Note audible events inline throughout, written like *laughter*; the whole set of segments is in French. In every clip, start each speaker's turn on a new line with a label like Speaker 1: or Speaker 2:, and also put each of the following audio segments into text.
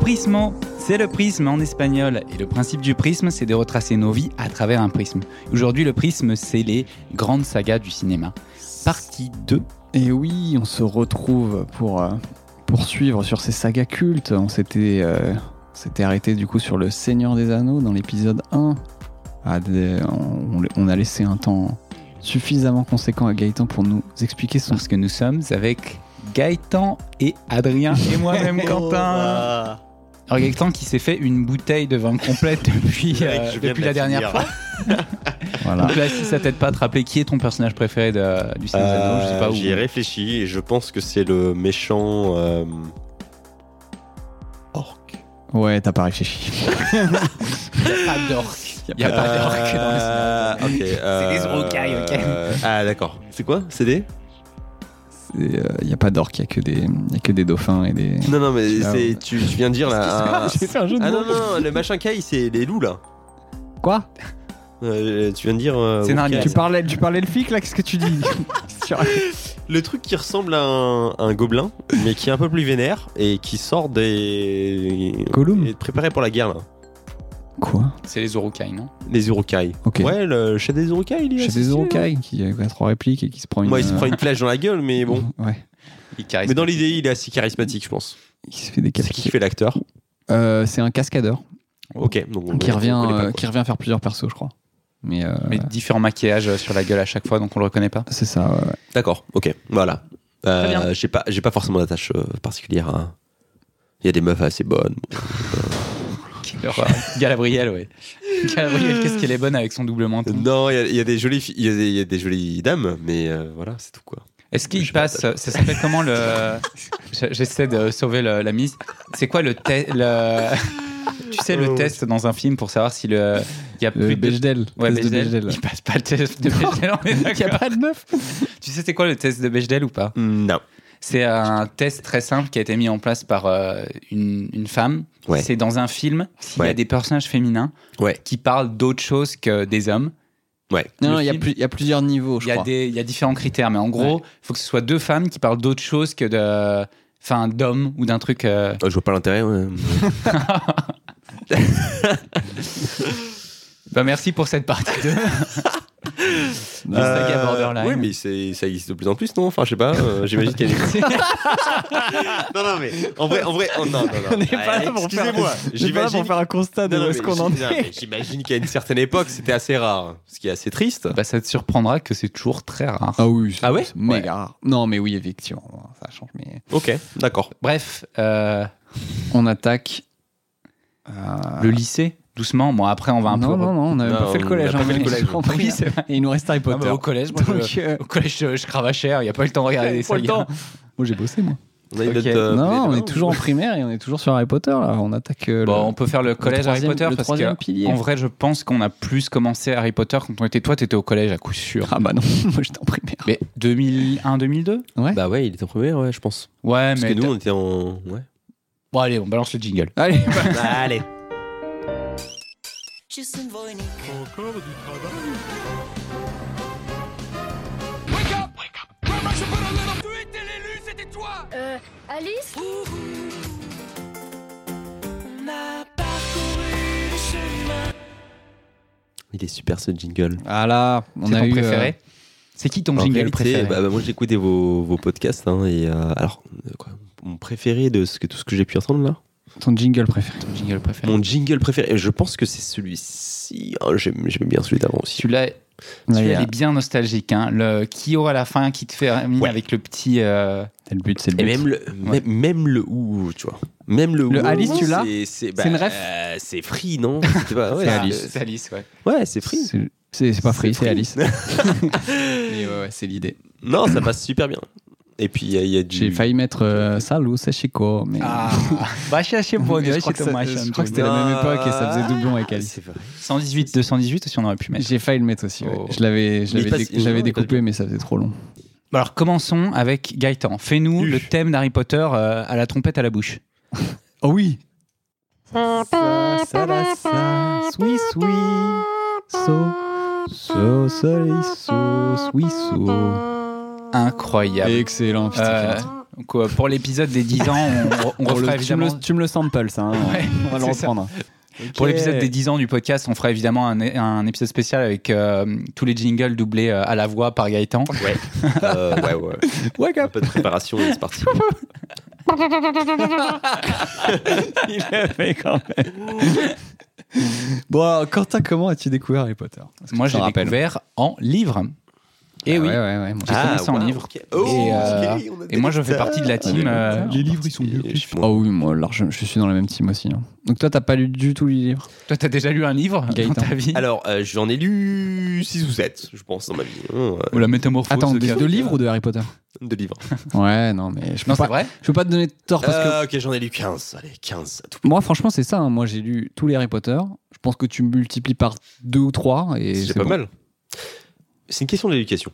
Speaker 1: Prismo, c'est le prisme en espagnol. Et le principe du prisme, c'est de retracer nos vies à travers un prisme. Aujourd'hui, le prisme, c'est les grandes sagas du cinéma. Partie 2.
Speaker 2: Et oui, on se retrouve pour euh, poursuivre sur ces sagas cultes. On s'était euh, on s'était arrêté du coup sur le Seigneur des Anneaux dans l'épisode 1. Ah, des- on, on a laissé un temps suffisamment conséquent à Gaëtan pour nous expliquer son
Speaker 1: Parce que nous sommes avec Gaëtan et Adrien et
Speaker 3: *laughs*
Speaker 1: moi-même
Speaker 3: Oh,
Speaker 1: Quentin.
Speaker 3: Ah,
Speaker 1: Alors Gaëtan qui s'est fait une bouteille de vin complète
Speaker 3: *laughs*
Speaker 1: depuis,
Speaker 3: Le mec,
Speaker 1: euh,
Speaker 3: je viens
Speaker 1: depuis
Speaker 3: de
Speaker 1: la, dernière
Speaker 3: finir.
Speaker 1: fois.
Speaker 2: *laughs* voilà.
Speaker 1: Donc là, si ça t'aide pas à te rappeler qui est ton personnage préféré de- du Seigneur des Anneaux, je sais pas
Speaker 3: Euh,
Speaker 1: où.
Speaker 3: J'y ai réfléchi et je pense que c'est le méchant euh, orc.
Speaker 2: Ouais, t'as pas *laughs* réfléchi.
Speaker 1: Pas d'orque. Il
Speaker 2: Ah,
Speaker 1: a pas d'orque dans le Seigneur des Anneaux.
Speaker 3: Euh, ok, euh,
Speaker 1: des Uruk-hai, ok.
Speaker 3: euh, ah d'accord. C'est quoi C'est des
Speaker 2: Il y a pas d'orques, il y a que des y a que des dauphins et des
Speaker 3: Non non mais
Speaker 2: Ah,
Speaker 3: c'est tu, tu viens de dire là. un-
Speaker 2: J'ai fait un jeu de
Speaker 3: Ah
Speaker 2: mots.
Speaker 3: non non le machin Kai c'est les loups là.
Speaker 2: Quoi
Speaker 3: Euh, tu viens de dire euh,
Speaker 1: Scénario.
Speaker 3: Uruk-hai.
Speaker 2: Tu parlais tu parlais le flic là, qu'est-ce que tu *laughs* dis
Speaker 3: le truc qui ressemble à un, un gobelin mais qui est un peu plus vénère et qui sort des
Speaker 2: Gollum.
Speaker 3: est préparé pour la guerre là.
Speaker 2: Quoi
Speaker 1: C'est les Urukai, non
Speaker 3: Les Urukai.
Speaker 2: OK.
Speaker 3: Ouais le chef des Urukai il est
Speaker 2: Chez
Speaker 3: assez
Speaker 2: des
Speaker 3: stylé, hein.
Speaker 2: Urukai qui a trois répliques et qui se prend une
Speaker 3: Moi, il se
Speaker 2: euh,
Speaker 3: prend une flèche dans la gueule, mais bon.
Speaker 2: Ouais.
Speaker 3: Mais dans l'idée, il est assez charismatique, je pense.
Speaker 2: Il se fait
Speaker 3: C'est qui
Speaker 2: décapiter.
Speaker 3: fait l'acteur.
Speaker 2: Euh, c'est un cascadeur
Speaker 3: Ok, donc on-
Speaker 2: qui
Speaker 3: bah, on
Speaker 2: revient,
Speaker 3: connaît pas,
Speaker 2: euh,
Speaker 3: quoi.
Speaker 2: qui revient faire plusieurs persos, je crois. Mais, euh,
Speaker 1: Mais différents maquillages euh, sur la gueule à chaque fois, donc on le reconnaît pas.
Speaker 2: c'est ça. ouais, ouais.
Speaker 3: D'accord, ok, voilà. Euh,
Speaker 1: Très bien.
Speaker 3: j'ai pas, j'ai pas forcément d'attache euh, particulière. à- Il y a des meufs assez bonnes.
Speaker 1: Quelle *laughs* horreur. Galabriel, ouais. Galabriel, qu'est-ce qu'elle est bonne avec son double menton.
Speaker 3: Non, il y a- il y, a des jolies, filles- il y, a des- il y a des jolies dames, mais euh, voilà, c'est tout quoi.
Speaker 1: Est-ce
Speaker 3: Je
Speaker 1: qu'il
Speaker 3: sais pas,
Speaker 1: passe. Ça s'appelle comment le. J'- J'essaie de sauver le- la mise. C'est quoi le test le... Tu sais, le
Speaker 3: Oh.
Speaker 1: test dans un film pour savoir si le. Il y a
Speaker 2: Le
Speaker 1: plus de.
Speaker 2: Bechdel.
Speaker 1: Ouais,
Speaker 2: test de
Speaker 1: Bechdel.
Speaker 2: *laughs* Bechdel.
Speaker 1: Il passe pas le test de Bechdel, on est
Speaker 2: *laughs* Il y a
Speaker 1: d'accord.
Speaker 2: pas de meuf.
Speaker 1: Tu sais, c'est quoi le test de Bechdel ou pas
Speaker 3: Mm, Non.
Speaker 1: C'est un test très simple qui a été mis en place par euh, une, une femme.
Speaker 3: Ouais.
Speaker 1: C'est dans un film, s'il y a
Speaker 3: Ouais.
Speaker 1: des personnages féminins
Speaker 3: Ouais.
Speaker 1: qui parlent d'autre chose que des hommes.
Speaker 3: Ouais.
Speaker 2: Non, non,
Speaker 1: Le
Speaker 2: il y, a
Speaker 1: film-
Speaker 2: plus- il y a plusieurs niveaux,
Speaker 1: Il
Speaker 2: je
Speaker 1: y, a
Speaker 2: crois.
Speaker 1: des, il y a différents critères, mais en gros, il faut que ce soit deux femmes qui parlent d'autre chose que de. Enfin, d'hommes ou d'un truc. euh,
Speaker 3: Oh, je vois pas l'intérêt. ouais.
Speaker 1: Bah, merci pour cette partie
Speaker 2: *laughs*
Speaker 1: 2.
Speaker 2: Des
Speaker 3: Euh,
Speaker 1: sagas borderline.
Speaker 3: Oui, mais c'est- ça existe de plus en plus, non Enfin, je sais pas. euh, J'imagine qu'il y a des. *laughs* non, non, mais en vrai, en vrai, oh, non, non, non.
Speaker 2: *laughs* On n'est pas là pour faire-
Speaker 3: Excusez-moi,
Speaker 2: J'ai pas là
Speaker 3: j'imagine
Speaker 2: pour faire un constat de
Speaker 3: Non,
Speaker 2: Ah, où
Speaker 3: non,
Speaker 2: est-ce
Speaker 3: mais
Speaker 2: qu'on en
Speaker 3: j- non, mais
Speaker 2: est.
Speaker 3: J'imagine qu'à une certaine époque, c'était assez rare, ce qui est assez triste.
Speaker 1: bah, ça te surprendra que c'est toujours très rare.
Speaker 2: Ah oui,
Speaker 3: Ah ouais
Speaker 2: c'est méga rare. Non, mais oui, effectivement, ça change. Mais
Speaker 3: Ok, d'accord.
Speaker 1: Bref, euh,
Speaker 2: on attaque.
Speaker 1: le lycée, doucement. Bon, après, on va un
Speaker 2: Ah. non,
Speaker 1: peu.
Speaker 2: non, non, on a même
Speaker 3: Non,
Speaker 2: pas fait le
Speaker 3: on
Speaker 2: collège.
Speaker 3: a pas
Speaker 2: hein,
Speaker 3: fait le
Speaker 2: mais
Speaker 3: collège.
Speaker 2: j'ai compris.
Speaker 1: Oui, c'est vrai.
Speaker 2: Et il nous reste Harry
Speaker 1: Ah,
Speaker 2: Potter.
Speaker 1: bah, au collège, moi, je-
Speaker 2: Donc, euh,
Speaker 1: *laughs* au collège, je, je cravachère, il n'y a pas eu le temps de regarder les
Speaker 2: pas le
Speaker 1: sagas.
Speaker 2: temps. *laughs* Moi, j'ai bossé, moi.
Speaker 3: On a eu
Speaker 1: Ok.
Speaker 3: notre, euh,
Speaker 2: non, on
Speaker 3: notre-
Speaker 2: est toujours en primaire et on est toujours sur Harry Potter là. On attaque. euh,
Speaker 1: Bon,
Speaker 2: le-
Speaker 1: on peut faire le collège
Speaker 2: troisième-
Speaker 1: Harry Potter
Speaker 2: le
Speaker 1: parce
Speaker 2: troisième
Speaker 1: que
Speaker 2: pilier.
Speaker 1: en vrai, je pense qu'on a plus commencé Harry Potter quand on était toi, t'étais au collège à coup sûr.
Speaker 2: Ah bah non, moi j'étais en primaire.
Speaker 1: Mais 2001, 2002
Speaker 2: Ouais.
Speaker 3: Bah ouais, il était en première, ouais, je pense.
Speaker 1: Ouais,
Speaker 3: Parce
Speaker 2: Ah,
Speaker 1: mais
Speaker 3: que nous, on était en.
Speaker 2: *laughs*
Speaker 3: Ouais. Bah,
Speaker 1: bon, allez, on balance le jingle.
Speaker 2: Allez,
Speaker 3: Allez.
Speaker 4: Tchussen Voynik.
Speaker 5: Euh, Alice
Speaker 4: On a parcouru le chemin.
Speaker 3: Il est super ce jingle.
Speaker 2: Ah là, on
Speaker 1: C'est
Speaker 2: a
Speaker 1: ton
Speaker 2: eu euh,
Speaker 1: préféré C'est qui ton
Speaker 3: En
Speaker 1: jingle
Speaker 3: réalité,
Speaker 1: préféré
Speaker 3: bah, bah, moi j'écoutais vos, vos podcasts, hein, et euh, alors, euh, quoi, mon préféré de ce que, tout ce que j'ai pu entendre là
Speaker 2: ton jingle préféré.
Speaker 1: Ton jingle préféré.
Speaker 3: Mon jingle préféré, et je pense que c'est celui-ci. Ah, J'aime j'aimais bien celui d'avant aussi.
Speaker 1: Celui-là,
Speaker 2: Ah, Ouais,
Speaker 1: celui-là, il est bien nostalgique. hein. Le Kyo à la fin qui te fait mine
Speaker 3: Ouais.
Speaker 1: avec le petit. euh,
Speaker 2: C'est le but, c'est le
Speaker 3: Et
Speaker 2: but.
Speaker 3: même le,
Speaker 1: Ouais.
Speaker 3: même, même le ou, tu vois. Même le,
Speaker 2: Le
Speaker 3: ou,
Speaker 2: Alice, tu l'as
Speaker 3: c'est- C'est bah,
Speaker 2: C'est une ref
Speaker 3: euh, C'est free,
Speaker 2: *laughs*
Speaker 3: non C'est pas- ouais,
Speaker 1: c'est-
Speaker 3: Alice.
Speaker 1: C'est Alice, ouais.
Speaker 3: Ouais, c'est free.
Speaker 2: C'est- C'est c'est pas Free,
Speaker 3: C'est
Speaker 2: c'est
Speaker 3: Free.
Speaker 2: Alice. Mais ouais, ouais, c'est l'idée.
Speaker 3: Non, ça passe super bien. Et puis, il y, a- il y a du.
Speaker 2: J'ai failli mettre euh, Salou Sashiko, mais.
Speaker 1: *laughs* Ah, bah, je sais pas,
Speaker 2: Mais je
Speaker 1: je crois
Speaker 2: crois
Speaker 1: que
Speaker 2: que ça- je crois que
Speaker 1: c'était
Speaker 2: c'était la même époque et ça faisait doublon avec
Speaker 3: Ah,
Speaker 2: Alice.
Speaker 3: c'est vrai.
Speaker 1: 118, 218 aussi, on aurait pu mettre.
Speaker 2: J'ai failli le mettre aussi. ouais.
Speaker 1: Oh.
Speaker 2: Je l'avais, je
Speaker 3: Mais
Speaker 2: l'avais,
Speaker 3: pas-
Speaker 2: dé- je l'avais
Speaker 3: non,
Speaker 2: découpé, mais ça faisait trop long.
Speaker 1: Bon, Alors commençons avec Gaëtan. Fais-nous
Speaker 3: Uf.
Speaker 1: le thème d'Harry Potter euh, à la trompette à la bouche.
Speaker 2: Oh oui. Ça, ça, la, ça, sui, sui, so, so, soli, so, sui, so.
Speaker 1: incroyable.
Speaker 2: Excellent, putain,
Speaker 1: Euh,
Speaker 2: Clément.
Speaker 1: donc, euh, pour l'épisode des 10 ans,
Speaker 2: *laughs*
Speaker 1: on, on
Speaker 2: On
Speaker 1: refera
Speaker 2: le- tu, me
Speaker 1: évidemment.
Speaker 2: le, tu me le samples, *laughs* ça. hein.
Speaker 1: Ouais,
Speaker 2: on va le
Speaker 1: c'est ça.
Speaker 2: reprendre.
Speaker 1: Pour
Speaker 2: Ok.
Speaker 1: l'épisode des 10 ans du podcast, on fera évidemment un, un épisode spécial avec euh, tous les jingles doublés euh, à la voix par Gaëtan.
Speaker 3: Ouais. Euh, ouais, ouais.
Speaker 2: Wake *laughs*
Speaker 3: Un
Speaker 2: up
Speaker 3: peu de préparation et c'est parti.
Speaker 2: Il avait quand même. bon, alors, Quentin, comment as-tu découvert Harry Potter Est-ce que
Speaker 1: Moi,
Speaker 2: tu t'en
Speaker 1: j'ai
Speaker 2: rappelles
Speaker 1: découvert en livre. Et
Speaker 3: Eh
Speaker 2: Ah
Speaker 1: oui.
Speaker 2: ouais, ouais, ouais, moi
Speaker 1: J'ai commencé en
Speaker 3: Ah, wow,
Speaker 1: livre.
Speaker 3: ok.
Speaker 1: Et, euh,
Speaker 3: ok, on a
Speaker 1: Et moi, je
Speaker 3: découvert. Ah,
Speaker 1: fais partie de la
Speaker 2: aussi.
Speaker 1: team. euh,
Speaker 2: Les livres, ils sont
Speaker 3: mieux que les films.
Speaker 2: Ah oui, moi, alors, je, je suis dans la même team aussi. hein. Donc, toi, t'as pas lu du tout les livres
Speaker 1: toi, t'as déjà lu un livre
Speaker 2: Gaëtan.
Speaker 1: dans ta vie
Speaker 3: Alors, euh, j'en ai lu 6 ou 7, je pense, dans ma vie. Oh,
Speaker 1: Ou la métamorphose
Speaker 2: Attends,
Speaker 1: de
Speaker 2: des-
Speaker 1: Kafka.
Speaker 2: de livres ou de Harry Potter
Speaker 3: euh, de livres.
Speaker 2: Ouais, non, mais je peux,
Speaker 1: Non, c'est
Speaker 2: pas,
Speaker 1: vrai
Speaker 2: je peux pas te donner de tort parce que
Speaker 3: Euh, ok, j'en ai lu 15. Allez, 15. à tout.
Speaker 2: moi, franchement, c'est ça. hein. Moi, j'ai lu tous les Harry Potter. Je pense que tu me multiplies par deux ou trois. et
Speaker 3: C'est pas
Speaker 2: bon.
Speaker 3: mal. C'est une question d'éducation.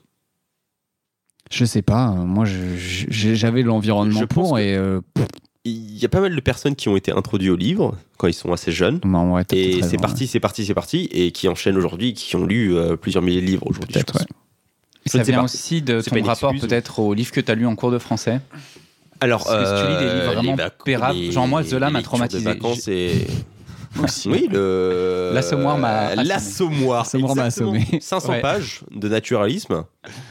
Speaker 2: Je sais pas. euh, Moi, je- je- j'avais l'environnement
Speaker 3: Je pense
Speaker 2: pour
Speaker 3: que-
Speaker 2: et. euh, pff,
Speaker 3: Il y a pas mal de personnes qui ont été introduites au livre quand ils sont assez jeunes.
Speaker 2: non, ouais, t'as peut-être
Speaker 3: Et
Speaker 2: raison,
Speaker 3: c'est parti, c'est parti, c'est parti. Et qui enchaînent aujourd'hui, qui ont lu euh, plusieurs milliers de livres
Speaker 2: ouais.
Speaker 3: aujourd'hui. je
Speaker 2: Peut-être,
Speaker 3: pense.
Speaker 2: ouais.
Speaker 3: Je
Speaker 1: Ça
Speaker 3: ne sais
Speaker 1: vient
Speaker 3: pas.
Speaker 1: aussi de
Speaker 3: C'est pas
Speaker 1: ton
Speaker 3: une
Speaker 1: rapport
Speaker 3: excuse.
Speaker 1: peut-être au livre que t'as lu en cours de français.
Speaker 3: Alors,
Speaker 1: Parce que si tu lis des livres
Speaker 3: euh,
Speaker 1: vraiment
Speaker 3: les vac-
Speaker 1: pérables,
Speaker 3: les-
Speaker 1: genre moi, Zola
Speaker 3: les
Speaker 1: m'a
Speaker 3: lectures de
Speaker 1: traumatisé.
Speaker 3: vacances et-
Speaker 1: *laughs*
Speaker 3: Oui, le. euh,
Speaker 1: L'assommoir m'a assommé.
Speaker 3: L'assommoir.
Speaker 2: L'assommoir m'a
Speaker 3: exactement. *laughs*
Speaker 2: assommé.
Speaker 3: 500
Speaker 1: Ouais.
Speaker 3: pages de naturalisme.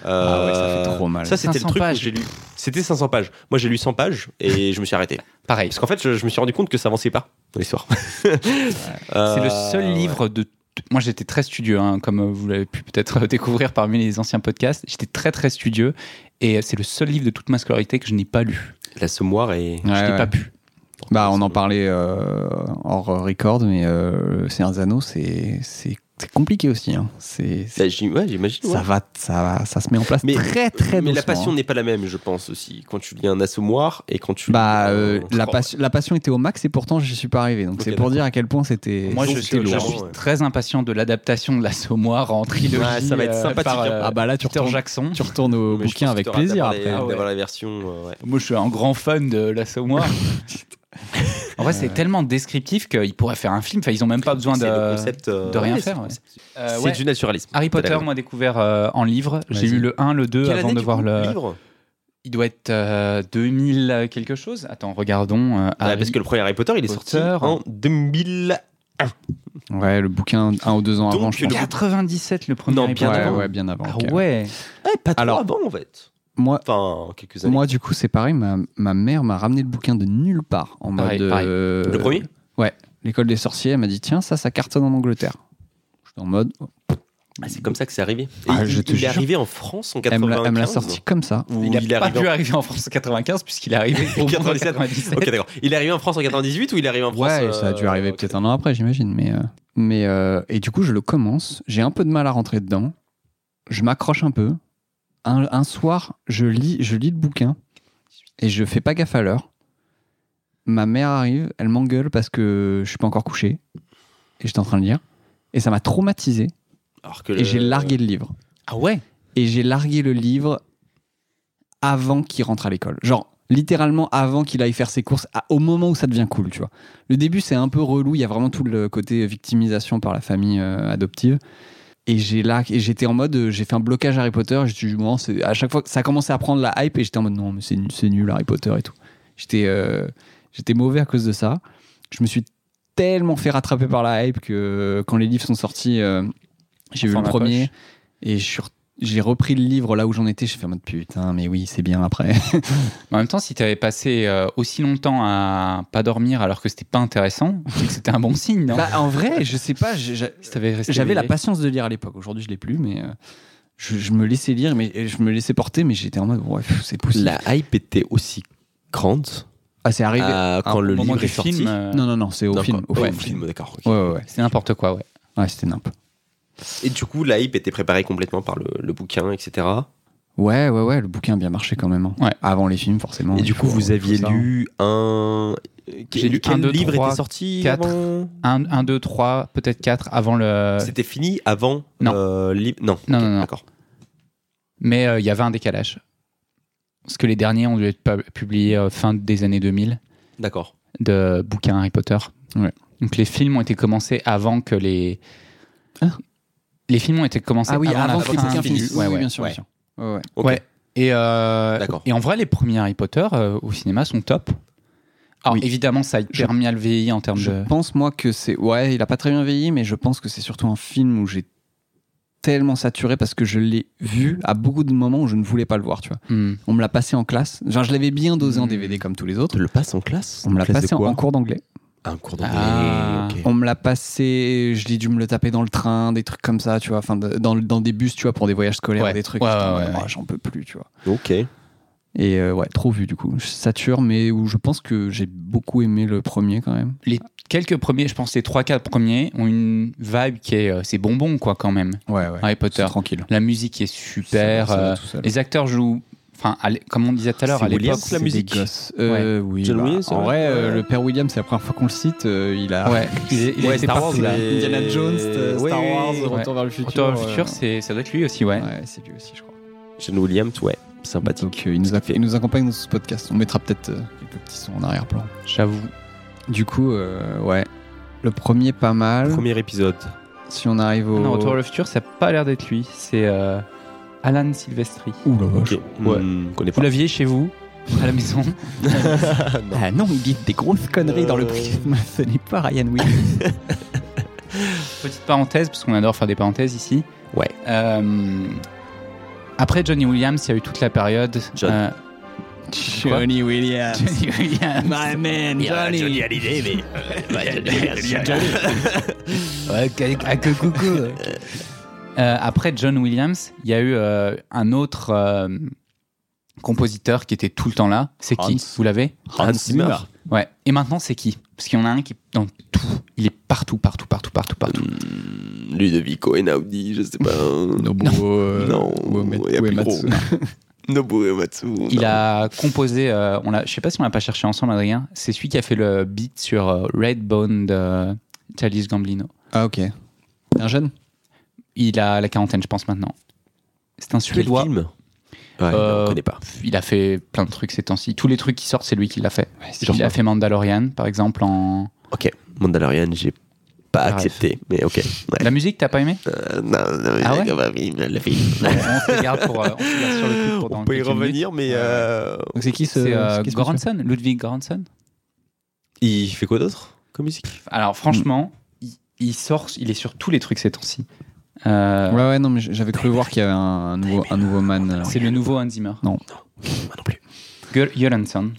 Speaker 2: Ah ouais, ça fait
Speaker 3: Euh,
Speaker 2: trop mal.
Speaker 3: Ça, c'était le
Speaker 1: 500
Speaker 3: truc
Speaker 1: pages.
Speaker 3: que j'ai lu. C'était 500 pages. Moi, j'ai lu 100 pages et je me suis arrêté.
Speaker 1: Pareil.
Speaker 3: Parce qu'en fait, je, je me suis rendu compte que ça avançait pas dans l'histoire. *laughs* Euh,
Speaker 1: C'est le seul livre de. Moi, j'étais très studieux, hein, comme euh, vous l'avez pu peut-être *laughs* euh, découvrir parmi les anciens podcasts. J'étais très, très studieux. Et euh, c'est le seul livre de toute ma scolarité que je n'ai pas lu.
Speaker 3: L'assommoir et.
Speaker 1: je
Speaker 2: Ouais,
Speaker 1: n'ai
Speaker 2: ouais.
Speaker 1: pas pu.
Speaker 2: Bah, on en parlait euh, hors record, mais euh, le Seigneur des Anneaux, c'est c'est c'est compliqué aussi. hein. C'est c'est-
Speaker 3: Bah, j'im- ouais, j'imagine. ouais.
Speaker 2: ça va, ça va, ça se met en place
Speaker 3: Mais-
Speaker 2: très très
Speaker 3: Mais la
Speaker 2: doucement,
Speaker 3: passion
Speaker 2: hein.
Speaker 3: n'est pas la même, je pense aussi. Quand tu lis un assommoir et quand tu.
Speaker 2: Bah,
Speaker 3: lis un-
Speaker 2: euh, la,
Speaker 3: Oh,
Speaker 2: passion, la passion était au max et pourtant je suis pas arrivé. Donc
Speaker 3: Ok,
Speaker 2: c'est pour
Speaker 3: d'accord.
Speaker 2: dire à quel point c'était.
Speaker 1: Moi, je
Speaker 3: c'était
Speaker 1: suis,
Speaker 3: lourd.
Speaker 1: je suis
Speaker 3: Ouais.
Speaker 1: très impatient de l'adaptation de l'assommoir en trilogie.
Speaker 3: Ouais, ça va être
Speaker 1: euh,
Speaker 3: sympathique,
Speaker 1: par,
Speaker 3: hein.
Speaker 1: euh,
Speaker 2: ah bah là tu
Speaker 1: Peter
Speaker 2: retournes,
Speaker 1: Jackson.
Speaker 2: tu retournes au
Speaker 3: mais je
Speaker 2: bouquin
Speaker 3: pense
Speaker 2: avec
Speaker 3: que t'auras
Speaker 2: plaisir
Speaker 3: d'avoir les-
Speaker 2: après.
Speaker 1: Ah ouais.
Speaker 3: D'avoir la version. euh, ouais.
Speaker 1: Moi, je suis un grand fan de Euh. l'assommoir. *laughs* en vrai, c'est tellement descriptif qu'ils pourraient faire un film. Enfin, ils ont même pas besoin
Speaker 3: C'est le
Speaker 1: de.
Speaker 3: concept, euh,
Speaker 1: de rien
Speaker 3: ouais,
Speaker 1: faire,
Speaker 3: c'est-
Speaker 1: ouais.
Speaker 3: c'est-
Speaker 1: Euh,
Speaker 3: C'est
Speaker 1: ouais.
Speaker 3: du naturalisme.
Speaker 1: Harry
Speaker 3: T'as
Speaker 1: Potter,
Speaker 3: raison.
Speaker 1: moi, découvert euh, en livre. J'ai
Speaker 2: Vas-y.
Speaker 1: lu le 1, le 2
Speaker 3: Quelle
Speaker 1: avant
Speaker 3: année,
Speaker 1: de
Speaker 3: du
Speaker 1: voir
Speaker 3: coup,
Speaker 1: le.
Speaker 3: livre
Speaker 1: Il doit être euh, 2000 euh, quelque chose. Attends, regardons. euh,
Speaker 2: Ah
Speaker 3: Ouais,
Speaker 1: Harry-
Speaker 3: Bah, Parce que le premier Harry Potter, il est sorti
Speaker 1: Potter.
Speaker 3: en 2000.
Speaker 2: Ouais, le bouquin un ou deux ans
Speaker 3: Donc,
Speaker 2: avant. Je
Speaker 3: le-
Speaker 2: pense.
Speaker 1: 97 le premier.
Speaker 3: Non,
Speaker 1: Harry
Speaker 3: bien
Speaker 1: Potter.
Speaker 2: ouais,
Speaker 3: avant.
Speaker 2: ouais, bien avant.
Speaker 1: Ah
Speaker 2: ok.
Speaker 1: ouais.
Speaker 3: Ouais, pas trop
Speaker 2: Alors-
Speaker 3: avant en fait.
Speaker 2: Moi,
Speaker 3: Enfin, quelques années.
Speaker 2: moi du coup c'est pareil. Ma, ma mère m'a ramené le bouquin de nulle part en
Speaker 1: Pareil,
Speaker 2: mode.
Speaker 1: pareil.
Speaker 2: euh,
Speaker 3: le premier
Speaker 2: L'école des sorciers. Elle m'a dit tiens ça ça cartonne en Angleterre. J'étais en mode.
Speaker 3: Ah, C'est comme ça que c'est arrivé. Et
Speaker 2: bah, Ah,
Speaker 3: il
Speaker 2: je te
Speaker 3: il est
Speaker 2: jure.
Speaker 3: arrivé en France en
Speaker 2: Elle me
Speaker 3: 95.
Speaker 2: l'a- elle me l'a sorti comme ça.
Speaker 3: Ou
Speaker 1: il a
Speaker 3: il est
Speaker 1: pas
Speaker 3: arrivé
Speaker 1: pu
Speaker 3: en-
Speaker 1: arriver en France en 95 puisqu'il est
Speaker 3: *laughs*
Speaker 1: arrivé au monde en
Speaker 3: 97.
Speaker 1: 97.
Speaker 3: Ok, d'accord. Il est arrivé en France en 98 ou il est arrivé en France euh,
Speaker 2: Ouais, ça a dû arriver peut-être un an après, j'imagine. Mais, euh, mais euh, et du coup, je le commence. J'ai un peu de mal à rentrer dedans. Je m'accroche un peu. Un, un soir, je lis, je lis le bouquin et je fais pas gaffe à l'heure. Ma mère arrive, elle m'engueule parce que je suis pas encore couché et j'étais en train de lire. Et ça m'a traumatisé
Speaker 3: Alors que
Speaker 2: et
Speaker 3: le-
Speaker 2: j'ai largué le livre.
Speaker 1: Ah ouais.
Speaker 2: Et j'ai largué le livre avant qu'il rentre à l'école. Genre, littéralement avant qu'il aille faire ses courses, à- au moment où ça devient cool, tu vois. Le début, c'est un peu relou. Il y a vraiment tout le côté victimisation par la famille euh, adoptive. Et j'ai là, et j'étais en mode, euh, j'ai fait un blocage Harry Potter. J'étais du moment, c'est- à chaque fois, ça commençait à prendre la hype et j'étais en mode non, mais c'est nul, c'est nul Harry Potter et tout. J'étais, euh, j'étais mauvais à cause de ça. Je me suis tellement fait rattraper par la hype que euh, quand les livres sont sortis, euh, j'ai vu
Speaker 1: Enfin,
Speaker 2: le
Speaker 1: ma
Speaker 2: premier
Speaker 1: poche.
Speaker 2: et je suis re- j'ai repris le livre là où j'en étais. J'ai fait en mode putain, mais oui, c'est bien après.
Speaker 1: En même temps, si t'avais passé euh, aussi longtemps à pas dormir alors que c'était pas intéressant, c'est que c'était un
Speaker 2: *laughs*
Speaker 1: bon signe, non
Speaker 2: Bah, en vrai, je sais pas. j'ai- j'ai-
Speaker 1: Si t'avais resté
Speaker 2: J'avais la
Speaker 1: éveillé.
Speaker 2: patience de lire à l'époque. Aujourd'hui, je l'ai plus, mais euh, je, je me laissais lire, mais et je me laissais porter, mais j'étais en mode ouais, pff, c'est possible.
Speaker 3: La hype était aussi grande
Speaker 2: Ah, c'est arrivé.
Speaker 3: euh,
Speaker 2: Ah,
Speaker 3: quand le
Speaker 1: Au moment
Speaker 3: livre
Speaker 1: du
Speaker 3: est sorti.
Speaker 1: film, euh,
Speaker 2: Non, non, non, c'est au
Speaker 3: Non,
Speaker 2: film.
Speaker 3: quand-
Speaker 2: Au
Speaker 3: ouais,
Speaker 2: film.
Speaker 3: d'accord.
Speaker 2: Ouais,
Speaker 3: ok.
Speaker 2: ouais, ouais.
Speaker 1: c'est n'importe quoi, ouais.
Speaker 2: Ouais, c'était nimp.
Speaker 3: Et du coup, la hype était préparée complètement par le, le bouquin, etc.
Speaker 2: Ouais, ouais, ouais, le bouquin a bien marché quand même. hein.
Speaker 1: Ouais.
Speaker 2: Avant les films, forcément.
Speaker 3: Et
Speaker 2: il
Speaker 3: du coup,
Speaker 2: faut-
Speaker 3: vous
Speaker 2: faut
Speaker 3: aviez
Speaker 2: ça.
Speaker 3: lu un.
Speaker 1: J'ai lu
Speaker 3: quel
Speaker 1: un, deux,
Speaker 3: livre
Speaker 1: trois,
Speaker 3: était sorti
Speaker 1: quatre.
Speaker 3: avant
Speaker 1: 1, 2, 3, peut-être 4 avant le.
Speaker 3: C'était fini avant
Speaker 1: Non.
Speaker 3: euh, li- Non,
Speaker 1: Non,
Speaker 3: ok,
Speaker 1: non, non.
Speaker 3: d'accord.
Speaker 1: Mais euh, il y avait un décalage. Parce que les derniers ont dû être pub- publiés euh, fin des années 2000
Speaker 3: D'accord.
Speaker 1: de bouquins Harry Potter.
Speaker 2: Ouais.
Speaker 1: Donc les films ont été commencés avant que les.
Speaker 2: Hein
Speaker 1: les films ont été commencés
Speaker 2: Ah oui,
Speaker 1: avant,
Speaker 2: avant
Speaker 1: la
Speaker 2: que les
Speaker 1: fin
Speaker 2: bouquins
Speaker 1: du-
Speaker 2: finissent.
Speaker 1: Ouais,
Speaker 2: Ah Oui,
Speaker 1: ouais,
Speaker 2: bien sûr,
Speaker 1: ouais.
Speaker 2: bien sûr. Ouais, ouais.
Speaker 3: Ok.
Speaker 1: Ouais. Et, euh,
Speaker 3: D'accord.
Speaker 1: et en vrai, les premiers Harry Potter euh, au cinéma sont top. Alors
Speaker 2: Oui.
Speaker 1: évidemment, ça a
Speaker 2: Je-
Speaker 1: permis à le vieillir en termes
Speaker 2: Je
Speaker 1: de.
Speaker 2: pense, moi, que c'est. Ouais, il a pas très bien vieilli, mais je pense que c'est surtout un film où j'ai tellement saturé parce que je l'ai vu à beaucoup de moments où je ne voulais pas le voir, tu vois.
Speaker 1: Hmm.
Speaker 2: On me l'a passé en classe. Genre, je l'avais bien dosé en
Speaker 1: Mm.
Speaker 2: DVD comme tous les autres.
Speaker 3: te le passe en classe
Speaker 2: On me l'a
Speaker 3: Classe de
Speaker 2: passé Hmm. en,
Speaker 3: quoi
Speaker 2: en cours d'anglais.
Speaker 3: Un cours d'anglais.
Speaker 1: Ah.
Speaker 3: ok.
Speaker 2: On me l'a passé, je l'ai dû me le taper dans le train, des trucs comme ça, tu vois. Enfin, de- dans, le- dans des bus, tu vois, pour des voyages scolaires,
Speaker 1: Ouais.
Speaker 2: des trucs.
Speaker 1: Ouais,
Speaker 2: Putain,
Speaker 1: ouais, ouais,
Speaker 2: oh,
Speaker 1: ouais.
Speaker 2: J'en peux plus, tu vois.
Speaker 3: Ok.
Speaker 2: Et euh, ouais, trop vu du coup. Je sature, mais où je pense que j'ai beaucoup aimé le premier quand même.
Speaker 1: Les quelques premiers, je pense les 3-4 premiers, ont une vibe qui est. euh, c'est bonbon, quoi, quand même.
Speaker 2: Ouais, ouais.
Speaker 1: Harry
Speaker 2: Ah, C'est
Speaker 1: Potter.
Speaker 2: tranquille.
Speaker 1: La musique est super.
Speaker 2: Ça va- ça va
Speaker 1: euh,
Speaker 2: tout seul.
Speaker 1: les acteurs jouent. Enfin, à l'- comme on disait tout à l'heure,
Speaker 3: C'est
Speaker 1: à l'époque.
Speaker 3: Williams, la
Speaker 1: c'est-
Speaker 3: musique.
Speaker 2: Des gosses. Euh, Oui.
Speaker 3: John
Speaker 2: bah,
Speaker 3: Williams,
Speaker 2: en
Speaker 3: ouais.
Speaker 2: vrai, euh, le père Williams, c'est la première fois qu'on le cite. euh, il a. *laughs*
Speaker 1: Ouais, il, est- il
Speaker 3: Ouais,
Speaker 1: était
Speaker 3: Star
Speaker 1: parti,
Speaker 3: Wars,
Speaker 1: là.
Speaker 3: là. Et-
Speaker 2: Indiana Jones, euh,
Speaker 3: Oui,
Speaker 2: Star
Speaker 3: oui,
Speaker 2: Wars,
Speaker 3: oui.
Speaker 2: Retour vers le futur.
Speaker 1: Retour vers le
Speaker 2: euh,
Speaker 1: futur, c'est- ça doit être lui aussi, ouais.
Speaker 2: Ouais, c'est lui aussi, je crois.
Speaker 3: John Williams, ouais. Sympathique.
Speaker 2: Donc, euh, il, nous a-
Speaker 3: Tout à fait.
Speaker 2: il nous accompagne dans ce podcast. On mettra peut-être euh, quelques petits sons en arrière-plan.
Speaker 1: J'avoue.
Speaker 2: Du coup, euh, ouais. Le premier, pas
Speaker 1: Ah.
Speaker 2: mal.
Speaker 3: Premier Ah épisode.
Speaker 2: Si on arrive au.
Speaker 1: Non, Retour vers le futur, ça n'a pas l'air d'être lui. C'est euh, Alan Silvestri.
Speaker 2: Ouh la vache. *laughs*
Speaker 3: Ok.
Speaker 1: Ouais.
Speaker 3: Hmm, on connaît
Speaker 1: Vous
Speaker 3: pas.
Speaker 1: l'aviez chez vous, à la maison.
Speaker 3: *laughs* Non.
Speaker 2: Ah non, il dit des grosses conneries dans le
Speaker 1: *laughs*
Speaker 3: Euh.
Speaker 2: prisme. Ce n'est pas Ryan Williams.
Speaker 3: *laughs*
Speaker 1: Petite parenthèse, parce qu'on adore faire des parenthèses ici.
Speaker 3: Ouais.
Speaker 1: Euh, après Johnny Williams, il y a eu toute la période.
Speaker 3: John. *laughs*
Speaker 1: euh, Johnny
Speaker 2: Williams. *laughs*
Speaker 1: Johnny Williams.
Speaker 2: man, Johnny.
Speaker 3: *laughs* Bah,
Speaker 1: *laughs* Euh, après John Williams, il y a eu euh, un autre euh, compositeur qui était tout le temps là. C'est qui
Speaker 2: Hans.
Speaker 1: Vous l'avez
Speaker 3: Hans Zimmer.
Speaker 1: Ouais. Et maintenant, c'est qui Parce qu'il y en a un qui est dans tout. Il est partout, partout, partout, partout, partout.
Speaker 3: Hmm, Ludovico et Naudi, je sais pas.
Speaker 2: Nobuo.
Speaker 3: Non, il y a plus
Speaker 2: Uematsu.
Speaker 3: gros. Nobu Ematsu.
Speaker 1: Il
Speaker 3: non.
Speaker 1: a composé, euh, on l'a- je sais pas si on l'a pas cherché ensemble, Adrien, c'est celui qui a fait le beat sur euh, Redbone de Chalice Gamblino.
Speaker 2: Ah, ok. Un jeune
Speaker 1: Il a la quarantaine, je pense, maintenant. C'est un
Speaker 3: Quel
Speaker 1: Suédois.
Speaker 3: film Ouais,
Speaker 1: Euh,
Speaker 3: on connaît pas.
Speaker 1: Il a fait plein de trucs ces temps-ci. Tous les trucs qui sortent, c'est lui qui l'a fait.
Speaker 2: Genre-
Speaker 1: il a fait Mandalorian, par exemple, en.
Speaker 3: Ok, Mandalorian, j'ai pas
Speaker 1: Bref.
Speaker 3: accepté, mais ok. Ouais.
Speaker 1: La musique, t'as pas aimé
Speaker 3: Euh, non, non, mais
Speaker 1: Ah ouais
Speaker 3: d'accord, bah oui, le film.
Speaker 1: On se les garde pour. euh, on se les garde sur le coup pour dans
Speaker 3: On peut y
Speaker 1: quelques minutes.
Speaker 3: revenir, mais.
Speaker 1: Ouais.
Speaker 3: euh,
Speaker 2: Donc c'est qui ce.
Speaker 1: C'est euh,
Speaker 2: qu'est-ce que
Speaker 1: Göransson, Ludwig Göransson.
Speaker 3: Il fait quoi d'autre comme musique
Speaker 1: Alors, franchement, il, il sort, il est sur tous les trucs ces temps-ci. Euh,
Speaker 2: c'est Ouais, ouais, non, mais j'avais cru voir qu'il y avait un, un nouveau, un nouveau man. euh,
Speaker 1: C'est le nouveau Hans Zimmer.
Speaker 3: Moi non plus.
Speaker 1: Göl- Göransson.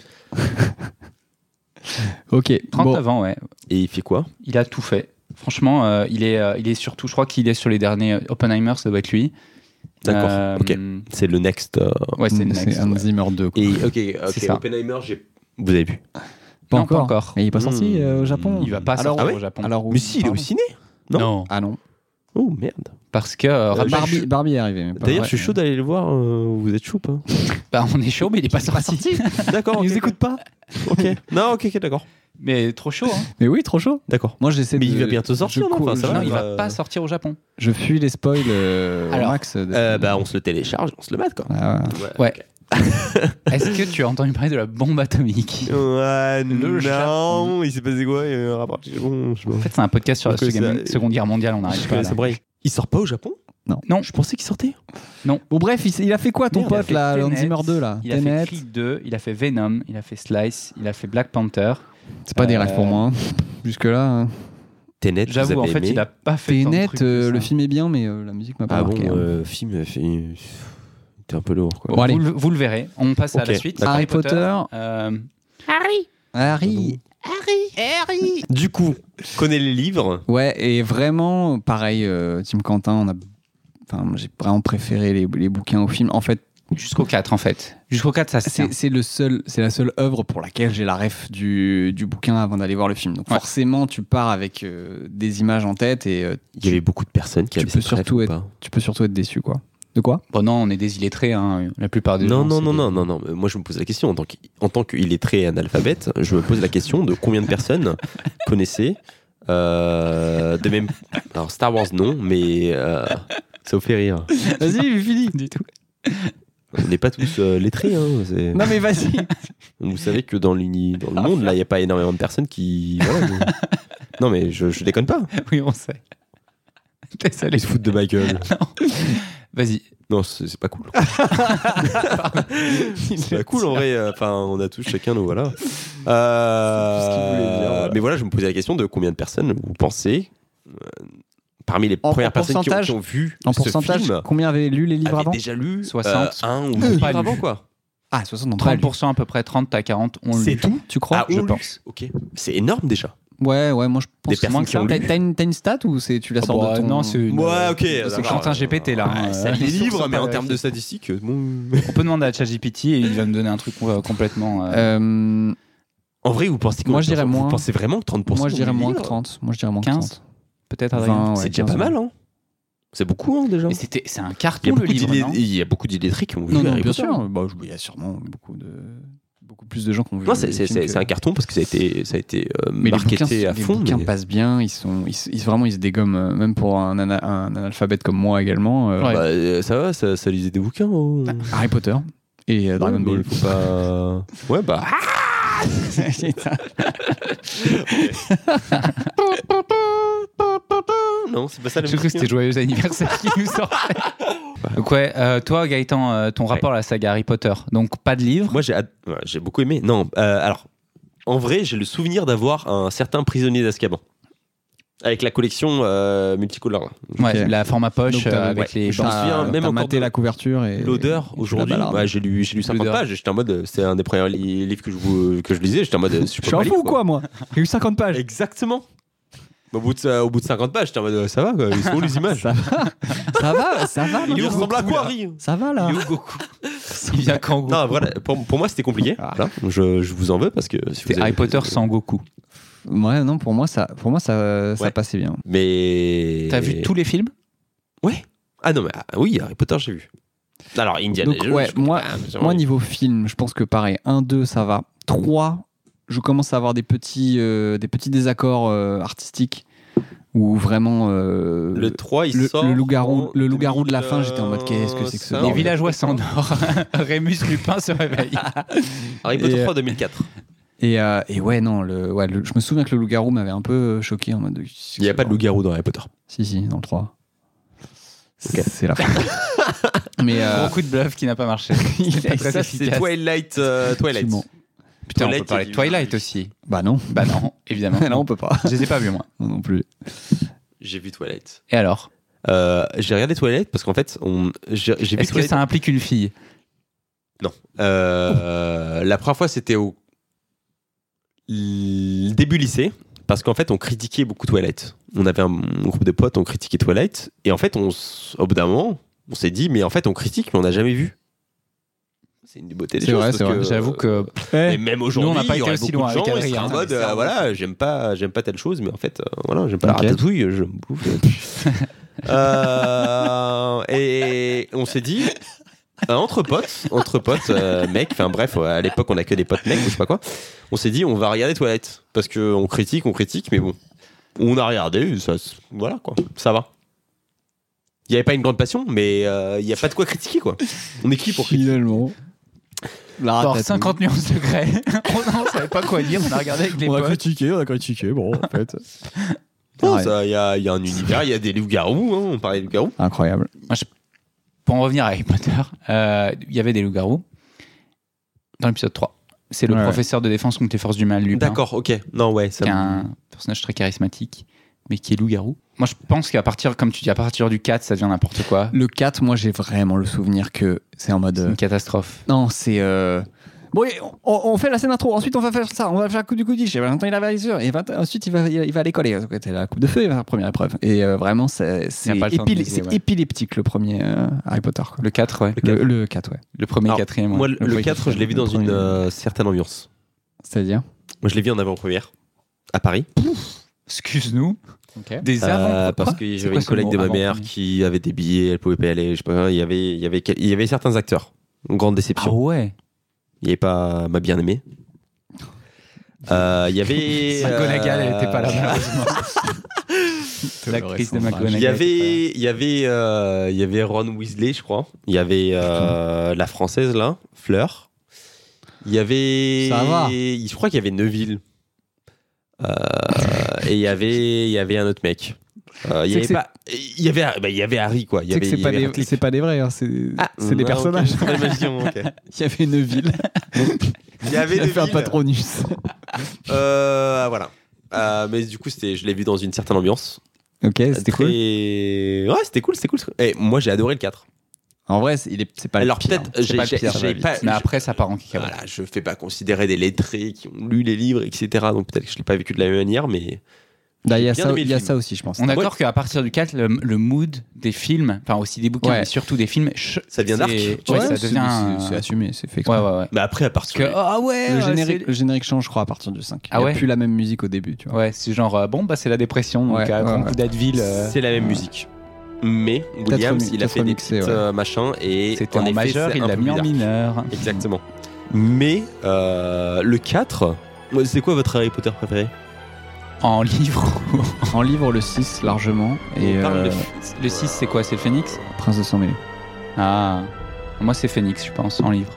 Speaker 2: Ok,
Speaker 1: 39 ans, ouais.
Speaker 3: Et il fait quoi
Speaker 1: Il a tout fait. Franchement, euh, il, est, euh, il est surtout, je crois qu'il est sur les derniers euh, Oppenheimer, ça doit être lui.
Speaker 3: D'accord,
Speaker 1: Euh,
Speaker 3: ok. C'est le next. euh,
Speaker 1: Ouais, c'est le
Speaker 2: c'est
Speaker 1: next,
Speaker 2: un
Speaker 1: ouais.
Speaker 2: Zimmer 2. Quoi.
Speaker 3: Et ok, ok,
Speaker 1: C'est ça.
Speaker 3: Oppenheimer, j'ai. Vous avez vu
Speaker 2: Pas
Speaker 1: non,
Speaker 2: encore.
Speaker 1: pas encore.
Speaker 2: Et il est pas sorti
Speaker 3: Hmm.
Speaker 2: euh, au Japon
Speaker 1: Il va pas
Speaker 2: Alors,
Speaker 1: sortir
Speaker 3: ah ouais
Speaker 1: au Japon.
Speaker 2: Alors,
Speaker 3: Mais si, il est
Speaker 2: pardon.
Speaker 3: au ciné
Speaker 1: non.
Speaker 3: non.
Speaker 2: Ah non.
Speaker 3: Oh merde.
Speaker 1: Parce que euh,
Speaker 3: Euh,
Speaker 1: Rabat-
Speaker 3: je
Speaker 2: Barbie,
Speaker 3: suis-
Speaker 2: Barbie Ah, est arrivé. mais pas-
Speaker 3: D'ailleurs,
Speaker 2: ouais.
Speaker 3: je suis chaud d'aller le voir. euh, vous êtes chaud ou pas
Speaker 2: *laughs*
Speaker 1: bah, on est chaud, mais il est pas sorti.
Speaker 3: D'accord,
Speaker 2: Ils
Speaker 3: ok,
Speaker 2: nous écoutent pas
Speaker 3: Ok.
Speaker 2: *laughs*
Speaker 3: Non, ok, ok, d'accord.
Speaker 1: mais trop chaud. Hein.
Speaker 2: Mais oui, trop chaud.
Speaker 3: D'accord.
Speaker 2: Moi, j'essaie de.
Speaker 3: Mais il va bientôt sortir,
Speaker 2: je
Speaker 3: non
Speaker 2: cou-
Speaker 3: Enfin, ça
Speaker 2: je-
Speaker 1: non,
Speaker 3: va,
Speaker 1: il va
Speaker 3: euh,
Speaker 1: pas sortir au Japon.
Speaker 2: Je fuis les spoils euh, au
Speaker 1: Alors,
Speaker 2: max. de-
Speaker 3: Euh, bah, on se le télécharge, on se le mate, quoi.
Speaker 2: Ah, ouais.
Speaker 1: Ouais. Est-ce que tu as entendu parler de la bombe atomique
Speaker 3: Euh, Ouais,
Speaker 1: Le Japon.
Speaker 3: non, il s'est passé quoi euh, Il y a eu un rapport. Bon, je sais pas.
Speaker 1: En fait, c'est un podcast sur la
Speaker 3: Donc, euh,
Speaker 1: Seconde,
Speaker 3: ça-
Speaker 1: Seconde Guerre mondiale, on
Speaker 3: Je
Speaker 1: n'arrive pas.
Speaker 3: connais
Speaker 1: là.
Speaker 3: ça, bref. Il sort pas au Japon
Speaker 2: Non.
Speaker 1: Non.
Speaker 3: Je pensais qu'il sortait.
Speaker 2: Bon, bref, il, il a fait quoi ton
Speaker 1: Merde, il a
Speaker 2: pote
Speaker 1: fait
Speaker 2: là, Hans
Speaker 1: Tenet,
Speaker 2: Zimmer 2 là
Speaker 1: Il a
Speaker 2: Tenet.
Speaker 1: fait Creed 2, il a fait Venom, il a fait Slice, il a fait Black Panther.
Speaker 2: C'est pas des
Speaker 1: Euh,
Speaker 2: rêves pour moi. hein. Jusque-là. hein.
Speaker 3: Tenet, vous
Speaker 1: J'avoue,
Speaker 3: avez
Speaker 1: en fait,
Speaker 3: aimé
Speaker 1: il a pas fait. tant de
Speaker 2: Tenet,
Speaker 1: trucs que
Speaker 2: euh,
Speaker 1: ça.
Speaker 2: le film est bien, mais euh, la musique m'a pas
Speaker 3: Ah bon,
Speaker 2: marqué. hein.
Speaker 3: euh, film, film, t'es un peu lourd, quoi.
Speaker 2: Bon, allez.
Speaker 1: vous, le, vous le verrez. On passe à
Speaker 3: Ok,
Speaker 1: la suite.
Speaker 2: Harry Potter,
Speaker 1: Euh,
Speaker 3: Ah
Speaker 2: Harry.
Speaker 3: Du coup, connais les livres
Speaker 2: Ouais, et vraiment, pareil, euh, Tim Quentin, on a. Enfin, j'ai vraiment préféré les, les bouquins au film. En fait,
Speaker 1: Jusqu'au 4, en fait. Jusqu'au 4, ça se tient.
Speaker 2: c'est c'est le seul, c'est la seule œuvre pour laquelle j'ai la ref du, du bouquin avant d'aller voir le film. Donc
Speaker 1: Ouais.
Speaker 2: forcément, tu pars avec euh, des images en tête et euh,
Speaker 3: Il y avait beaucoup de personnes
Speaker 2: Tu
Speaker 3: qui avaient
Speaker 2: peux
Speaker 3: cette rêve
Speaker 2: surtout
Speaker 3: ou
Speaker 2: être-
Speaker 3: pas
Speaker 2: tu peux surtout être déçu, quoi. De quoi
Speaker 1: Bon, non, on est des illettrés, hein, la plupart des
Speaker 3: Non,
Speaker 1: gens.
Speaker 3: non,
Speaker 1: c'est
Speaker 3: non,
Speaker 1: des- *laughs*
Speaker 3: non, non, non. mais Moi, je me pose la question. En tant qu'- en tant qu'illettré et analphabète, je me pose la question de combien
Speaker 1: *laughs*
Speaker 3: de personnes connaissaient. euh, de même. Alors, Star Wars, non, mais. euh, ça vous fait rire.
Speaker 2: Vas-y, fini. Du tout.
Speaker 3: On n'est pas tous euh, lettrés. Hein, c'est-
Speaker 2: Non mais vas-y. *laughs*
Speaker 3: Vous savez que dans, l'uni- dans le monde, là, il n'y a pas énormément de personnes qui. voilà, je- non, mais je, je déconne pas.
Speaker 1: Oui, on sait. *laughs* Désolé.
Speaker 3: Ils se foutent de ma gueule.
Speaker 1: Vas-y.
Speaker 3: Non, c'est c'est
Speaker 2: *laughs*
Speaker 3: pas cool. c'est pas cool en vrai. euh, Enfin, on a tous chacun nous voilà. Euh,
Speaker 2: C'est tout ce qu'il voulait dire, voilà.
Speaker 3: Mais voilà, je me posais la question de combien de personnes vous pensez euh, parmi les
Speaker 2: En- en
Speaker 3: premières personnes qui ont,
Speaker 2: pourcentage-
Speaker 3: qui ont vu
Speaker 2: En
Speaker 3: ce
Speaker 2: pourcentage,
Speaker 3: film
Speaker 2: combien avaient lu les livres
Speaker 3: avaient
Speaker 2: avant
Speaker 3: déjà lu
Speaker 1: 60.
Speaker 3: euh, un ou
Speaker 1: Euh,
Speaker 3: deux livres
Speaker 1: pas lu.
Speaker 3: avant quoi.
Speaker 2: Ah, 60 dans
Speaker 1: 30% à peu près, 30 à 40, on le
Speaker 3: C'est
Speaker 1: lit.
Speaker 3: tout
Speaker 2: Tu crois
Speaker 3: Ah, on
Speaker 1: je
Speaker 3: lu.
Speaker 1: pense.
Speaker 3: Ok, c'est énorme déjà.
Speaker 2: Ah. Ouais, ouais, moi je pense
Speaker 3: Des personnes
Speaker 2: moins
Speaker 3: qui ont
Speaker 2: T'as
Speaker 3: lu. Oh,
Speaker 2: t'as une, t'as une stat ou Oh, c'est tu la
Speaker 1: Ah
Speaker 2: sors
Speaker 1: bah,
Speaker 2: de ton...
Speaker 1: Non, c'est une-
Speaker 3: Ouais, ok. Ah,
Speaker 1: c'est que je suis en train de GPT, là, hein.
Speaker 3: ça
Speaker 1: Euh,
Speaker 3: lit les
Speaker 1: ils sont
Speaker 3: livres, mais en
Speaker 1: pas-
Speaker 3: termes de statistiques, euh, bon. *laughs*
Speaker 1: On peut demander à ChatGPT et il va me donner un truc euh, complètement. euh,
Speaker 2: Euh,
Speaker 3: En vrai, vous pensez
Speaker 2: Moi, je dirais
Speaker 3: vous
Speaker 2: moins.
Speaker 3: pensez vraiment que 30%
Speaker 2: moi je
Speaker 3: ont
Speaker 2: dirais
Speaker 3: lu
Speaker 2: moins
Speaker 3: les
Speaker 2: que
Speaker 3: livres
Speaker 2: 30. Moi je dirais moins que
Speaker 1: 15,
Speaker 2: 30.
Speaker 1: Peut-être, Adrien.
Speaker 2: 20, ouais,
Speaker 3: C'est déjà pas
Speaker 2: 15,
Speaker 3: mal, hein C'est beaucoup, hein, déjà.
Speaker 1: Mais c'était- c'est un
Speaker 3: Il y a
Speaker 1: carton le
Speaker 3: beaucoup
Speaker 1: livre.
Speaker 3: d'illé-
Speaker 1: non
Speaker 3: il y a beaucoup d'illettrés qui ont vu
Speaker 2: Non, non,
Speaker 3: Harry
Speaker 2: bien
Speaker 3: Potter.
Speaker 2: sûr. Bah, je- il y a sûrement beaucoup, de, beaucoup plus de gens qui ont vu.
Speaker 3: Non,
Speaker 2: les
Speaker 3: c'est c'est-
Speaker 2: films
Speaker 3: c'est-
Speaker 2: que-
Speaker 3: c'est un carton parce que ça a été, ça a été euh,
Speaker 2: mais les
Speaker 3: marketé
Speaker 2: bouquins,
Speaker 3: à
Speaker 2: les
Speaker 3: fond.
Speaker 2: bouquins
Speaker 3: mais-
Speaker 2: passent bien, ils sont, ils, ils- vraiment ils se dégomment, euh, même pour un, ana- un analphabète comme moi également. euh,
Speaker 1: Ouais.
Speaker 3: Bah, euh, ça va, ça, ça lisait des bouquins. oh.
Speaker 2: Harry Potter et euh, Bah, Dragon
Speaker 3: Ouais, mais
Speaker 2: Ball. Ah, *laughs*
Speaker 3: Faut pas... Ouais, bah. non, c'est pas ça le
Speaker 1: Je trouve que c'était joyeux anniversaire qui nous sortait. Donc ouais, euh, toi Gaëtan, euh, ton rapport à la saga Harry Potter, donc pas de livre.
Speaker 3: Moi, j'ai ad- ouais, j'ai beaucoup aimé. Non, euh, alors, en vrai, j'ai le souvenir d'avoir un certain prisonnier d'Azkaban. Avec la collection euh, multicolore. là.
Speaker 1: Ouais,
Speaker 2: Ok.
Speaker 1: la format poche
Speaker 2: Donc, t'as-
Speaker 1: euh, avec
Speaker 3: ouais,
Speaker 1: les
Speaker 3: je m'en
Speaker 1: bandes.
Speaker 2: T'as-
Speaker 3: souviens, même
Speaker 2: t'as
Speaker 3: encore
Speaker 2: maté
Speaker 3: de-
Speaker 2: la couverture et
Speaker 3: L'odeur,
Speaker 2: et tu la hein.
Speaker 3: aujourd'hui,
Speaker 2: balardes.
Speaker 3: bah, j'ai lu, j'ai lu 50
Speaker 1: L'odeur.
Speaker 3: pages. J'étais en mode, euh, c'est un des premiers li- livres que je, vous- que je lisais. J'étais en mode, euh,
Speaker 2: Je suis un
Speaker 3: pas
Speaker 2: fou ou
Speaker 3: lire,
Speaker 2: quoi, moi J'ai eu 50
Speaker 3: *laughs*
Speaker 2: pages.
Speaker 3: Exactement. Au bout, de, au bout de 50 pages, j'étais en mode, euh, ça va, quoi, ils sont où les
Speaker 2: *laughs*
Speaker 3: images
Speaker 2: Ça va, ça va, ça va.
Speaker 3: hein. Il
Speaker 2: maman.
Speaker 3: ressemble à quoi, Harry
Speaker 2: Ça va là.
Speaker 1: Il est où, Goku Il vient quand Goku
Speaker 3: Non, voilà, pour, pour moi, c'était compliqué.
Speaker 2: Ah.
Speaker 3: Voilà, je, je vous en veux parce que. si vous
Speaker 1: C'était
Speaker 3: avez-
Speaker 1: Harry Potter sans Goku.
Speaker 2: Ouais, non, pour moi ça, pour moi ça, ça
Speaker 3: Ouais.
Speaker 2: passait bien.
Speaker 3: Mais.
Speaker 1: T'as vu tous les films
Speaker 3: Ah non, mais ah, oui, Harry Potter, j'ai vu. Alors, Indiana
Speaker 2: Donc,
Speaker 3: Jones,
Speaker 2: ouais,
Speaker 3: je-
Speaker 2: moi,
Speaker 3: ah, mais
Speaker 2: Moi,
Speaker 3: oui.
Speaker 2: niveau film, je pense que pareil, 1, 2, ça va. 3, je commence à avoir des petits, euh, des petits désaccords euh, artistiques où vraiment. euh,
Speaker 3: Le 3, il
Speaker 2: le-
Speaker 3: sort.
Speaker 2: le loup-garou-
Speaker 3: en
Speaker 2: le loup-garou de la fin, j'étais en mode, qu'est-ce que c'est que ce
Speaker 3: 2005.
Speaker 1: Les
Speaker 2: non,
Speaker 1: villageois s'endorment. *laughs* Rémus Lupin se réveille.
Speaker 3: Harry Potter
Speaker 2: Et-
Speaker 3: 3, 2004.
Speaker 2: et, euh, et ouais, non, le, ouais, le- je me souviens que le loup-garou m'avait un peu euh, choqué en mode.
Speaker 3: Il n'y a pas de loup-garou dans Harry Potter.
Speaker 2: Si, si, dans le 3.
Speaker 3: Ok.
Speaker 2: C'est la *laughs* fin. Mais. euh,
Speaker 1: Gros coup de bluff qui n'a pas marché. Il est pas très
Speaker 3: Ça, c'est
Speaker 1: efficace.
Speaker 3: Twilight. euh, Twilight.
Speaker 2: effectivement.
Speaker 1: Putain, on peut
Speaker 3: Twilight,
Speaker 1: parler
Speaker 3: il
Speaker 1: de
Speaker 3: est-
Speaker 1: Twilight aussi.
Speaker 2: Bah non,
Speaker 1: Bah non, évidemment.
Speaker 2: *laughs* non, on peut pas.
Speaker 1: Je les ai pas vus moi.
Speaker 2: Non, non plus.
Speaker 3: J'ai vu Twilight.
Speaker 1: Et alors
Speaker 3: Euh, j'ai regardé Twilight parce qu'en fait, on... j'ai j'ai vu
Speaker 1: Est-ce que
Speaker 3: Twilight.
Speaker 1: ça implique une fille
Speaker 3: Euh, la première fois, c'était au l- début lycée parce qu'en fait, on critiquait beaucoup Twilight. On avait un groupe de potes, on critiquait Twilight et en fait, on s- au bout d'un moment, on s'est dit, mais en fait, on critique, mais on n'a jamais vu. C'est une des beautés des
Speaker 2: C'est
Speaker 3: choses,
Speaker 2: vrai,
Speaker 3: parce
Speaker 2: c'est vrai.
Speaker 3: que- euh,
Speaker 1: J'avoue que
Speaker 3: Et même aujourd'hui,
Speaker 1: Nous, on n'a pas
Speaker 3: il
Speaker 1: été
Speaker 3: y aurait
Speaker 1: aussi
Speaker 3: beaucoup
Speaker 1: loin
Speaker 3: de
Speaker 1: avec
Speaker 3: gens,
Speaker 1: Adrien,
Speaker 3: ils seraient en
Speaker 1: hein,
Speaker 3: mode,
Speaker 1: mais c'est
Speaker 3: euh,
Speaker 1: un
Speaker 3: voilà, j'aime pas, j'aime pas telle chose, mais en fait, euh, voilà, j'aime pas
Speaker 2: Ok.
Speaker 3: la ratatouille, je me bouffe.
Speaker 1: *laughs*
Speaker 3: Euh, et on s'est dit, euh, entre potes, entre potes, euh, mec, enfin bref, ouais, à l'époque, on a que des potes mecs ou je sais pas quoi. On s'est dit, on va regarder Toilette parce que on critique, on critique, mais bon, on a regardé, ça, se- voilà quoi, ça va. Il n'y avait pas une grande passion, mais euh, il y n'y a pas de quoi critiquer quoi. On est qui pour critiquer
Speaker 2: Finalement. La
Speaker 1: Genre
Speaker 2: ratatouille.
Speaker 1: 50 nuances de grès. *laughs* Oh on on savait pas quoi dire, on a regardé avec les
Speaker 2: on a
Speaker 1: potes.
Speaker 2: critiqué, on a critiqué, bon, en fait.
Speaker 1: Ah
Speaker 3: Non,
Speaker 2: Ouais.
Speaker 3: ça, il y a, il y a un univers, il y a des loups-garous, hein, on parlait de loups-garous.
Speaker 2: *laughs* Incroyable.
Speaker 1: Pour en revenir à Harry Potter, euh, il y avait des loups-garous dans l'épisode 3. C'est le
Speaker 2: Ouais.
Speaker 1: professeur de défense contre les forces du mal, lui.
Speaker 3: D'accord, ok. Non, ouais, ça
Speaker 1: Qui est
Speaker 3: me-
Speaker 1: un personnage très charismatique, mais qui est loup-garou. Moi, je pense qu'à partir, comme tu dis, à partir du 4, ça devient n'importe quoi.
Speaker 3: Euh.
Speaker 2: Le 4, moi, j'ai vraiment le souvenir que c'est en mode.
Speaker 1: C'est
Speaker 2: euh,
Speaker 1: une catastrophe.
Speaker 2: Non, c'est. euh, Bon, et on, on fait la scène intro, ensuite on va faire ça, on va faire le coup du coup dit, j'ai 20 ans, il a la et 20 ensuite il va, il va à l'école, et euh, t'as la coupe de feu, il va faire la première épreuve. Et euh, vraiment, c'est c'est
Speaker 1: Il a pas le temps de
Speaker 2: épile-
Speaker 1: miser,
Speaker 2: c'est
Speaker 1: ouais.
Speaker 2: épileptique le premier euh, Harry Potter. quoi.
Speaker 1: Le 4, ouais.
Speaker 2: Le, le 4, ouais.
Speaker 1: Le premier
Speaker 3: Alors,
Speaker 1: et quatrième. ouais.
Speaker 3: Moi, le,
Speaker 1: premier et
Speaker 3: 4, je l'ai vu
Speaker 2: le
Speaker 3: dans une
Speaker 2: premier.
Speaker 3: euh, certaine ambiance.
Speaker 2: C'est-à-dire
Speaker 3: Moi, je l'ai vu en avant-première, à Paris.
Speaker 1: Excuse-nous. Des
Speaker 3: Euh,
Speaker 1: avant
Speaker 3: parce
Speaker 1: quoi
Speaker 3: que
Speaker 1: C'est
Speaker 3: j'avais
Speaker 1: quoi
Speaker 3: une
Speaker 1: ce
Speaker 3: collègue
Speaker 1: mot,
Speaker 3: de ma
Speaker 1: avant
Speaker 3: mère qui avait des billets, elle pouvait pas y aller, je sais pas, il y avait, il y avait, quel- il y avait certains acteurs. Une grande
Speaker 1: Ah
Speaker 3: déception.
Speaker 1: ouais. Ah
Speaker 3: Il n'y avait pas ma bien-aimée. Euh, Il
Speaker 1: *laughs*
Speaker 3: y avait.
Speaker 1: McGonagall, elle était pas là,
Speaker 3: euh,
Speaker 1: malheureusement. L'actrice de McGonagall.
Speaker 3: Il y avait, il y avait, euh, il y avait Ron Weasley, je crois. Il y avait euh, la française là, Fleur. Il y avait,
Speaker 2: Ça va.
Speaker 3: Je crois qu'il y avait Neuville. Euh, et il y avait, il y avait un autre mec. Euh, Il
Speaker 2: C'est
Speaker 3: y
Speaker 2: que
Speaker 3: avait pas- il y avait, bah, il y avait Harry quoi. Il y
Speaker 2: Tu sais
Speaker 3: avait,
Speaker 2: que c'est
Speaker 3: il y
Speaker 2: pas,
Speaker 3: avait
Speaker 2: des-
Speaker 3: Radcliffe.
Speaker 2: c'est pas des vrais, hein, c'est
Speaker 3: Ah,
Speaker 2: c'est des
Speaker 3: ah, ok. *laughs*
Speaker 2: personnages.
Speaker 3: Ah, imagine, ok.
Speaker 2: *laughs* Il y avait une ville,
Speaker 3: Il y avait
Speaker 2: il a
Speaker 3: des
Speaker 2: fait un
Speaker 3: villes.
Speaker 2: patronus.
Speaker 3: Euh, voilà. Euh, mais du coup, c'était, je l'ai vu dans une certaine ambiance.
Speaker 2: ok, c'était
Speaker 3: Très-
Speaker 2: cool.
Speaker 3: Ouais, c'était cool, c'était cool. c'était cool. Et moi, j'ai adoré le 4.
Speaker 2: En vrai, c'est il est- c'est pas
Speaker 3: Alors
Speaker 2: le pire.
Speaker 3: peut-être,
Speaker 2: C'est
Speaker 3: *laughs* j'ai-
Speaker 2: pas le
Speaker 3: j'ai-
Speaker 2: pire,
Speaker 3: j'ai
Speaker 2: ça va
Speaker 3: pas-
Speaker 2: vite.
Speaker 1: Mais après, ça part en cacahuète.
Speaker 3: Voilà, je fais pas considérer des lettrés qui ont lu les livres, etc. Donc peut-être que je l'ai pas vécu de la même manière, mais
Speaker 2: Bah, Il y a
Speaker 3: bien
Speaker 2: ça-
Speaker 3: aimé le
Speaker 2: il y a
Speaker 3: film.
Speaker 2: ça aussi, je pense.
Speaker 1: On est
Speaker 3: Ouais.
Speaker 1: d'accord qu'à partir du 4, le, le mood des films, enfin aussi des bouquins,
Speaker 2: Ouais.
Speaker 1: mais surtout des films, ch-
Speaker 3: Ça devient dark.
Speaker 1: c'est-
Speaker 3: Ouais,
Speaker 1: Ouais,
Speaker 2: c'est-
Speaker 1: ça
Speaker 2: c'est-
Speaker 1: devient.
Speaker 2: C'est c'est
Speaker 1: euh,
Speaker 2: assumé, c'est fait
Speaker 1: Ouais,
Speaker 2: exprès.
Speaker 1: ouais, ouais.
Speaker 3: mais après à
Speaker 1: Parce que,
Speaker 3: partir
Speaker 1: ah ouais,
Speaker 2: Le,
Speaker 1: euh,
Speaker 2: générique,
Speaker 1: c'est-
Speaker 2: le générique change, je crois, à partir du 5.
Speaker 1: Ah
Speaker 2: il n'y
Speaker 1: ouais
Speaker 2: a plus la même musique au début, tu vois.
Speaker 1: Ouais, c'est genre, euh, bon, bah c'est la dépression, donc
Speaker 2: Ouais,
Speaker 1: euh,
Speaker 2: ouais,
Speaker 1: prends un
Speaker 2: ouais.
Speaker 1: coup d'Advil. euh,
Speaker 3: c'est la même musique. Mais Williams,
Speaker 2: remu-
Speaker 3: il a
Speaker 2: peut-être
Speaker 3: fait des
Speaker 2: remixé,
Speaker 3: petites
Speaker 2: ouais.
Speaker 3: euh, machins et
Speaker 1: C'était
Speaker 3: en
Speaker 1: en
Speaker 3: effet,
Speaker 1: majeur,
Speaker 3: c'est
Speaker 1: il
Speaker 3: un
Speaker 1: l'a
Speaker 3: peu
Speaker 1: mis en
Speaker 3: bizarre.
Speaker 1: mineur.
Speaker 3: Exactement. Mais euh, le 4, c'est quoi votre Harry Potter préféré
Speaker 1: En livre.
Speaker 2: En livre, le 6, largement. Et
Speaker 3: On parle de-
Speaker 2: euh,
Speaker 1: le 6, c'est quoi C'est le phénix
Speaker 2: Prince de 100 000.
Speaker 1: Ah. Moi, c'est phénix, je pense, en livre.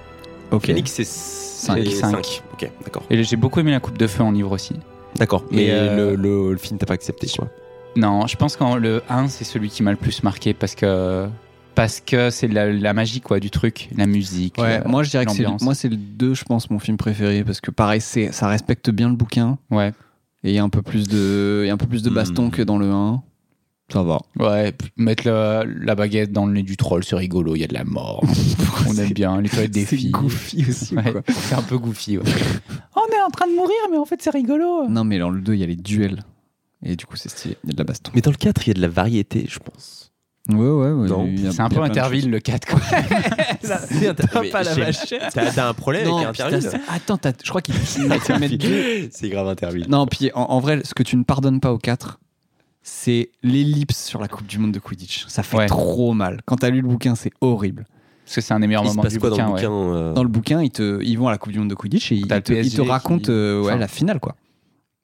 Speaker 2: Ok.
Speaker 3: Phoenix, c'est 5.
Speaker 1: Cinq.
Speaker 3: Ok, d'accord.
Speaker 1: Et j'ai beaucoup aimé la coupe de feu en livre aussi.
Speaker 3: D'accord.
Speaker 1: Mais,
Speaker 3: Mais
Speaker 1: euh,
Speaker 3: le, le- le film, t'as pas accepté, je crois.
Speaker 1: Non, je pense que le 1, c'est celui qui m'a le plus marqué parce que. Parce que c'est la, la magie quoi du truc, la musique.
Speaker 2: Ouais,
Speaker 1: euh,
Speaker 2: moi je dirais que c'est le,
Speaker 1: l'ambiance.
Speaker 2: moi, c'est le 2, je pense, mon film préféré. Parce que pareil, c'est- ça respecte bien le bouquin.
Speaker 1: Ouais.
Speaker 2: Et il y a un peu plus de, il y a un peu plus de baston
Speaker 3: Hmm.
Speaker 2: que dans le 1. Ça va.
Speaker 1: Ouais, p- mettre la, la baguette dans le nez du troll, c'est rigolo, il y a de la
Speaker 2: *laughs*
Speaker 1: mort. On aime bien les toilettes des filles.
Speaker 2: goofy aussi.
Speaker 1: Ouais,
Speaker 2: quoi.
Speaker 1: c'est un peu goofy. ouais. Oh, On est en train de mourir, mais en fait, c'est rigolo.
Speaker 2: Non, mais dans le 2, il y a les duels. Et du coup, c'est stylé. Il y a de la baston.
Speaker 3: Mais dans le 4, il y a de la variété, je pense.
Speaker 2: Ouais, ouais, ouais.
Speaker 3: Non.
Speaker 2: il y a-
Speaker 1: C'est un
Speaker 2: il y
Speaker 1: peu
Speaker 2: a plein de
Speaker 1: Interville, le 4. Quoi.
Speaker 3: T'as pas la T'as t'as un problème
Speaker 2: choses. Non,
Speaker 3: avec Interville
Speaker 2: putain, c'est- attends, t'as- je
Speaker 1: *laughs*
Speaker 2: crois qu'il te mettre deux-
Speaker 3: *laughs* C'est grave Interville.
Speaker 2: Non, puis en, en vrai, ce que tu ne pardonnes pas aux 4, c'est l'ellipse sur la Coupe du Monde de Quidditch. Ça fait
Speaker 1: Ouais.
Speaker 2: trop mal. Quand t'as lu le bouquin, c'est horrible.
Speaker 1: Parce que c'est un des meilleurs
Speaker 3: Il se
Speaker 1: moments
Speaker 3: passe
Speaker 1: du
Speaker 3: quoi
Speaker 1: bouquin.
Speaker 3: dans
Speaker 1: ouais.
Speaker 3: le bouquin euh,
Speaker 2: Dans le bouquin, ils, te, ils vont à la Coupe du Monde de Quidditch et ils
Speaker 1: T'as le
Speaker 2: te, ils te
Speaker 1: PSG qui-
Speaker 2: racontent euh, ouais,
Speaker 1: enfin.
Speaker 2: la finale, quoi.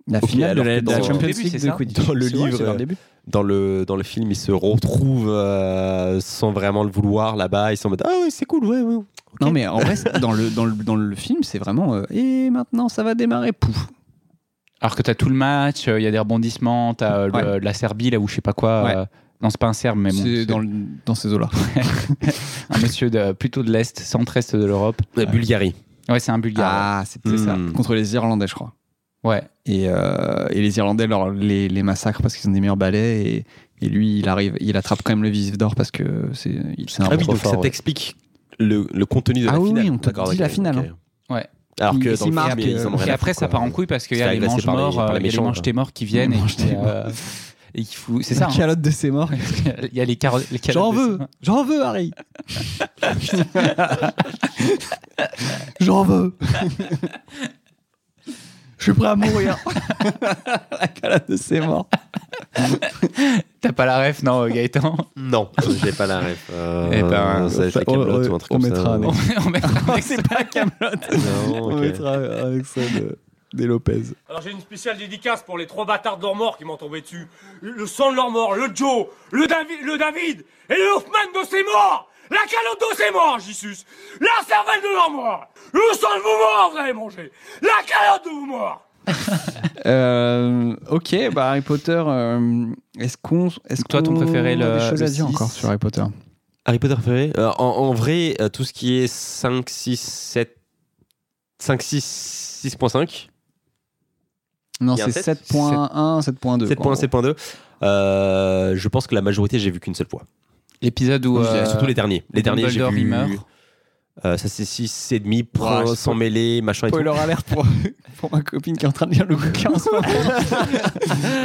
Speaker 2: La
Speaker 3: Ok,
Speaker 2: finale de
Speaker 3: alors
Speaker 2: la,
Speaker 3: que
Speaker 2: de la
Speaker 3: dans-
Speaker 2: Champions
Speaker 1: au début,
Speaker 2: League
Speaker 1: c'est
Speaker 2: de
Speaker 1: ça
Speaker 2: Quidditch.
Speaker 3: Dans le
Speaker 2: C'est vrai,
Speaker 3: livre,
Speaker 2: c'est dans
Speaker 3: euh,
Speaker 2: le début.
Speaker 3: dans le, dans le film, ils se retrouvent euh, sans vraiment le vouloir là-bas. Ils sont en mode Ah ouais, c'est cool, ouais, ouais. ok.
Speaker 2: Non, mais en vrai, c'est- dans le, dans le, dans le film, c'est vraiment. euh, et maintenant, ça va démarrer. Pouf.
Speaker 1: Alors que t'as tout le match, euh, il y a des rebondissements, t'as euh, le- la Serbie, là où je sais pas quoi.
Speaker 2: Ouais.
Speaker 1: euh, non, c'est pas un Serbe, mais bon.
Speaker 2: c'est
Speaker 1: c'est
Speaker 2: dans, le- dans ces eaux-là.
Speaker 1: Un monsieur de, plutôt de l'Est, centre-Est de l'Europe.
Speaker 3: La Bulgarie.
Speaker 1: Ouais, c'est un Bulgare.
Speaker 2: Ah, c'est c'est ça.
Speaker 3: Hmm.
Speaker 2: Contre les Irlandais, je crois. Ah.
Speaker 1: Ouais.
Speaker 2: Et, euh, et les Irlandais leur, les, les massacrent parce qu'ils ont des meilleurs balais. Et, et lui, il arrive, il attrape quand même le vif d'or parce que c'est il- c'est un
Speaker 3: Ah oui,
Speaker 2: trop
Speaker 3: donc
Speaker 2: fort,
Speaker 3: ça
Speaker 2: ouais.
Speaker 3: t'explique le, le contenu de
Speaker 2: Ah
Speaker 3: la
Speaker 2: oui,
Speaker 3: finale.
Speaker 2: on te
Speaker 3: D'accord,
Speaker 2: dit la
Speaker 3: ok,
Speaker 2: finale, hein.
Speaker 3: ok.
Speaker 1: Ouais.
Speaker 3: Alors
Speaker 2: Ils-
Speaker 3: que
Speaker 2: ils
Speaker 3: dans le
Speaker 2: marquent,
Speaker 3: film, ils en ont
Speaker 2: euh,
Speaker 3: rien
Speaker 1: Et
Speaker 3: à
Speaker 1: après,
Speaker 3: foutre,
Speaker 1: ça
Speaker 3: quoi.
Speaker 1: part en couille parce qu'il y
Speaker 3: Se
Speaker 1: a
Speaker 3: fait
Speaker 1: les
Speaker 3: agresser
Speaker 1: mange
Speaker 3: par les-
Speaker 1: morts,
Speaker 3: par les
Speaker 1: euh, il y a les
Speaker 3: méchants,
Speaker 1: mange
Speaker 3: quoi.
Speaker 1: tes morts qui viennent. et
Speaker 2: Mange
Speaker 1: qui,
Speaker 2: tes morts.
Speaker 1: *laughs* euh, Et qui fout. C'est ça.
Speaker 3: *laughs*
Speaker 2: La
Speaker 1: hein.
Speaker 2: calotte de ses morts.
Speaker 1: Il y a les carottes. les carottes
Speaker 2: J'en
Speaker 1: de-
Speaker 2: veux, j'en veux, Harry. j'en veux. Je suis prêt à mourir. *laughs* La calotte de ses morts.
Speaker 1: T'as pas la ref, non, euh,
Speaker 3: *laughs*
Speaker 1: Gaëtan
Speaker 3: Non, j'ai pas la ref. Euh,
Speaker 1: Eh ben,
Speaker 3: ça, je
Speaker 2: ça-
Speaker 3: fais Kaamelott
Speaker 2: on-
Speaker 3: ou un truc
Speaker 2: on
Speaker 3: comme
Speaker 2: mettra, *laughs*
Speaker 3: ça.
Speaker 2: non.
Speaker 1: On *laughs* mettra avec ça.
Speaker 3: Non, ok.
Speaker 2: avec ça euh, des Lopez.
Speaker 6: Alors j'ai une spéciale dédicace pour les trois bâtards de leur mort qui m'ont tombé dessus. Le sang de leur mort, le Joe, le, Davi- le David et le Hoffman de ses morts La calotte de ses morts, Jissus La cervelle de leur mort Le sang de vos morts, vous avez mangé La calotte de vos morts
Speaker 2: Euh, ok, bah Harry Potter, euh, est-ce qu'on. Est-ce
Speaker 1: Toi, ton
Speaker 2: qu'on
Speaker 1: préféré,
Speaker 2: a
Speaker 1: le-
Speaker 2: des choses à
Speaker 1: le
Speaker 2: dire
Speaker 1: six
Speaker 2: encore sur Harry Potter
Speaker 3: Harry Potter préféré Euh, en, en vrai, euh, tout ce qui est 5, 6, 7, 5, 6, 6.5,
Speaker 2: Non,
Speaker 3: Il y a
Speaker 2: c'est
Speaker 3: un sept
Speaker 2: 7.1, 7.2.
Speaker 3: 7.1, 7.2, euh, je pense que la majorité, j'ai vu qu'une seule fois.
Speaker 1: L'épisode où. euh,
Speaker 3: Surtout les derniers. Les derniers, j'ai
Speaker 1: Dumbledore, il
Speaker 3: vu.
Speaker 1: meurt.
Speaker 3: euh, ça, c'est 6 et demi,
Speaker 2: Ouais,
Speaker 3: point,
Speaker 2: c'est
Speaker 3: sans mêlée, machin et tout.
Speaker 2: Spoiler alert pour, pour ma copine qui est en train de
Speaker 3: *laughs*
Speaker 2: lire le bouquin en ce moment.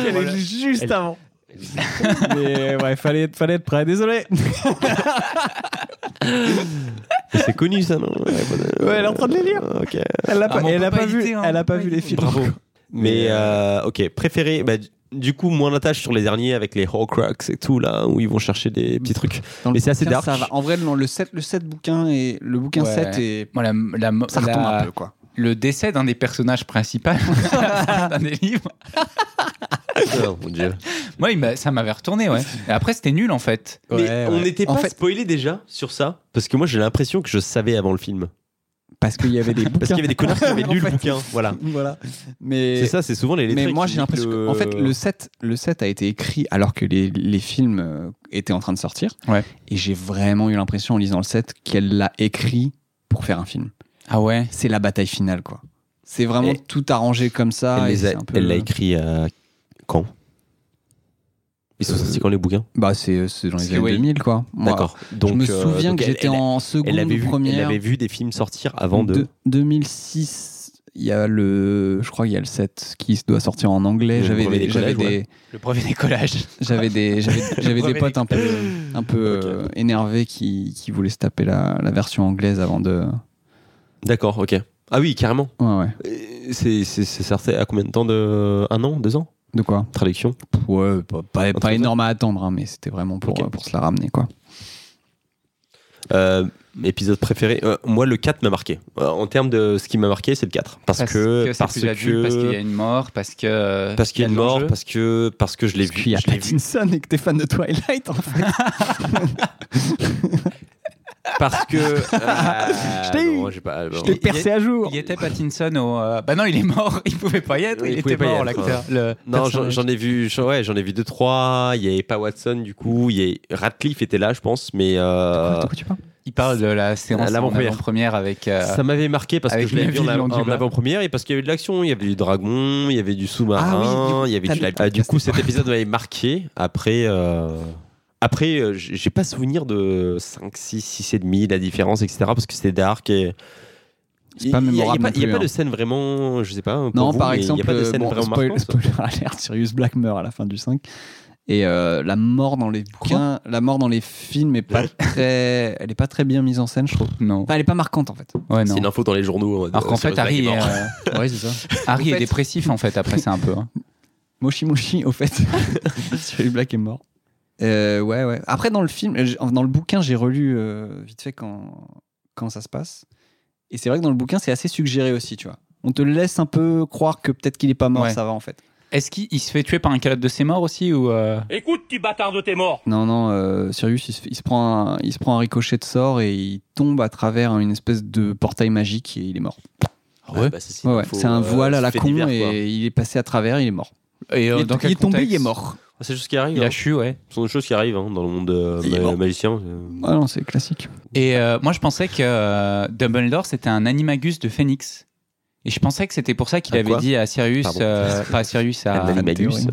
Speaker 2: Elle est juste avant. Mais euh, ouais, fallait, fallait être prêt, désolé.
Speaker 3: C'est connu, ça, non Harry Potter.
Speaker 2: Ouais, elle est en train de les lire.
Speaker 3: *laughs* Ok.
Speaker 2: Elle n'a
Speaker 1: Ah, mais on peut pas hésiter, hein, on peut pas hésiter.
Speaker 3: Bravo. Mais euh, ok, préféré. bah, du- du coup, moins d'attache sur les derniers avec les Horcrux et tout là, où ils vont chercher des petits trucs.
Speaker 2: Dans le
Speaker 3: Mais c'est assez
Speaker 2: bouquin,
Speaker 3: dark.
Speaker 2: ça va. En vrai, non, le 7, le 7 bouquin et le bouquin
Speaker 1: Ouais.
Speaker 2: 7 et.
Speaker 1: Moi, la, la,
Speaker 2: Ça
Speaker 1: la-
Speaker 2: retombe un peu, quoi.
Speaker 1: le décès d'un des personnages principaux *laughs* d'un des livres,
Speaker 3: Oh, mon Dieu.
Speaker 1: moi, il m'a- ça m'avait retourné, ouais. Et après, c'était nul, en fait.
Speaker 3: Mais
Speaker 2: Ouais,
Speaker 3: on
Speaker 2: ouais.
Speaker 3: n'était pas
Speaker 2: En fait-
Speaker 3: spoilé déjà sur ça Parce que moi, j'ai l'impression que je savais avant le film.
Speaker 2: Parce qu'il y avait des bouquins.
Speaker 3: Parce qu'il y avait des connards qui
Speaker 2: *laughs*
Speaker 3: avaient
Speaker 2: En
Speaker 3: lu le
Speaker 2: fait.
Speaker 3: bouquin. Voilà.
Speaker 2: Voilà. Mais
Speaker 3: C'est ça, c'est souvent les
Speaker 2: mais
Speaker 3: lettrés
Speaker 2: moi
Speaker 3: qui
Speaker 2: j'ai l'impression
Speaker 3: disent
Speaker 2: que,
Speaker 3: le-
Speaker 2: en fait le set le set a été écrit alors que les, les films euh, étaient en train de sortir
Speaker 1: Ouais.
Speaker 2: et j'ai vraiment eu l'impression en lisant le set qu'elle l'a écrit pour faire un film
Speaker 1: Ah ouais
Speaker 2: c'est la bataille finale quoi c'est vraiment
Speaker 3: Et-
Speaker 2: tout arrangé comme ça et
Speaker 3: Elle les a-
Speaker 2: c'est un peu
Speaker 3: elle l'a
Speaker 2: le-
Speaker 3: écrit euh, quand Ils sont sortis quand les bouquins
Speaker 2: bah
Speaker 3: euh,
Speaker 2: c'est c'est dans les
Speaker 1: C'est
Speaker 2: années
Speaker 1: ouais.
Speaker 2: 2000 quoi Moi,
Speaker 3: D'accord. Donc
Speaker 2: je me
Speaker 3: euh,
Speaker 2: souviens
Speaker 3: donc
Speaker 2: que
Speaker 3: elle-
Speaker 2: j'étais
Speaker 3: elle-
Speaker 2: en seconde
Speaker 3: Elle avait,
Speaker 2: ou
Speaker 3: vu, elle
Speaker 2: première
Speaker 3: avait vu des films sortir avant de.
Speaker 2: De- 2006 il y a le je crois qu'il y a le set qui doit sortir en anglais
Speaker 3: Le
Speaker 2: j'avais
Speaker 3: brevet
Speaker 2: des,
Speaker 3: des
Speaker 2: j'avais
Speaker 3: collèges,
Speaker 2: des-
Speaker 1: Le premier décollage.
Speaker 2: J'avais des, j'avais, j'avais des
Speaker 1: Brevet
Speaker 2: potes un peu, un peu
Speaker 3: Ok.
Speaker 2: euh, énervés qui, qui voulaient se taper la, la version anglaise avant de.
Speaker 3: D'accord, ok. Ah oui, carrément.
Speaker 2: Ouais, ouais.
Speaker 3: Et C'est c'est- c'est sorti à combien de temps de... Un an Deux ans
Speaker 2: De quoi
Speaker 3: Traduction
Speaker 2: Ouais, pas, pas,
Speaker 3: Entre-
Speaker 2: pas énorme à attendre, hein, mais c'était vraiment pour,
Speaker 3: Ok.
Speaker 2: euh, pour se la ramener, quoi.
Speaker 3: Euh, épisode préféré Euh, Moi, le 4 m'a marqué. Euh, en termes de ce qui m'a marqué, c'est le 4. Parce, que.
Speaker 1: c'est
Speaker 3: Parce
Speaker 1: plus adulte, parce qu'il y a
Speaker 3: que.
Speaker 1: une mort, parce que. euh,
Speaker 3: Parce qu'il y a une
Speaker 1: de
Speaker 3: mort,
Speaker 1: l'enjeu.
Speaker 3: parce que. Parce que je l'ai
Speaker 2: Parce
Speaker 3: vu.
Speaker 2: qu'il y a
Speaker 3: je l'ai vu.
Speaker 2: *laughs* Pattinson et que t'es fan de Twilight, en fait.
Speaker 3: Parce que. Ah,
Speaker 2: Je t'ai eu.
Speaker 3: non, j'ai pas-
Speaker 2: Je
Speaker 3: non.
Speaker 2: t'ai
Speaker 1: il y a-
Speaker 2: percé à jour.
Speaker 1: Il était Pattinson au. euh, Bah non, il est mort. *laughs* Il pouvait pas y être.
Speaker 3: Oui,
Speaker 1: il
Speaker 3: il pouvait
Speaker 1: était
Speaker 3: pas y
Speaker 1: mort,
Speaker 3: être,
Speaker 1: l'acteur. le
Speaker 3: Non, j'en
Speaker 1: personnage.
Speaker 3: j'en ai vu, j'en- ouais, j'en ai vu deux trois. Il y avait pas Watson du coup. Il y a Radcliffe était là, je pense, mais euh,
Speaker 2: De quoi tu parles
Speaker 1: Il parle de la séance en
Speaker 3: l'avant-première.
Speaker 1: avant-première avec. euh,
Speaker 3: ça m'avait marqué parce que
Speaker 1: Avec
Speaker 3: je l'avais vu
Speaker 1: Neville
Speaker 3: en, av- en
Speaker 1: Landula.
Speaker 3: avant-première et parce qu'il y avait de l'action. Il y avait du dragon, il y avait du sous-marin,
Speaker 2: Ah oui, du-
Speaker 3: il y avait
Speaker 2: t'as
Speaker 3: du.
Speaker 2: le
Speaker 3: live.
Speaker 2: podcast,
Speaker 3: Ah, du coup,
Speaker 2: c'est
Speaker 3: cet épisode m'avait marqué. Après, euh, après, euh, j- j'ai pas souvenir de 5, 6, 6 et demi, la différence, etc. Parce que c'était dark et
Speaker 2: C'est pas
Speaker 3: il y a-
Speaker 2: mémorable non
Speaker 3: Il n'y a,
Speaker 2: plus,
Speaker 3: pas de
Speaker 2: hein.
Speaker 3: scène vraiment, je sais pas. pour
Speaker 2: Non,
Speaker 3: vous,
Speaker 2: par
Speaker 3: mais
Speaker 2: exemple,
Speaker 3: il y a pas de
Speaker 2: euh,
Speaker 3: scène
Speaker 2: bon,
Speaker 3: vraiment
Speaker 2: spoil-
Speaker 3: marquante.
Speaker 2: spoiler alert, Sirius Black meurt à la fin du 5. Et euh, la mort dans les bouquins, la mort dans les films est
Speaker 3: *laughs*
Speaker 2: pas très, elle est pas très bien mise en scène, je trouve.
Speaker 1: Non.
Speaker 2: Enfin, elle est pas marquante en fait.
Speaker 1: Ouais, non.
Speaker 3: C'est une info dans les journaux. en mode,
Speaker 1: Alors
Speaker 3: euh,
Speaker 1: qu'en fait,
Speaker 3: Sirius Black est
Speaker 1: Harry, est,
Speaker 3: mort.
Speaker 1: euh,
Speaker 2: Ouais, c'est ça.
Speaker 3: *laughs*
Speaker 1: Harry
Speaker 2: En
Speaker 1: est
Speaker 2: fait-
Speaker 1: dépressif en fait. Après, c'est un peu. hein.
Speaker 2: Moshi Moshi, au fait. Sirius Black est mort. Euh, ouais, ouais. Après, dans le film, j- dans le bouquin, j'ai relu euh, vite fait quand, quand ça se passe. Et c'est vrai que dans le bouquin, c'est assez suggéré aussi, tu vois. On te laisse un peu croire que peut-être qu'il est pas mort,
Speaker 1: Ouais.
Speaker 2: ça va en fait.
Speaker 1: Est-ce qu'il il se fait tuer par un calotte de ses morts aussi ou euh,
Speaker 6: Écoute, petit bâtard de tes morts
Speaker 2: Non, non, euh, Sirius, il se, il, se prend un, il se prend un ricochet de sort et il tombe à travers une espèce de portail magique et il est mort.
Speaker 3: Ouais,
Speaker 1: Ouais.
Speaker 3: bah, ça, c'est
Speaker 2: Ouais,
Speaker 3: une
Speaker 2: ouais.
Speaker 3: info,
Speaker 2: C'est un
Speaker 3: euh,
Speaker 2: voile à la
Speaker 3: fait
Speaker 2: con
Speaker 3: divers,
Speaker 2: et
Speaker 3: quoi.
Speaker 2: il est passé à travers, il est mort.
Speaker 1: et, euh,
Speaker 2: il est,
Speaker 1: dans
Speaker 2: il
Speaker 1: quel
Speaker 2: est tombé, il est
Speaker 1: contexte
Speaker 2: mort.
Speaker 3: C'est juste ce qui arrive.
Speaker 1: Il
Speaker 3: hein.
Speaker 1: a chu, ouais.
Speaker 3: Ce sont des choses qui arrivent hein, dans le monde euh,
Speaker 2: Il est
Speaker 3: ma-
Speaker 2: mort.
Speaker 3: magicien. euh.
Speaker 2: Ah non, c'est classique.
Speaker 1: Et euh, moi, je pensais que euh, Dumbledore, c'était un animagus de Phoenix. Et je pensais que c'était pour ça qu'il
Speaker 3: Un
Speaker 1: avait
Speaker 3: quoi
Speaker 1: dit à Sirius,
Speaker 3: Pardon.
Speaker 1: euh, pas à Sirius, à...
Speaker 3: *laughs* un animagus.
Speaker 2: théorie.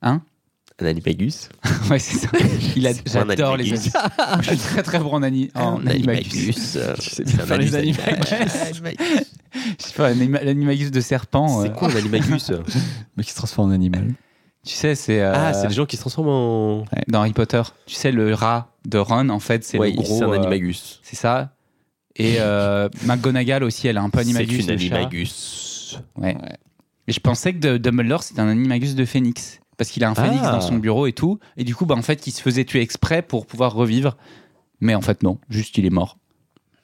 Speaker 1: Hein
Speaker 3: Ah, Un animagus.
Speaker 1: ouais, c'est ça. Il a-
Speaker 3: *laughs* C'est pas un
Speaker 1: J'adore les
Speaker 3: animagus.
Speaker 1: animagus. Moi, je suis très très bon en, ani- en
Speaker 3: Un
Speaker 1: animagus.
Speaker 3: animagus. euh,
Speaker 2: sais
Speaker 3: c'est
Speaker 2: bien
Speaker 3: un
Speaker 2: faire les
Speaker 3: animagus.
Speaker 1: Je sais pas, un anima- l'animagus de serpent. euh.
Speaker 3: C'est quoi un animagus
Speaker 2: Mais qui se transforme en animal.
Speaker 1: Tu sais, c'est euh,
Speaker 3: Ah, c'est les gens qui se transforment en.
Speaker 1: dans Harry Potter. Tu sais, le rat de Ron, en fait, c'est
Speaker 3: Ouais,
Speaker 1: le gros.
Speaker 3: c'est un
Speaker 1: euh,
Speaker 3: animagus.
Speaker 1: c'est ça. Et *laughs* euh, McGonagall aussi, elle a un peu animagus.
Speaker 3: C'est
Speaker 1: le
Speaker 3: une
Speaker 1: chat.
Speaker 3: animagus.
Speaker 1: Ouais. Et je pensais que de- Dumbledore, c'était un animagus de phénix. Parce qu'il a un phénix
Speaker 3: Ah.
Speaker 1: dans son bureau et tout. Et du coup, bah, en fait, il se faisait tuer exprès pour pouvoir revivre. Mais en fait, non. Juste, il est mort.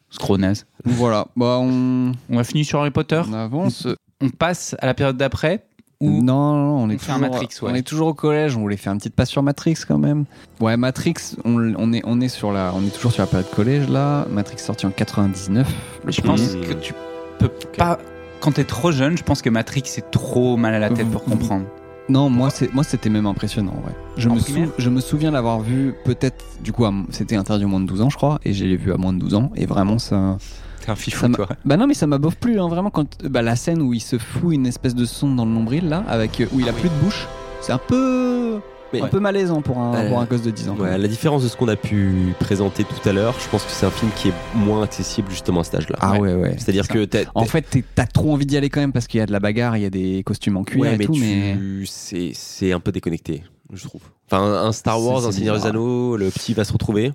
Speaker 1: Scronaze.
Speaker 2: Voilà, bah on,
Speaker 1: On a fini sur Harry Potter.
Speaker 2: on avance.
Speaker 1: On passe à la période d'après.
Speaker 2: Non,
Speaker 1: Où...
Speaker 2: non, non, on est,
Speaker 1: on fait un
Speaker 2: toujours,
Speaker 1: Matrix, ouais.
Speaker 2: on est toujours au collège. On voulait faire une petite passe sur Matrix quand même. Ouais, Matrix, on, l- on est, on est sur la, on est toujours sur la période collège là. Matrix sorti en 99.
Speaker 1: je pense
Speaker 3: premier.
Speaker 1: que tu peux pas. Quand t'es trop jeune, je pense que Matrix est trop mal à la tête pour
Speaker 2: Vous-
Speaker 1: comprendre.
Speaker 2: Non, moi, c'est, moi, c'était même impressionnant. Ouais. Je,
Speaker 1: En
Speaker 2: me
Speaker 1: primaire
Speaker 2: sou- je me souviens l'avoir vu peut-être. Du coup, à m- c'était interdit au moins de 12 ans, je crois, et je l'ai vu à moins de 12 ans. Et vraiment, ça.
Speaker 1: T'es un fifou,
Speaker 2: Ça m'a- Bah non, mais ça m'a bof plu, hein, vraiment. Quand bah, la scène où il se fout une espèce de sonde dans le nombril là, avec euh, où
Speaker 1: Ah
Speaker 2: il a plus de bouche, c'est un peu,
Speaker 3: Mais-
Speaker 2: un peu malaisant pour un,
Speaker 3: Euh,
Speaker 2: pour un gosse de 10 ans.
Speaker 3: Ouais, à la différence de ce qu'on a pu présenter tout à l'heure, je pense que c'est un film qui est moins accessible justement à cet âge-là.
Speaker 2: Ah ouais, ouais.
Speaker 3: C'est-à-dire
Speaker 1: Ça.
Speaker 3: que t'as-
Speaker 2: En fait, t'es- t'as trop envie d'y aller quand même parce qu'il y a de la bagarre, il y a des costumes en cuir
Speaker 3: Ouais,
Speaker 2: et tout,
Speaker 3: tu-
Speaker 2: mais.
Speaker 3: c'est c'est un peu déconnecté, je trouve. Enfin, un un Star
Speaker 2: C'est-
Speaker 3: Wars,
Speaker 2: c'est
Speaker 3: un Seigneur des
Speaker 2: bizarre.
Speaker 3: Anneaux, le petit va se retrouver.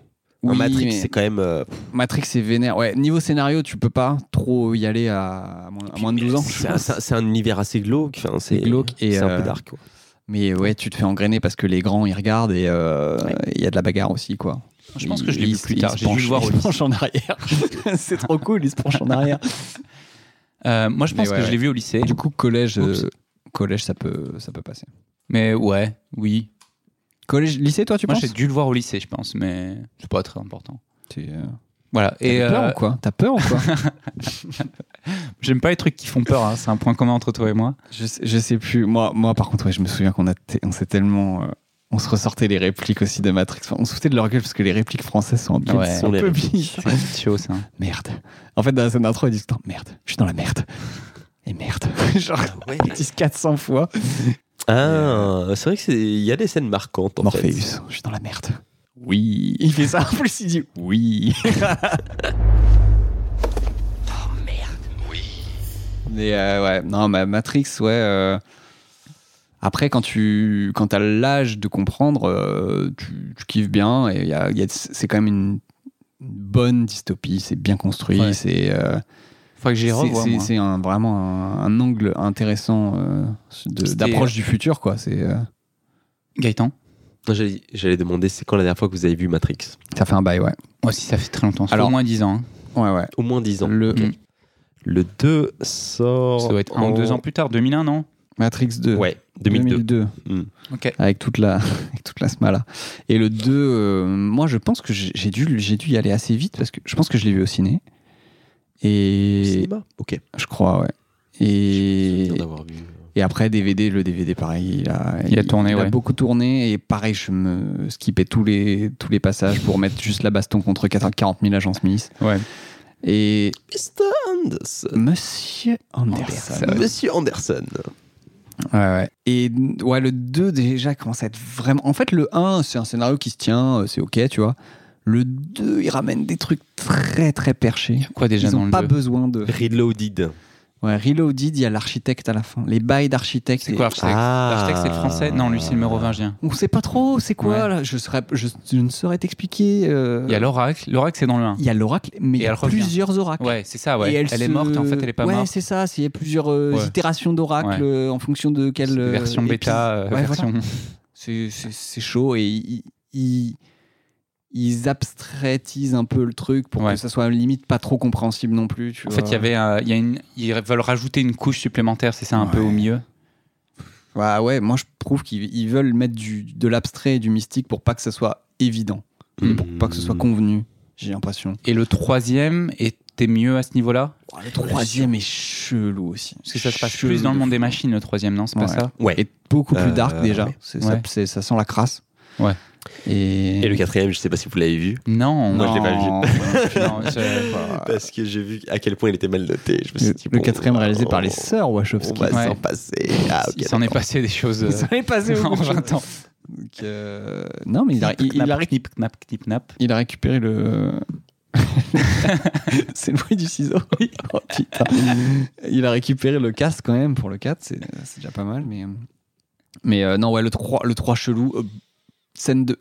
Speaker 3: un
Speaker 2: Oui,
Speaker 3: Matrix,
Speaker 2: mais
Speaker 3: c'est quand même. euh,
Speaker 2: Matrix, c'est vénère. Ouais, niveau scénario, tu peux pas trop y aller à, à moins, à moins de 12 ans. je
Speaker 3: c'est un-
Speaker 2: pense.
Speaker 3: C'est un- c'est un univers assez glauque. Enfin, c'est
Speaker 2: glauque et,
Speaker 3: C'est un peu
Speaker 2: euh,
Speaker 3: dark. quoi.
Speaker 2: Mais ouais, tu te fais engrainer parce que les grands ils regardent et euh, il y a de la bagarre aussi, quoi.
Speaker 1: Je pense que
Speaker 2: Il-
Speaker 1: je l'ai
Speaker 2: il
Speaker 1: vu
Speaker 2: se-
Speaker 1: plus
Speaker 2: il
Speaker 1: tard.
Speaker 2: se
Speaker 1: J'ai dû
Speaker 2: penche-
Speaker 1: le voir au
Speaker 2: Il se penche *laughs* en arrière. c'est trop cool, il se penche en arrière.
Speaker 1: Euh, moi, je
Speaker 2: Mais
Speaker 1: pense
Speaker 2: ouais,
Speaker 1: que je
Speaker 2: ouais.
Speaker 1: l'ai vu au lycée.
Speaker 2: Du coup, collège, euh,
Speaker 1: Oups.
Speaker 2: collège, ça peut, ça peut passer.
Speaker 1: Mais ouais, oui.
Speaker 2: Collège, lycée, toi, tu
Speaker 1: Moi,
Speaker 2: penses
Speaker 1: j'ai dû le voir au lycée, je pense, mais c'est pas très important.
Speaker 2: T'es, euh,
Speaker 1: Voilà.
Speaker 2: Et
Speaker 1: Et
Speaker 2: peur
Speaker 1: euh,
Speaker 2: ou quoi T'as peur ou quoi
Speaker 1: j'aime pas les trucs qui font peur. hein. C'est un point commun entre toi et moi.
Speaker 2: je, sais- je sais plus. Moi, moi par contre, ouais, je me souviens qu'on a t- on s'est tellement. euh, on se ressortait les répliques aussi de Matrix. Enfin, on se foutait de leur gueule parce que les répliques françaises sont un peu,
Speaker 1: Ouais.
Speaker 2: sont un
Speaker 3: Les
Speaker 2: peu
Speaker 3: répliques.
Speaker 2: biches.
Speaker 1: C'est un petit show, ça.
Speaker 2: Merde. En fait, dans la scène d'intro, ils disent Putain, Merde, je suis dans la merde. Et merde. *laughs* Genre, ils disent 400 fois.
Speaker 3: Ah, c'est vrai que c'est- il y a des scènes marquantes en
Speaker 2: Morpheus,
Speaker 3: fait.
Speaker 2: je suis dans la merde. Oui. Il fait ça. En plus,
Speaker 1: *laughs*
Speaker 2: il dit Oui. oh merde. Oui. Oh, Mais euh, ouais, non, ma Matrix, ouais. euh, Après, quand tu quand as l'âge de comprendre, euh, tu, tu kiffes bien. Et il y a- il y a- c'est quand même une bonne dystopie. C'est bien construit.
Speaker 1: Ouais.
Speaker 2: C'est. euh,
Speaker 1: Faudrait que j'y
Speaker 2: C'est-
Speaker 1: revoie.
Speaker 2: c'est-
Speaker 1: moi.
Speaker 2: C'est un- vraiment un, un angle intéressant euh, de-
Speaker 1: C'était-
Speaker 2: d'approche du futur, quoi. C'est euh,
Speaker 1: Gaëtan
Speaker 3: Non, J'allais j'allais demander, c'est quand la dernière fois que vous avez vu Matrix
Speaker 2: ça fait un bail, ouais.
Speaker 1: Moi aussi, ça fait très longtemps. Alors,
Speaker 2: Alors-
Speaker 1: au moins 10 ans. hein.
Speaker 2: Ouais, ouais.
Speaker 3: Au moins 10 ans.
Speaker 2: Le
Speaker 1: Mm.
Speaker 3: Le 2 sort.
Speaker 2: oh,
Speaker 1: Ça doit être un
Speaker 3: en-
Speaker 1: ou deux ans plus tard. 2001, non
Speaker 2: Matrix 2.
Speaker 3: Ouais, 2002.
Speaker 2: 2002,
Speaker 3: Mm.
Speaker 1: Ok.
Speaker 2: avec toute la *laughs* avec toute la sma là. Et le 2 euh, moi je pense que j'ai j'ai dû j'ai dû y aller assez vite parce que je pense que je l'ai vu au ciné. Et
Speaker 3: Cinéma Ok.
Speaker 2: je crois ouais.
Speaker 3: Je me
Speaker 2: Et
Speaker 3: souviens d'avoir vu.
Speaker 2: Et après, DVD, le DVD, pareil, il a,
Speaker 1: Il a tourné,
Speaker 2: il
Speaker 1: ouais.
Speaker 2: a beaucoup tourné. Et pareil, je me skippais tous les, tous les passages pour mettre juste la baston contre 40 000 agents Smith.
Speaker 1: Ouais.
Speaker 2: Et
Speaker 3: Mr. Anderson.
Speaker 2: Monsieur Anderson.
Speaker 1: Anderson.
Speaker 3: Monsieur Anderson.
Speaker 2: Ouais, ouais. Et ouais, le 2, déjà, commence à être vraiment. En fait, le 1, c'est un scénario qui se tient, euh, c'est ok, tu vois. Le 2, il ramène des trucs très, très perchés.
Speaker 1: Quoi déjà
Speaker 2: Ils
Speaker 1: dans
Speaker 2: n'ont
Speaker 1: le
Speaker 2: pas
Speaker 1: deux
Speaker 2: besoin de.
Speaker 3: Reloaded.
Speaker 2: Ouais, Reloaded, il y a l'architecte à la fin. Les bails d'architecte.
Speaker 1: C'est
Speaker 2: et-
Speaker 1: quoi l'architecte
Speaker 3: Ah.
Speaker 1: L'architecte, c'est le français Non, lui, c'est le mérovingien.
Speaker 2: On sait pas trop, c'est quoi
Speaker 1: Ouais.
Speaker 2: là je, serais, je, je ne saurais t'expliquer. euh,
Speaker 1: Il y a l'oracle. L'oracle, c'est dans le 1.
Speaker 2: il y a l'oracle, mais il y
Speaker 1: elle
Speaker 2: a
Speaker 1: revient.
Speaker 2: plusieurs oracles.
Speaker 1: Ouais, c'est ça, ouais.
Speaker 2: Et
Speaker 1: Elle, est
Speaker 2: se-
Speaker 1: morte, en fait, elle est pas
Speaker 2: ouais,
Speaker 1: morte.
Speaker 2: c'est ça, c'est- il y a plusieurs euh,
Speaker 1: Ouais.
Speaker 2: itérations d'oracles
Speaker 1: Ouais.
Speaker 2: euh, en fonction de quelle. euh,
Speaker 1: version
Speaker 2: épi-
Speaker 1: bêta, euh,
Speaker 2: Ouais, voilà.
Speaker 1: version. *laughs*
Speaker 2: C'est- C'est c'est chaud et ils, ils, ils abstraitisent un peu le truc pour
Speaker 1: Ouais.
Speaker 2: que ça soit limite pas trop compréhensible non plus. tu
Speaker 1: En fait,
Speaker 2: vois.
Speaker 1: il y avait, euh, il y a une, ils veulent rajouter une couche supplémentaire, c'est ça, un peu
Speaker 2: Ouais.
Speaker 1: au milieu.
Speaker 2: Ouais, Bah ouais, moi je trouve qu'ils ils veulent mettre du, de l'abstrait et du mystique pour pas que ça soit évident,
Speaker 3: Hmm.
Speaker 2: pour pas que ce
Speaker 1: Mmh.
Speaker 2: soit convenu, j'ai l'impression.
Speaker 1: Et le troisième était mieux à ce niveau-là,
Speaker 2: Oh, le troisième est chelou aussi.
Speaker 1: parce que ça se passe
Speaker 2: Chelou
Speaker 1: plus dans le
Speaker 2: de
Speaker 1: monde des
Speaker 2: fou.
Speaker 1: machines, le troisième, non, c'est pas
Speaker 2: Ouais.
Speaker 1: ça
Speaker 3: Ouais.
Speaker 2: Et beaucoup plus
Speaker 3: Euh,
Speaker 2: dark déjà.
Speaker 3: ouais.
Speaker 2: C'est- ça-
Speaker 1: Ouais.
Speaker 2: c'est- ça sent la crasse.
Speaker 1: Ouais.
Speaker 2: Et,
Speaker 3: Et le quatrième, je sais pas si vous l'avez vu.
Speaker 1: Non,
Speaker 3: Moi, je l'ai pas vu. *laughs*
Speaker 2: Non,
Speaker 1: non, je-
Speaker 3: Parce que j'ai vu à quel point il était mal noté. Je me suis
Speaker 2: Le,
Speaker 3: dit,
Speaker 2: le
Speaker 3: bon,
Speaker 2: quatrième réalisé par les
Speaker 1: Oh.
Speaker 3: on-
Speaker 2: sœurs
Speaker 3: On
Speaker 2: Wachowski.
Speaker 3: va
Speaker 1: Ouais.
Speaker 3: s'en passer. Ah, ok.
Speaker 1: il s'en est
Speaker 3: d'accord.
Speaker 1: passé des choses. bah, euh,
Speaker 3: *laughs*
Speaker 2: Ils en est passé
Speaker 1: *laughs*
Speaker 2: au
Speaker 1: en
Speaker 2: bout de
Speaker 1: 20 ans.
Speaker 2: Donc, euh, Non, mais il a, il- il a-
Speaker 1: knip, knap, knip, knap.
Speaker 2: il a récupéré le. *laughs* c'est le bruit du ciseau. *laughs* Oh, putain. Il a récupéré le casque quand même pour le 4, c'est c'est déjà pas mal. Mais, mais euh, non, ouais, le 3, le 3 chelou, euh, scène de.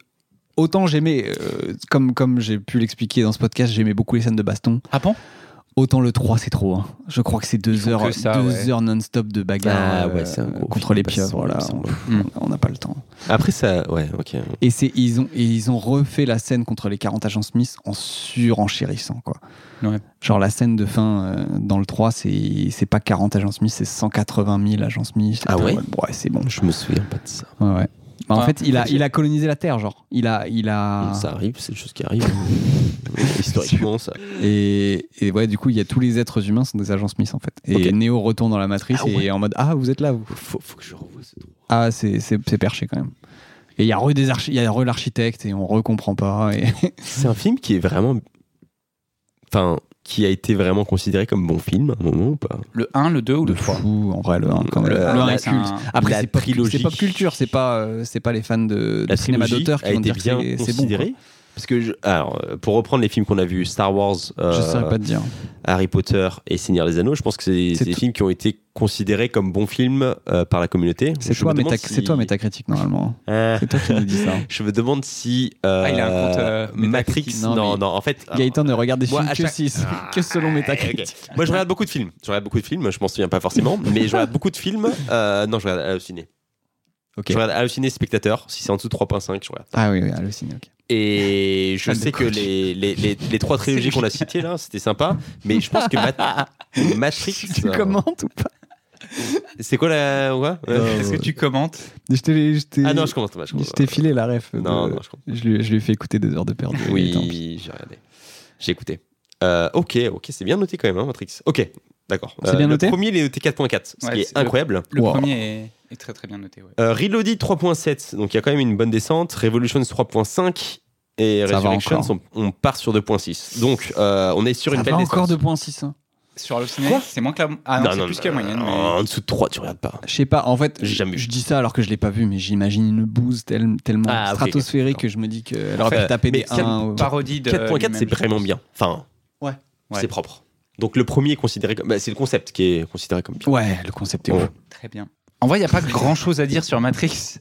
Speaker 2: Autant j'aimais, euh, comme, comme j'ai pu l'expliquer dans ce podcast, j'aimais beaucoup les scènes de baston.
Speaker 1: Ah bon
Speaker 2: Autant le 3, c'est trop. hein. Je crois que c'est deux
Speaker 1: font
Speaker 2: heures,
Speaker 1: que ça,
Speaker 2: deux
Speaker 1: ouais.
Speaker 2: heures non-stop de bagarre
Speaker 3: Ah ouais,
Speaker 2: euh,
Speaker 3: c'est un gros
Speaker 2: contre
Speaker 3: film
Speaker 2: les
Speaker 3: de
Speaker 2: pieuvres.
Speaker 3: baston,
Speaker 2: Là,
Speaker 3: il me semble.
Speaker 2: on-
Speaker 1: Mm.
Speaker 2: on n'a pas le temps.
Speaker 3: Après, ça. Ouais, ok.
Speaker 2: Et c'est ils ont et ils ont refait la scène contre les 40 agents Smith en surenchérissant quoi.
Speaker 1: Ouais.
Speaker 2: Genre la scène de fin euh, dans le 3, c'est c'est pas 40 agents Smith, c'est 180 000 agents Smith.
Speaker 3: Ah
Speaker 2: Et
Speaker 3: ouais
Speaker 2: t'es en mode, Ouais, c'est bon.
Speaker 3: Je me souviens pas de ça.
Speaker 2: Ouais, ouais. Bah, en
Speaker 1: Ah,
Speaker 2: fait, il a
Speaker 1: ok.
Speaker 2: il a colonisé la terre, genre. Il a il a
Speaker 3: Ça arrive, c'est des choses
Speaker 2: *laughs*
Speaker 3: qui arrivent. Historiquement, ça.
Speaker 2: et, et ouais, du coup, il y a tous les êtres humains sont des agents Smith en fait. Et
Speaker 3: Ok.
Speaker 2: Neo retourne dans la matrice
Speaker 3: Ah ouais.
Speaker 2: et est en mode ah, vous êtes là vous.
Speaker 3: Faut, faut que je revoie ce truc.
Speaker 2: Ah, c'est c'est c'est perché quand même. Et il y a re des archi- il y a re l'architecte et on recomprend pas et
Speaker 3: C'est un film qui est vraiment. Enfin, qui a été vraiment considéré comme bon film à un moment ou pas
Speaker 1: Le 1, le 2 ou le
Speaker 2: de
Speaker 1: 3
Speaker 2: fou en vrai le un, quand même.
Speaker 3: Le un,
Speaker 2: un
Speaker 1: là,
Speaker 2: est
Speaker 1: c'est
Speaker 2: culte.
Speaker 1: un-
Speaker 2: Après,
Speaker 3: La
Speaker 2: c'est pop,
Speaker 3: trilogie-
Speaker 2: c'est pop culture, c'est pas, euh, c'est pas les fans de, de
Speaker 3: La
Speaker 2: cinéma
Speaker 3: trilogie
Speaker 2: d'auteur qui
Speaker 3: a
Speaker 2: vont
Speaker 3: été
Speaker 2: dire que
Speaker 3: bien
Speaker 2: c'est- c'est bon. quoi.
Speaker 3: considérée. parce que, je- alors, euh, pour reprendre les films qu'on a vus, Star Wars, euh,
Speaker 2: Je saurais pas te dire.
Speaker 3: Harry Potter et Seigneur des Anneaux, je pense que c'est
Speaker 2: C'est
Speaker 3: c'est des
Speaker 2: tout-
Speaker 3: films qui ont été considérés comme bons films euh, par la communauté.
Speaker 2: C'est
Speaker 3: Je
Speaker 2: toi,
Speaker 3: me demande
Speaker 2: méta,
Speaker 3: si-
Speaker 2: c'est toi métacritique normalement.
Speaker 3: Ah,
Speaker 2: C'est toi qui nous dis
Speaker 3: *laughs*
Speaker 2: ça.
Speaker 3: je me demande si. euh,
Speaker 1: Ah, il a un compte, euh,
Speaker 3: Matrix.
Speaker 1: Metacritic.
Speaker 3: Non,
Speaker 2: Non,
Speaker 3: non,
Speaker 2: mais-
Speaker 3: en fait.
Speaker 2: Gaëtan ne regarde des
Speaker 3: Moi,
Speaker 2: films
Speaker 3: à
Speaker 2: que,
Speaker 3: chaque- Ah,
Speaker 2: si- que selon métacritique.
Speaker 3: Ok. Moi, je regarde beaucoup de films. Je regarde beaucoup de films. Je m'en souviens
Speaker 2: *laughs*
Speaker 3: pas forcément, mais je regarde beaucoup de films. Euh, non, je regarde Allociné.
Speaker 2: Ok.
Speaker 3: Je regarde Allociné spectateur. Si c'est en dessous de 3.5, je regarde.
Speaker 2: Ah oui, oui, halluciné. ok.
Speaker 3: Et je
Speaker 2: Ah,
Speaker 3: sais
Speaker 2: de
Speaker 3: que
Speaker 2: coach.
Speaker 3: les, les, les, les trois trilogies qu'on a citées là, c'était sympa, mais je pense
Speaker 2: *laughs*
Speaker 3: que Mat- Matrix.
Speaker 2: Tu
Speaker 3: euh,
Speaker 2: commentes ou pas
Speaker 3: C'est quoi la. Ouais, ouais.
Speaker 2: Euh,
Speaker 1: Est-ce que tu commentes
Speaker 2: Je te l'ai- je t'ai-
Speaker 3: Ah non, je commence. Je
Speaker 2: je
Speaker 3: commence.
Speaker 2: t'ai filé la ref. de-
Speaker 3: Non, non, je comprends.
Speaker 2: Je lui, je lui ai fait écouter deux heures de perdu. Gaëtan.
Speaker 3: Oui, j'ai regardé. J'ai écouté. Euh, ok, ok, c'est bien noté quand même, hein, Matrix. Ok, d'accord. Euh,
Speaker 2: C'est bien noté
Speaker 3: Le premier, il est noté 4.4, ce
Speaker 1: Ouais,
Speaker 3: qui
Speaker 1: c'est
Speaker 3: est
Speaker 1: le-
Speaker 3: incroyable.
Speaker 1: Le
Speaker 2: Wow.
Speaker 1: premier est, est très très bien noté. ouais.
Speaker 3: Euh, Reloaded 3.7, donc il y a quand même une bonne descente. Revolutions 3.5 et
Speaker 2: Ça va
Speaker 3: Resurrections,
Speaker 2: encore.
Speaker 3: on, on part sur 2.6. Donc euh, on est sur une
Speaker 2: Ça
Speaker 3: belle
Speaker 2: va
Speaker 3: descente.
Speaker 2: encore 2.6. hein.
Speaker 1: Sur Allociné, c'est moins que la. Ah non, c'est plus que la moyenne.
Speaker 3: non, euh, oh.
Speaker 1: mais-
Speaker 3: En dessous de 3, tu regardes pas.
Speaker 2: Je sais pas, en fait,
Speaker 3: J'ai
Speaker 2: je
Speaker 3: jamais vu.
Speaker 2: je dis ça alors que je l'ai pas vu, mais j'imagine une bouse tel- tellement
Speaker 3: Ah, ok,
Speaker 2: stratosphérique
Speaker 3: ok,
Speaker 2: que je me dis qu'elle aurait
Speaker 3: Enfin,
Speaker 2: pu taper
Speaker 3: mais
Speaker 2: des
Speaker 3: quel
Speaker 2: 1.
Speaker 1: Parodie de.
Speaker 3: 4.4, c'est
Speaker 1: lui-même, je
Speaker 3: vraiment
Speaker 1: pense.
Speaker 3: bien. Enfin,
Speaker 2: Ouais.
Speaker 3: c'est
Speaker 1: euh, Ouais.
Speaker 3: propre. Donc le premier est considéré comme. bah, c'est le concept qui est considéré comme bien.
Speaker 2: Ouais, le concept est
Speaker 3: Bon.
Speaker 2: ouf.
Speaker 1: Très bien. En vrai, il n'y a pas grand chose à dire sur Matrix.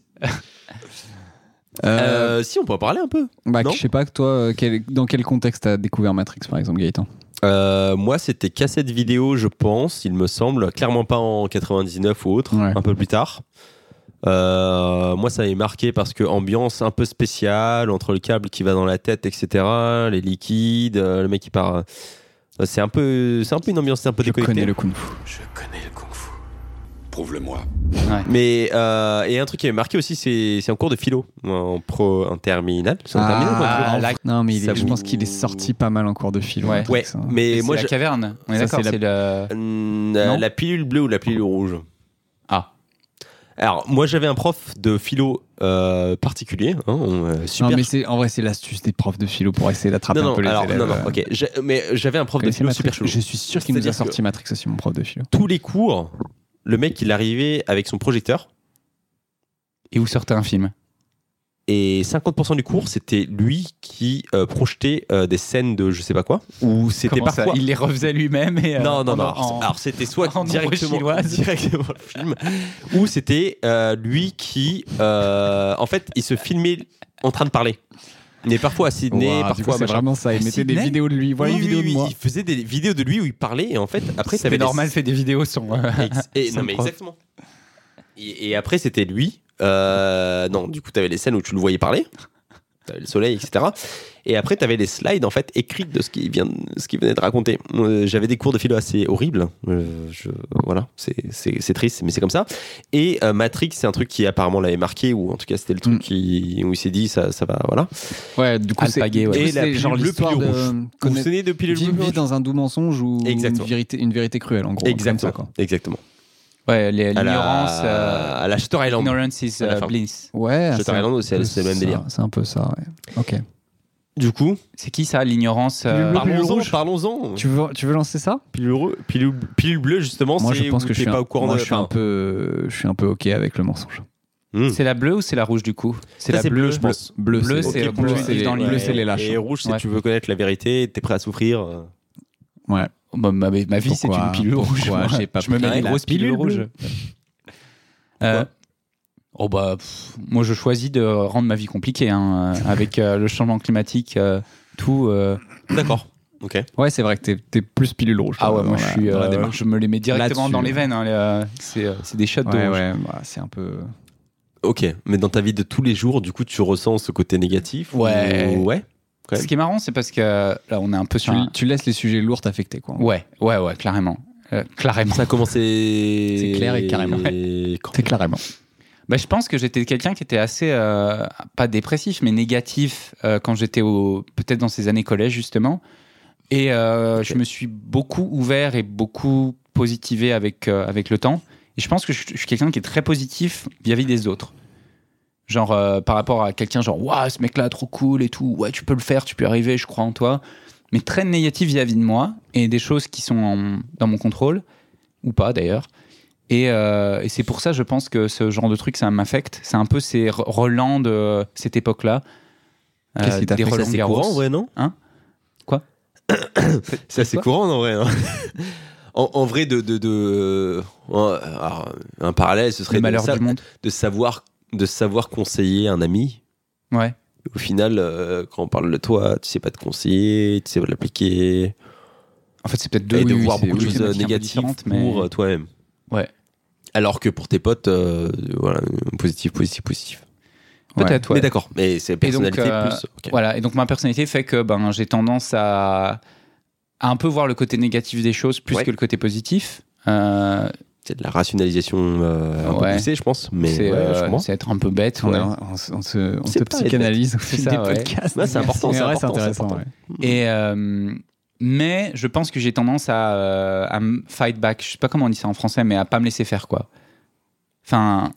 Speaker 2: Euh,
Speaker 3: Euh, si, on peut en parler un peu.
Speaker 2: bah,
Speaker 3: non.
Speaker 2: je sais pas, toi, euh, quel- dans quel contexte t'as découvert Matrix, par exemple, Gaëtan
Speaker 3: Euh, moi, c'était cassette vidéo, je pense, il me semble. Clairement pas en 99 ou autre,
Speaker 2: Ouais.
Speaker 3: un peu plus tard. Euh, moi, ça m'est marqué parce que ambiance un peu spéciale, entre le câble qui va dans la tête, etc., les liquides, euh, le mec qui part. euh, C'est un peu, c'est un peu une ambiance un peu
Speaker 2: Je connais
Speaker 3: déconnectée.
Speaker 2: le Kung Fu.
Speaker 7: Je connais le kung fu. Prouve-le-moi.
Speaker 3: Mais euh, et un truc qui m'est marqué aussi, c'est c'est en cours de philo, en pro, en terminale. C'est en terminale ou en philo
Speaker 1: Ah,
Speaker 2: en-
Speaker 1: là,
Speaker 2: non, mais il est-
Speaker 3: ça
Speaker 2: je
Speaker 3: vous-
Speaker 2: pense qu'il est sorti pas mal en cours de hein. film.
Speaker 1: Ouais.
Speaker 3: Ouais, mais
Speaker 1: Et
Speaker 3: moi,
Speaker 1: c'est
Speaker 3: je-
Speaker 1: la caverne. On est
Speaker 2: Ça,
Speaker 1: d'accord,
Speaker 2: c'est
Speaker 1: c'est le.
Speaker 3: Hum, euh,
Speaker 1: Non
Speaker 3: la pilule bleue ou la pilule rouge
Speaker 1: Ah.
Speaker 3: Alors, moi, j'avais un prof de philo euh, particulier. hein, on, euh, super.
Speaker 2: Non, mais c'est en vrai, c'est l'astuce des profs de philo pour essayer d'attraper
Speaker 3: non,
Speaker 2: un
Speaker 3: non,
Speaker 2: peu les
Speaker 3: alors,
Speaker 2: élèves.
Speaker 3: non, non,
Speaker 2: euh,
Speaker 3: ok. J'ai- Mais j'avais un prof de
Speaker 2: connaissez
Speaker 3: philo
Speaker 2: Matrix
Speaker 3: super chelou.
Speaker 2: Je suis sûr qu'il nous a
Speaker 3: C'est-à-dire
Speaker 2: sorti Matrix aussi, mon prof de philo.
Speaker 3: Tous les cours, le mec, il arrivait avec son projecteur
Speaker 1: Et où sortait un film
Speaker 3: et 50% du cours, c'était lui qui euh, projetait euh, des scènes de je sais pas quoi. Ou c'était
Speaker 1: Comment ça
Speaker 3: parfois.
Speaker 1: Il les refaisait lui-même et. euh,
Speaker 3: Non, non,
Speaker 1: en-
Speaker 3: non.
Speaker 1: en-
Speaker 3: Alors, c'était soit
Speaker 1: en nombre
Speaker 3: directement,
Speaker 1: chinoise.
Speaker 3: *laughs* directement le film, ou c'était euh, lui qui, euh, en fait, il se filmait en train de parler. Mais parfois à Sydney,
Speaker 2: Ouah, du coup,
Speaker 3: parfois.
Speaker 2: c'est
Speaker 3: machin.
Speaker 2: vraiment ça. Il
Speaker 1: Ah,
Speaker 2: mettait des
Speaker 1: Sydney
Speaker 2: vidéos de lui. Voilà
Speaker 3: Oui,
Speaker 2: une
Speaker 3: oui,
Speaker 2: vidéo
Speaker 3: oui,
Speaker 2: de moi.
Speaker 3: Il faisait des vidéos de lui où il parlait et en fait, après, ça
Speaker 1: C'était
Speaker 3: avait des- *laughs*
Speaker 1: normal, fait des vidéos sans. euh,
Speaker 3: Ex- et,
Speaker 1: sans
Speaker 3: non, mais
Speaker 1: prof.
Speaker 3: exactement. Et, et après, c'était lui. Euh, non, du coup, t'avais les scènes où tu le voyais parler. T'avais le soleil, etc. Et après, t'avais les slides, en fait, écrites de ce qu'il vient, ce qu'il venait de raconter. Euh, J'avais des cours de philo assez horribles. Euh, je- voilà, c'est- c'est c'est triste, mais c'est comme ça. Et euh, Matrix, c'est un truc qui apparemment l'avait marqué, ou en tout cas, c'était le truc
Speaker 2: Mm.
Speaker 3: qui, où il s'est dit, ça, ça va, voilà.
Speaker 2: Ah, Ouais, du coup, c'est
Speaker 1: Alpagué, ouais.
Speaker 2: du coup,
Speaker 3: Et la
Speaker 2: c'est genre
Speaker 3: pilule bleue,
Speaker 2: l'histoire
Speaker 3: pilule
Speaker 2: de
Speaker 3: Vous
Speaker 2: connaître-
Speaker 3: sonnez depuis le
Speaker 2: vivre vivre dans un doux mensonge ou une
Speaker 3: Exactement.
Speaker 2: vérité, une vérité cruelle, en gros.
Speaker 3: Exactement.
Speaker 2: comme ça,
Speaker 3: exactement.
Speaker 1: Ouais, les-
Speaker 3: À la-
Speaker 1: l'ignorance. euh,
Speaker 3: à la Shutter Island.
Speaker 1: Ignorance is
Speaker 3: à la
Speaker 1: euh,
Speaker 3: fin.
Speaker 1: bliss.
Speaker 2: quoi. Ouais,
Speaker 3: Shutter
Speaker 2: un
Speaker 3: Island,
Speaker 2: peu
Speaker 3: c'est- c'est le même
Speaker 2: ça,
Speaker 3: délire.
Speaker 2: C'est un peu ça, ouais. Ok.
Speaker 3: Du coup,
Speaker 1: C'est qui ça, l'ignorance euh,
Speaker 2: Le bleu,
Speaker 1: pardon
Speaker 2: pilule
Speaker 3: parlons-en,
Speaker 2: rouge.
Speaker 3: parlons-en.
Speaker 2: Tu veux, tu veux lancer ça
Speaker 3: Pilule, heureux- pilule, pilule bleue, justement,
Speaker 2: Moi,
Speaker 3: c'est
Speaker 2: je pense
Speaker 3: où
Speaker 2: que je
Speaker 3: t'es
Speaker 2: suis,
Speaker 3: pas
Speaker 2: un,
Speaker 3: au courant
Speaker 2: moi,
Speaker 3: de
Speaker 2: je suis un peu, je suis un peu ok avec le mensonge.
Speaker 3: Hmm.
Speaker 1: C'est la bleue ou c'est la rouge du coup
Speaker 3: Ça, c'est bleu, je pense.
Speaker 2: Bleu,
Speaker 1: Bleu,
Speaker 2: c'est
Speaker 1: c'est
Speaker 2: Ok,
Speaker 1: pour
Speaker 2: bleu,
Speaker 1: ceux qui
Speaker 2: c'est
Speaker 1: vivent dans
Speaker 2: bleu,
Speaker 1: l'île.
Speaker 2: c'est les lâches.
Speaker 3: Et rouge, c'est
Speaker 1: Ouais.
Speaker 3: tu veux connaître la vérité, t'es prêt à souffrir. euh.
Speaker 2: Ouais.
Speaker 1: Ma, ma- ma vie, c'est
Speaker 2: Pourquoi
Speaker 1: une pilule rouge.
Speaker 2: Pourquoi
Speaker 1: moi.
Speaker 2: j'ai pas
Speaker 1: je me
Speaker 2: pris
Speaker 1: mets des
Speaker 2: la
Speaker 1: grosses pilules
Speaker 2: pilule
Speaker 1: rouges.
Speaker 2: bleue
Speaker 1: Euh, oh bah, pff, moi, je choisis de rendre ma vie compliquée hein, euh, avec euh, le changement climatique, euh, tout. euh.
Speaker 3: D'accord. Ok.
Speaker 2: Ouais, c'est vrai que t'es- t'es plus pilule rouge.
Speaker 1: Ah ouais,
Speaker 2: dans
Speaker 1: moi,
Speaker 2: la-
Speaker 1: je suis.
Speaker 2: dans la
Speaker 1: euh,
Speaker 2: démarche.
Speaker 1: je me les mets directement
Speaker 2: Là-dessus.
Speaker 1: dans les veines. hein, les, euh, c'est euh, c'est des shots de
Speaker 2: Ouais,
Speaker 1: rouge.
Speaker 2: ouais, bah, c'est un peu.
Speaker 3: Ok. Mais dans ta vie de tous les jours, du coup, tu ressens ce côté négatif ou-
Speaker 1: Ouais.
Speaker 3: Ouais. quand même.
Speaker 1: Ce qui est marrant, c'est parce que euh, là, on est un peu
Speaker 2: Tu,
Speaker 1: sur. un-
Speaker 2: tu laisses les sujets lourds t'affecter, quoi.
Speaker 1: Ouais, ouais, ouais, clairement. Euh, clairement.
Speaker 3: Ça a commencé.
Speaker 2: C'est clair et carrément.
Speaker 3: Quand-
Speaker 2: C'est clairement.
Speaker 1: Bah, je pense que j'étais quelqu'un qui était assez, euh, pas dépressif, mais négatif euh, quand j'étais au, peut-être dans ces années collège justement. Et euh, je me suis beaucoup ouvert et beaucoup positivé avec, euh, avec le temps. Et je pense que je, je suis quelqu'un qui est très positif vis-à-vis des autres. Genre euh, par rapport à quelqu'un genre, waouh, ce mec-là, trop cool et tout, ouais, tu peux le faire, tu peux y arriver, je crois en toi. Mais très négatif vis-à-vis de moi et des choses qui sont en- dans mon contrôle, ou pas d'ailleurs. Et, euh, et c'est pour ça, je pense que ce genre de truc, ça m'affecte. C'est un peu ces re- relents de euh, cette époque-là. Euh,
Speaker 2: Qu'est-ce qui
Speaker 1: des
Speaker 2: t'affecte
Speaker 3: Ça,
Speaker 1: Roland
Speaker 3: c'est
Speaker 1: Garros. *laughs*
Speaker 3: courant, en vrai, non
Speaker 1: Hein Quoi
Speaker 3: Ça, c'est
Speaker 1: quoi
Speaker 3: courant, en vrai. hein. *laughs* en, en vrai, de. de, de- en- alors, un parallèle, ce serait
Speaker 1: Le
Speaker 3: de,
Speaker 1: malheur
Speaker 3: sa-
Speaker 1: du monde.
Speaker 3: de savoir, de savoir conseiller un ami.
Speaker 1: Ouais.
Speaker 3: Au final, euh, quand on parle de toi, tu sais pas te conseiller, tu sais pas l'appliquer.
Speaker 1: En fait, c'est peut-être deux
Speaker 3: et de
Speaker 1: oui, oui,
Speaker 3: voir
Speaker 1: c'est-
Speaker 3: beaucoup de
Speaker 1: oui,
Speaker 3: choses euh,
Speaker 1: c'est un peu
Speaker 3: négatives
Speaker 1: différente,
Speaker 3: pour euh, toi-même.
Speaker 1: Ouais.
Speaker 3: Alors que pour tes potes, euh, voilà, positif, positif, positif.
Speaker 1: Peut-être, ouais.
Speaker 3: Mais d'accord, mais c'est personnalité
Speaker 1: euh,
Speaker 3: plus. ok.
Speaker 1: Voilà, et donc ma personnalité fait que ben, j'ai tendance à, à un peu voir le côté négatif des choses plus
Speaker 3: Ouais.
Speaker 1: que le côté positif. Euh,
Speaker 3: C'est de la rationalisation euh, un peu
Speaker 1: Ouais.
Speaker 3: poussée, je pense. Mais
Speaker 1: c'est
Speaker 3: ouais,
Speaker 1: euh,
Speaker 3: je pense.
Speaker 1: c'est être un peu bête.
Speaker 2: On,
Speaker 1: ouais.
Speaker 2: a- on se- on se, on
Speaker 3: C'est
Speaker 2: se
Speaker 3: pas les
Speaker 2: psychanalyse au fil
Speaker 1: C'est ça,
Speaker 2: des
Speaker 1: ouais.
Speaker 2: podcasts.
Speaker 3: Ouais, c'est important,
Speaker 2: Mais
Speaker 3: c'est
Speaker 2: ouais,
Speaker 3: important, c'est
Speaker 2: intéressant.
Speaker 3: important.
Speaker 2: ouais.
Speaker 1: Et, euh, mais je pense que j'ai tendance à, euh, à me fight back. Je sais pas comment on dit ça en français, mais à pas me laisser faire, quoi. Enfin,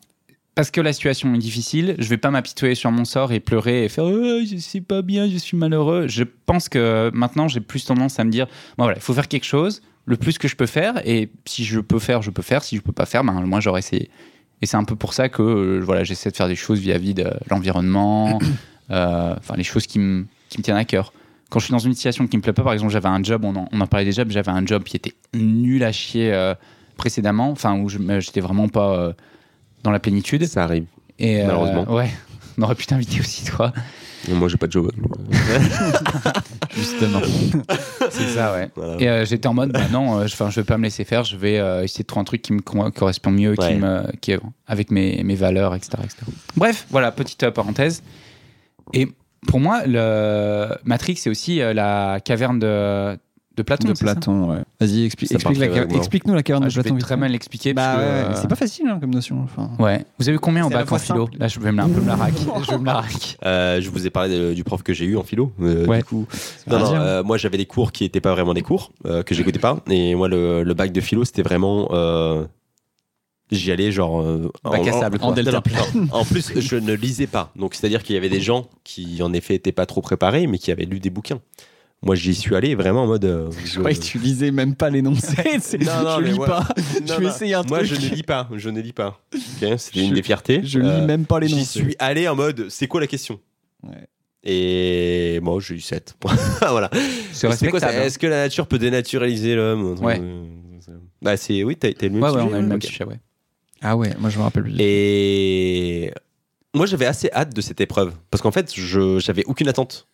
Speaker 1: parce que la situation est difficile, je vais pas m'apitoyer sur mon sort et pleurer et faire Euh, je sais pas bien, je suis malheureux. Je pense que maintenant, j'ai plus tendance à me dire bon, voilà, il faut faire quelque chose, le plus que je peux faire, et si je peux faire, je peux faire, si je peux pas faire, ben, moi, j'aurais essayé. Et c'est un peu pour ça que euh, voilà, j'essaie de faire des choses vis-à-vis de l'environnement, euh, enfin, les choses qui me qui me tiennent à cœur quand je suis dans une situation qui me plaît pas, par exemple, j'avais un job, on en, on en parlait déjà, mais j'avais un job qui était nul à chier euh, précédemment, enfin, où je me- j'étais vraiment pas euh, dans la plénitude.
Speaker 3: Ça arrive.
Speaker 1: Et, euh,
Speaker 3: Malheureusement.
Speaker 1: ouais, *laughs* on aurait pu t'inviter aussi, toi.
Speaker 3: Moi, j'ai pas de job. *laughs*
Speaker 2: Justement.
Speaker 1: C'est ça, ouais.
Speaker 3: Voilà.
Speaker 1: Et euh, j'étais en mode, bah non, euh, je, 'fin, je vais pas me laisser faire, je vais euh, essayer de trouver un truc qui me co- correspond mieux,
Speaker 3: Ouais.
Speaker 1: qui me, qui est avec mes, mes valeurs, etc., etc. Bref, voilà, petite euh, parenthèse. Et pour moi, le Matrix, c'est aussi euh, la caverne de, de Platon.
Speaker 2: de
Speaker 1: c'est ça
Speaker 2: Platon, ouais. Vas-y, explique,
Speaker 3: Ça
Speaker 2: explique
Speaker 3: part
Speaker 2: la
Speaker 3: très
Speaker 2: ca-
Speaker 3: loin.
Speaker 2: explique-nous la caverne
Speaker 1: Ah,
Speaker 2: de
Speaker 1: je vais
Speaker 2: Platon. vite
Speaker 1: très
Speaker 2: fait.
Speaker 1: mal l'expliquer.
Speaker 2: Bah
Speaker 1: parce que,
Speaker 2: ouais,
Speaker 1: euh,
Speaker 2: c'est pas facile hein, comme notion. Enfin,
Speaker 1: Ouais. Vous avez eu combien au
Speaker 2: C'est à la
Speaker 1: bac en
Speaker 2: fois
Speaker 1: philo
Speaker 2: simple.
Speaker 1: Là, je vais me la, un peu me la
Speaker 2: *laughs*
Speaker 1: raquer. Je vais me la raquer.
Speaker 3: Euh, je vous ai parlé de- du prof que j'ai eu en philo. euh,
Speaker 1: Ouais.
Speaker 3: Du coup,
Speaker 2: va
Speaker 3: non, non,
Speaker 2: dire.
Speaker 3: euh, moi j'avais des cours qui n'étaient pas vraiment des cours euh, que j'écoutais pas. Et moi le, le bac de philo c'était vraiment euh, j'y allais genre euh,
Speaker 1: Bac à sable, quoi.
Speaker 3: en, delta plane. en plus je ne lisais pas. Donc c'est à dire qu'il y avait des gens qui en effet étaient pas trop préparés mais qui avaient lu des bouquins. Moi j'y suis allé vraiment en mode. euh, je-
Speaker 2: Je croyais
Speaker 3: *laughs*
Speaker 2: que tu lisais même pas l'énoncé. c'est-
Speaker 3: Non, non,
Speaker 2: je
Speaker 3: mais
Speaker 2: lis
Speaker 3: ouais.
Speaker 2: pas.
Speaker 3: Non,
Speaker 2: je vais
Speaker 3: non.
Speaker 2: essayer un
Speaker 3: Moi je
Speaker 2: truc.
Speaker 3: ne lis pas. Je ne lis pas. Ok, C'était
Speaker 2: Je-
Speaker 3: une des fiertés.
Speaker 2: Je lis
Speaker 3: Euh,
Speaker 2: même pas l'énoncé.
Speaker 3: J'y suis allé en mode c'est quoi la question.
Speaker 2: Ouais.
Speaker 3: Et moi j'ai eu 7. *laughs* voilà.
Speaker 1: C'est
Speaker 3: Mais c'est quoi ça
Speaker 1: respectable. hein.
Speaker 3: Est-ce que la nature peut dénaturaliser l'homme
Speaker 1: Ouais.
Speaker 3: Bah c'est oui, t'as t'as le même
Speaker 1: Ouais, ouais,
Speaker 3: sujet,
Speaker 1: on a eu le même
Speaker 3: ok.
Speaker 1: sujet, ouais.
Speaker 2: Ah ouais, moi je me rappelle plus.
Speaker 3: Et moi j'avais assez hâte de cette épreuve parce qu'en fait je j'avais aucune attente,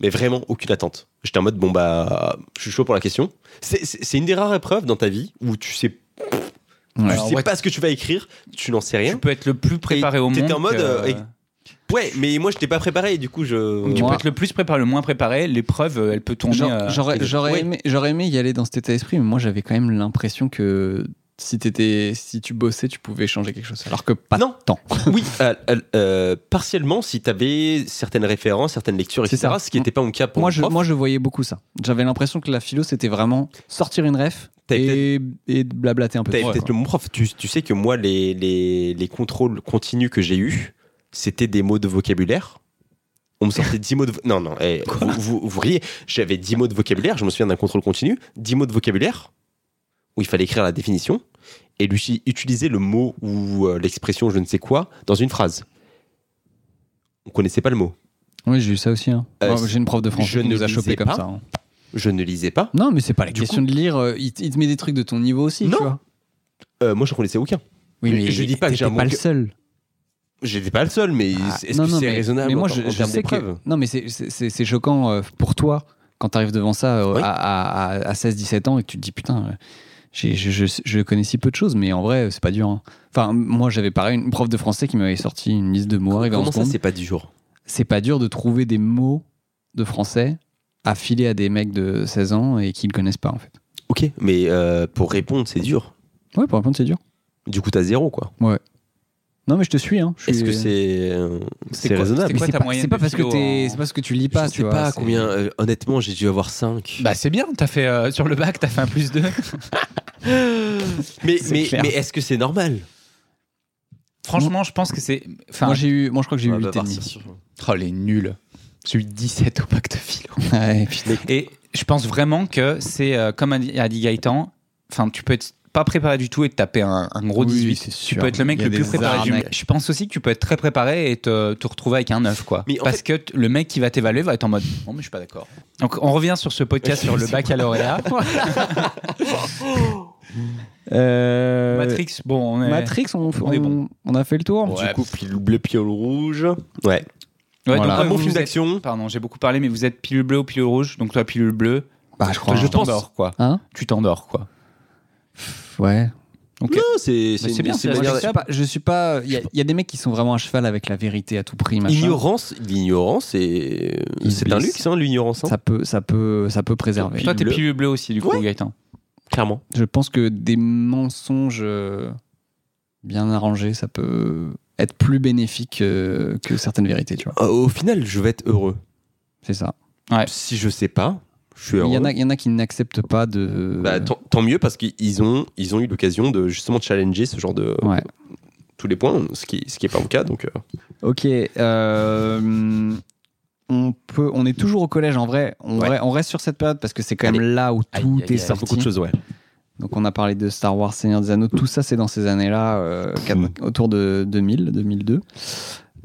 Speaker 3: mais vraiment aucune attente. J'étais en mode bon bah je suis chaud pour la question. C'est- C'est c'est une des rares épreuves dans ta vie où tu sais,
Speaker 2: Ouais.
Speaker 3: tu
Speaker 1: Alors,
Speaker 3: sais
Speaker 1: ouais,
Speaker 3: pas ce que tu vas écrire, tu n'en sais
Speaker 1: Tu
Speaker 3: rien.
Speaker 1: peux être le plus préparé
Speaker 3: Et
Speaker 1: au monde.
Speaker 3: t'étais en mode,
Speaker 1: que-
Speaker 3: euh, et- Ouais, mais moi je t'ai pas préparé, du coup je.
Speaker 1: Tu peux
Speaker 2: Moi-
Speaker 1: être le plus préparé, le moins préparé. L'épreuve, euh, elle peut tourner.
Speaker 2: Genre-
Speaker 1: euh,
Speaker 2: J'aurais
Speaker 3: euh,
Speaker 2: j'aurais
Speaker 3: oui.
Speaker 2: aimé, j'aurais aimé y aller dans cet état d'esprit, mais moi j'avais quand même l'impression que si, t'étais- si tu bossais, tu pouvais changer quelque chose. Alors que pas
Speaker 3: Non.
Speaker 2: tant. *laughs*
Speaker 3: Oui, euh, euh, euh, partiellement si t'avais certaines références, certaines lectures,
Speaker 2: C'est
Speaker 3: etc.
Speaker 2: ça.
Speaker 3: Ce qui n'était pas mon cas pour
Speaker 2: Moi
Speaker 3: le
Speaker 2: je,
Speaker 3: prof.
Speaker 2: moi je voyais beaucoup ça. J'avais l'impression que la philo c'était vraiment sortir une ref
Speaker 3: T'avais
Speaker 2: et, et blablater un peu.
Speaker 3: T'avais
Speaker 2: Ouais,
Speaker 3: peut-être
Speaker 2: quoi.
Speaker 3: le bon prof. Tu, tu sais que moi, les, les, les contrôles continus que j'ai eus, c'était des mots de vocabulaire. On me sortait 10 mots de. vo- Non, non, eh, vous, vous, vous riez. J'avais 10 mots de vocabulaire, je me souviens d'un contrôle continu. 10 mots de vocabulaire, où il fallait écrire la définition, et lui chi- utiliser le mot ou euh, l'expression je ne sais quoi dans une phrase. On connaissait pas le mot.
Speaker 2: Oui, j'ai eu ça aussi. hein.
Speaker 3: Euh,
Speaker 2: Ouais, j'ai une prof de français
Speaker 3: je
Speaker 2: qui
Speaker 3: ne
Speaker 2: nous a chopé
Speaker 3: lisais
Speaker 2: comme
Speaker 3: pas.
Speaker 2: ça. hein.
Speaker 3: Je ne lisais pas.
Speaker 2: Non, mais c'est pas la
Speaker 3: Du
Speaker 2: question de lire. euh, il, te- il te met des trucs de ton niveau aussi,
Speaker 3: Non.
Speaker 2: tu vois.
Speaker 3: Euh, moi, je connaissais aucun.
Speaker 2: Oui,
Speaker 3: Mais je dis pas que
Speaker 2: t'étais
Speaker 3: j'ai un
Speaker 2: pas
Speaker 3: bon
Speaker 2: le
Speaker 3: cœur.
Speaker 2: seul.
Speaker 3: J'étais pas le seul, mais
Speaker 2: Ah,
Speaker 3: est-ce que c'est
Speaker 2: mais-
Speaker 3: raisonnable
Speaker 2: mais moi,
Speaker 3: en-
Speaker 2: je,
Speaker 3: en
Speaker 2: je
Speaker 3: termes
Speaker 2: sais que-
Speaker 3: d'épreuve
Speaker 2: Non, mais c'est- c'est c'est- c'est choquant euh, pour toi quand tu arrives devant ça euh,
Speaker 3: Oui.
Speaker 2: à, 16-17 ans et que tu te dis putain. euh, j'ai- je, je- je connais si peu de choses, mais en vrai, euh, c'est pas dur. hein. Enfin, moi, j'avais pareil une prof de français qui m'avait sorti une liste de mots arrivés en
Speaker 3: Comment ça,
Speaker 2: seconde.
Speaker 3: c'est pas du jour
Speaker 2: C'est pas dur de trouver des mots de français affilés à des mecs de 16 ans et qui ne connaissent pas, en fait.
Speaker 3: Ok, mais euh, pour répondre, c'est dur.
Speaker 2: Ouais, pour répondre, c'est dur.
Speaker 3: Du coup, t'as zéro, quoi.
Speaker 2: Non, mais je te suis. Hein, je suis-
Speaker 3: Est-ce que c'est euh,
Speaker 1: C'est
Speaker 3: c'est
Speaker 1: quoi-
Speaker 2: Mais
Speaker 3: raisonnable
Speaker 1: quoi
Speaker 2: c'est
Speaker 1: ta
Speaker 2: pas,
Speaker 1: moyenne
Speaker 2: c'est pas
Speaker 1: de
Speaker 2: parce que
Speaker 1: philo
Speaker 2: t'es-
Speaker 1: en-
Speaker 2: hein c'est parce que tu lis pas.
Speaker 3: Je
Speaker 2: tu
Speaker 3: sais
Speaker 2: vois,
Speaker 3: pas
Speaker 2: c'est-
Speaker 3: combien. euh, honnêtement, j'ai dû avoir 5.
Speaker 1: Bah, c'est bien, t'as fait euh, sur le bac, t'as fait un plus 2.
Speaker 3: mais
Speaker 2: c'est
Speaker 3: mais,
Speaker 2: clair.
Speaker 3: mais est-ce que c'est normal
Speaker 1: *laughs* Franchement, je pense que c'est. Enfin,
Speaker 2: Moi, j'ai eu. Moi, je crois que j'ai
Speaker 3: On
Speaker 2: eu 8
Speaker 3: va
Speaker 2: et
Speaker 3: pas
Speaker 2: demi.
Speaker 3: partir bah,
Speaker 2: *laughs*
Speaker 3: sur-
Speaker 1: oh, les nuls. J'ai eu 17 au bac de philo.
Speaker 2: Ouais, putain.
Speaker 1: Et je pense vraiment que c'est, euh, comme a dit a dit Gaëtan, enfin, tu peux être pas préparé du tout et te taper un, un gros
Speaker 2: Oui,
Speaker 1: 18.
Speaker 2: c'est
Speaker 1: Tu
Speaker 2: sûr.
Speaker 1: peux être le mec
Speaker 2: Il y a
Speaker 1: le plus
Speaker 2: des
Speaker 1: préparé du monde.
Speaker 2: arnaques.
Speaker 1: Je pense aussi que tu peux être très préparé et te, te retrouver avec un 9, quoi.
Speaker 3: Mais en
Speaker 1: Parce que t- le mec qui va t'évaluer va être en mode Non, Oh, mais je suis pas d'accord. Donc, on revient sur ce podcast sur *laughs* le baccalauréat.
Speaker 2: Euh,
Speaker 1: Matrix, bon, on est.
Speaker 2: Matrix, on,
Speaker 1: on est bon.
Speaker 2: on- on a fait le tour.
Speaker 1: Ouais.
Speaker 3: Du coup, pile bleu, piole rouge. Ouais.
Speaker 1: Ouais,
Speaker 2: Voilà.
Speaker 1: donc,
Speaker 3: Un
Speaker 1: ouais,
Speaker 3: bon
Speaker 1: vous
Speaker 3: film
Speaker 1: êtes-
Speaker 3: d'action.
Speaker 1: Pardon, j'ai beaucoup parlé, mais vous êtes pilule bleue ou pilule rouge. Donc, toi, pilule bleue,
Speaker 2: Bah, je crois.
Speaker 1: toi,
Speaker 3: je
Speaker 1: tu
Speaker 3: pense.
Speaker 1: t'endors, quoi.
Speaker 2: Hein
Speaker 1: tu t'endors, quoi.
Speaker 2: Ouais.
Speaker 1: Ok.
Speaker 3: Non,
Speaker 2: Bah,
Speaker 3: c'est
Speaker 1: Mais c'est bien, c'est
Speaker 3: la
Speaker 1: bien.
Speaker 2: Moi,
Speaker 3: manière-
Speaker 2: je suis pas. je suis pas- Il y, a- il y a des mecs qui sont vraiment à cheval avec la vérité à tout prix. machin.
Speaker 3: Ignorance, l'ignorance, c'est
Speaker 2: Ils
Speaker 3: c'est un
Speaker 2: blessent.
Speaker 3: luxe, hein, l'ignorance. hein.
Speaker 2: Ça peut, ça peut, ça peut préserver.
Speaker 1: Toi, t'es
Speaker 3: bleue.
Speaker 1: pilule bleue aussi, du coup,
Speaker 3: Ouais.
Speaker 1: Gaëtan.
Speaker 3: clairement.
Speaker 2: Je pense que des mensonges euh, bien arrangés, ça peut être plus bénéfique euh, que certaines vérités, tu vois.
Speaker 3: Euh, au final, je vais être heureux.
Speaker 2: C'est ça.
Speaker 3: Si je sais pas, je suis
Speaker 2: Il
Speaker 3: heureux.
Speaker 2: y, en a, il y en a qui n'acceptent pas de.
Speaker 3: Bah, tant, tant mieux parce qu'ils ont, ils ont eu l'occasion de justement challenger ce genre de
Speaker 2: Ouais.
Speaker 3: tous les points, ce qui, ce qui est pas mon cas. Donc, euh,
Speaker 2: Ok. euh, on, peut, on est toujours au collège en vrai. On,
Speaker 3: Ouais.
Speaker 2: re- on reste sur cette période parce que c'est quand même là où
Speaker 1: Aïe,
Speaker 2: tout
Speaker 1: aïe, aïe,
Speaker 2: est sorti.
Speaker 3: beaucoup de choses, ouais.
Speaker 2: Donc on a parlé de Star Wars, Seigneur des Anneaux, tout ça c'est dans ces années-là, euh, quatre-
Speaker 1: Hmm.
Speaker 2: autour de 2000, 2002.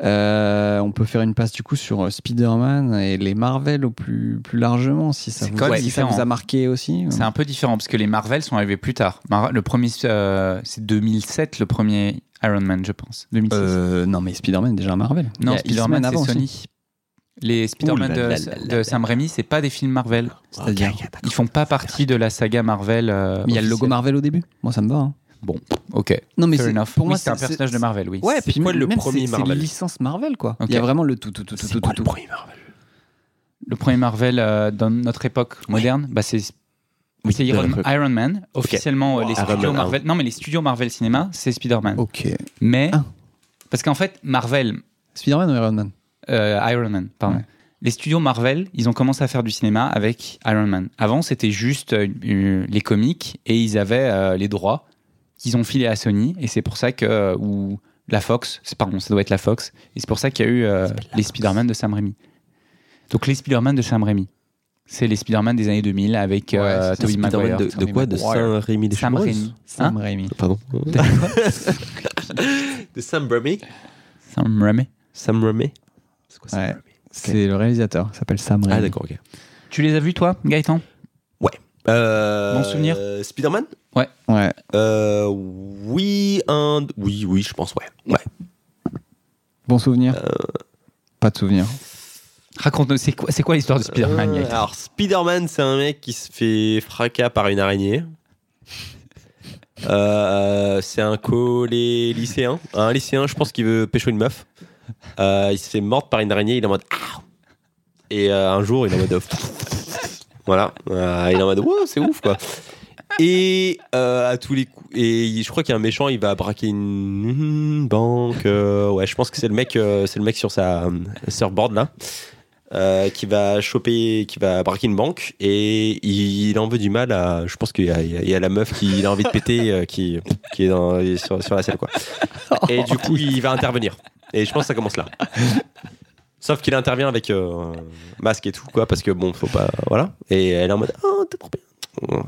Speaker 2: Euh, on peut faire une passe du coup sur euh, Spider-Man et les Marvel au plus, plus largement, si ça,
Speaker 1: C'est
Speaker 2: vous,
Speaker 1: quand même
Speaker 2: si ça
Speaker 1: différent.
Speaker 2: vous a marqué aussi. euh.
Speaker 1: C'est un peu différent parce que les Marvel sont arrivés plus tard. Mar- le premier, euh, c'est 2007 le premier Iron Man, je pense. 2006.
Speaker 2: Euh, non mais Spider-Man est déjà un Marvel. Il
Speaker 1: non,
Speaker 2: y a X-Men
Speaker 1: Spider-Man
Speaker 2: avant
Speaker 1: c'est
Speaker 2: aussi.
Speaker 1: Sony. Les Spider-Man
Speaker 3: Ouh
Speaker 1: de,
Speaker 3: là là là
Speaker 1: de
Speaker 3: là.
Speaker 1: Sam Raimi, c'est pas des films Marvel.
Speaker 2: C'est-à-dire,
Speaker 1: Ils font pas partie de la saga Marvel. euh,
Speaker 2: mais il y a le logo
Speaker 1: officielle.
Speaker 2: Marvel au début. Moi ça me va. hein.
Speaker 1: Ok.
Speaker 2: Non mais
Speaker 1: Fair
Speaker 2: c'est-
Speaker 1: enough.
Speaker 2: pour
Speaker 1: Oui,
Speaker 2: moi
Speaker 1: c'est un personnage de Marvel, oui.
Speaker 3: Ouais, puis
Speaker 2: c'est-
Speaker 3: quoi, le
Speaker 2: même,
Speaker 3: premier
Speaker 2: c'est- C'est
Speaker 3: Marvel
Speaker 2: licence Marvel quoi.
Speaker 1: Ok.
Speaker 2: Il y a vraiment le tout tout tout tout tout
Speaker 3: quoi
Speaker 2: tout.
Speaker 3: le
Speaker 2: tout.
Speaker 3: premier Marvel
Speaker 1: Le premier Marvel euh, dans notre époque moderne, bah, c'est
Speaker 3: Oui,
Speaker 1: c'est Iron,
Speaker 3: notre époque.
Speaker 1: Iron Man. Officiellement, euh, les
Speaker 3: Iron
Speaker 1: studios
Speaker 3: Man,
Speaker 1: Marvel. Non, mais les studios Marvel Cinéma, c'est Spider-Man.
Speaker 2: Ok.
Speaker 1: Mais
Speaker 2: Oh. Ah.
Speaker 1: parce qu'en fait, Marvel,
Speaker 2: Spider-Man ou Iron Man
Speaker 1: euh, Iron Man, pardon.
Speaker 2: Ouais.
Speaker 1: Les studios Marvel, ils ont commencé à faire du cinéma avec Iron Man. Avant, c'était juste euh, euh, les comics et ils avaient euh, les droits qu'ils ont filés à Sony et c'est pour ça que euh, ou la Fox, c'est- pardon, ça doit être la Fox et c'est pour ça qu'il y a eu euh, les Spider-Man de Sam Raimi. Donc les Spider-Man de Sam Raimi, c'est les Spider-Man des années 2000 avec
Speaker 2: Ouais,
Speaker 1: euh,
Speaker 2: c'est ça,
Speaker 1: Tobey
Speaker 3: Spider-Man
Speaker 1: Maguire.
Speaker 3: de, de quoi De Saint Rémy des
Speaker 1: Sam
Speaker 3: Chemins
Speaker 1: Raimi.
Speaker 2: Sam
Speaker 1: Hein
Speaker 2: Raimi.
Speaker 3: Pardon. de Sam Raimi
Speaker 1: Sam Raimi.
Speaker 3: Sam Raimi C'est quoi Sam
Speaker 2: Ouais.
Speaker 3: Raimi
Speaker 2: C'est le réalisateur, il s'appelle Sam Raimi.
Speaker 3: Ah d'accord, ok.
Speaker 1: Tu les as vus toi, Gaëtan
Speaker 3: Euh,
Speaker 1: Bon souvenir.
Speaker 3: euh, Spider-Man
Speaker 2: Ouais.
Speaker 3: Euh, Oui, un... deux- Oui, oui, je pense, ouais. ouais.
Speaker 2: Bon souvenir Pas de souvenir.
Speaker 1: Raconte-nous, c'est quoi, c'est quoi l'histoire de Spider-Man
Speaker 3: Euh,
Speaker 1: Gaëtan
Speaker 3: alors, Spider-Man, c'est un mec qui se fait fracas par une araignée. Euh, c'est un collé lycéen. Un lycéen, je pense qu'il veut pécho une meuf. Euh, il se fait mordre par une araignée, il est en mode. Ah Et euh, un jour, il est en mode. *laughs* voilà. Euh, il est en mode. Wow, c'est ouf, quoi. Et euh, à tous les coups. Et je crois qu'il y a un méchant, il va braquer une, une banque. euh, ouais, je pense que c'est le mec, euh, c'est le mec sur sa euh, surboard là, euh, qui va choper, qui va braquer une banque et il, il en veut du mal à. Je pense qu'il y, a- il y a- il y a la meuf qui il a envie de péter, euh, qui qui est dans- sur, sur la selle quoi. Et du coup, il va intervenir. Et je pense que ça commence là. Sauf qu'il intervient avec euh, masque et tout quoi, parce que bon, faut pas, voilà. Et elle est en mode, oh t'es trop bien. Ouais,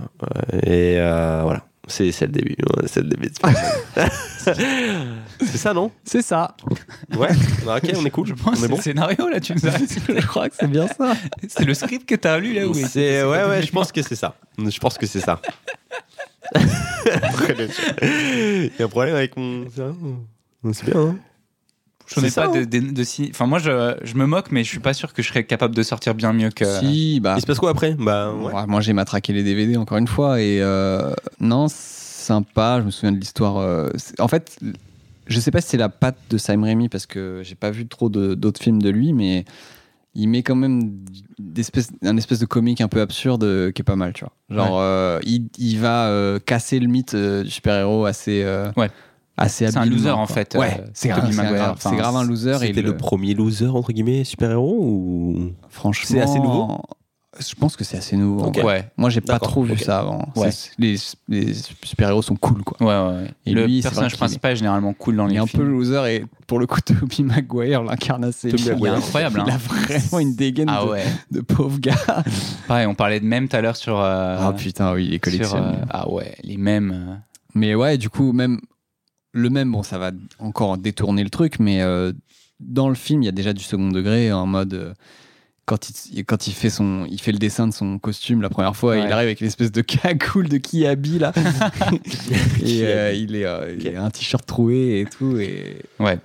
Speaker 3: Et euh, voilà, c'est c'est le début. ouais, C'est le début. de Spider-Man. c'est ça, non
Speaker 2: C'est ça.
Speaker 3: Ouais. Bah, ok, on est cool.
Speaker 1: Je pense
Speaker 3: on est
Speaker 1: c'est
Speaker 3: bon.
Speaker 1: le scénario là, tu nous
Speaker 3: *laughs*
Speaker 1: as
Speaker 2: *laughs* Je crois que c'est bien ça.
Speaker 1: C'est le script que t'as lu là où
Speaker 3: C'est ouais, ouais. Je pense que c'est ça. Je pense que c'est ça. Il y a un problème avec mon. C'est bien. Hein
Speaker 1: je connais
Speaker 3: C'est ça,
Speaker 1: pas de,
Speaker 3: hein.
Speaker 1: de- de si- Enfin, moi, je, je me moque, mais je suis pas sûr que je serais capable de sortir bien mieux que.
Speaker 2: Si, bah.
Speaker 3: Il se passe quoi après Bah ouais.
Speaker 2: ouais, Moi j'ai matraqué les DVD encore une fois et euh, non, sympa. Je me souviens de l'histoire. euh, c'est- en fait, je sais pas si c'est la patte de Sam Raimi parce que j'ai pas vu trop de- d'autres films de lui, mais il met quand même d'espèce- un espèce de comique un peu absurde euh, qui est pas mal, tu vois. Genre, euh, il, il va euh, casser le mythe euh, du super-héros assez. euh,
Speaker 1: Ouais.
Speaker 2: Assez
Speaker 1: C'est un
Speaker 2: habilement,
Speaker 1: loser,
Speaker 2: quoi.
Speaker 1: en fait,
Speaker 2: Ouais,
Speaker 1: euh,
Speaker 2: c'est grave,
Speaker 1: Tobey
Speaker 2: c'est
Speaker 1: Maguire.
Speaker 2: grave,
Speaker 1: Enfin,
Speaker 2: c'est grave un loser. et
Speaker 3: C'était le...
Speaker 2: le-
Speaker 3: premier loser entre guillemets super héros ou
Speaker 2: Franchement,
Speaker 3: C'est assez nouveau
Speaker 2: Je pense que c'est assez nouveau. en
Speaker 3: Ok.
Speaker 2: vrai.
Speaker 1: Ouais,
Speaker 2: Moi, j'ai pas
Speaker 3: D'accord,
Speaker 2: trop vu
Speaker 3: ok.
Speaker 2: ça avant.
Speaker 1: Ouais.
Speaker 2: C'est- Les, les super-héros sont cool, quoi.
Speaker 1: ouais, ouais. ouais.
Speaker 2: Et
Speaker 1: le
Speaker 2: lui, c'est vrai
Speaker 1: personnage
Speaker 2: qu'il
Speaker 1: principal est généralement cool dans
Speaker 2: Il est
Speaker 1: les
Speaker 2: un peu
Speaker 1: films.
Speaker 2: loser et pour le coup, *laughs* Tobey Maguire l'incarne assez
Speaker 3: Tobey
Speaker 2: bien.
Speaker 1: Il est
Speaker 3: Maguire. Ouais,
Speaker 1: incroyable. hein.
Speaker 2: Il a vraiment une dégaine
Speaker 1: Ah
Speaker 2: de,
Speaker 1: ouais.
Speaker 2: de pauvre gars.
Speaker 1: Pareil, on parlait de même tout à l'heure sur. euh,
Speaker 2: Ah putain, oui, il est
Speaker 1: sur,
Speaker 2: collectionné.
Speaker 1: euh, ah ouais, les mêmes.
Speaker 2: Mais ouais, du coup, même le même, bon, ça va encore détourner le truc, mais euh, dans le film, il y a déjà du second degré en mode. euh, quand il, quand il fait son il fait le dessin de son costume la première fois et
Speaker 1: Ouais.
Speaker 2: il arrive avec l'espèce de cagoule de
Speaker 1: *laughs*
Speaker 2: Kiabi là et
Speaker 3: hein.
Speaker 2: euh, il est euh, il a un t-shirt troué et tout et
Speaker 1: Ouais.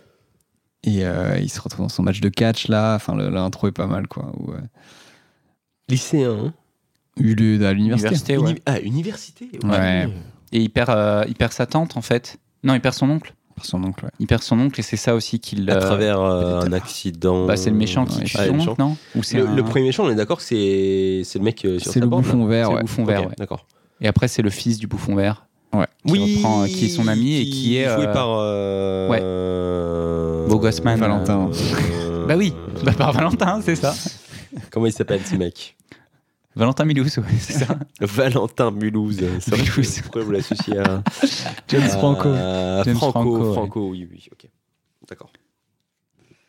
Speaker 2: et euh, il se retrouve dans son match de catch là enfin le- l'intro est pas mal quoi où, euh,
Speaker 3: lycéen.
Speaker 2: il est à l'université
Speaker 1: Université,
Speaker 2: hein.
Speaker 1: ouais.
Speaker 3: Ah université.
Speaker 2: Ouais.
Speaker 1: Et il perd, euh, il perd sa tante, en fait. Non, il perd son oncle.
Speaker 2: par son oncle ouais.
Speaker 1: Il perd son oncle et c'est ça aussi qu'il.
Speaker 3: à
Speaker 1: euh,
Speaker 3: travers euh,
Speaker 2: peut-être.
Speaker 3: un accident.
Speaker 1: bah, c'est le méchant
Speaker 2: Ouais,
Speaker 1: qui tue
Speaker 3: ouais, le
Speaker 1: son
Speaker 3: méchant.
Speaker 1: oncle, non Ou c'est
Speaker 3: Le,
Speaker 1: un-
Speaker 3: le premier méchant, on est d'accord, que c'est c'est le mec euh, sur
Speaker 2: c'est
Speaker 3: sa
Speaker 2: le
Speaker 3: borne, là
Speaker 2: bouffon vert
Speaker 1: C'est le
Speaker 2: ouais.
Speaker 1: bouffon vert,
Speaker 3: Ok,
Speaker 1: ouais.
Speaker 3: D'accord.
Speaker 1: Et après, c'est le fils du bouffon vert.
Speaker 2: Ouais.
Speaker 1: Qui reprend, euh, qui est son ami et qui est.
Speaker 3: joué
Speaker 1: euh,
Speaker 3: par. Euh...
Speaker 1: Bo Gossman.
Speaker 2: Valentin.
Speaker 3: Euh,
Speaker 1: Bah oui, bah, par Valentin, c'est
Speaker 3: *laughs*
Speaker 1: ça.
Speaker 3: Comment il s'appelle ce mec
Speaker 1: Valentin Milouz, ouais, c'est *laughs* ça.
Speaker 3: Valentin
Speaker 1: *laughs*
Speaker 3: Mulhouse. C'est vrai que-
Speaker 1: Mulhouse.
Speaker 3: Pourquoi vous
Speaker 1: *laughs*
Speaker 3: l'associez à.
Speaker 2: James
Speaker 1: Euh,
Speaker 3: à-
Speaker 2: Franco.
Speaker 1: James
Speaker 3: Franco,
Speaker 1: Franco,
Speaker 3: Franco,
Speaker 1: ouais.
Speaker 3: oui, oui, ok. D'accord.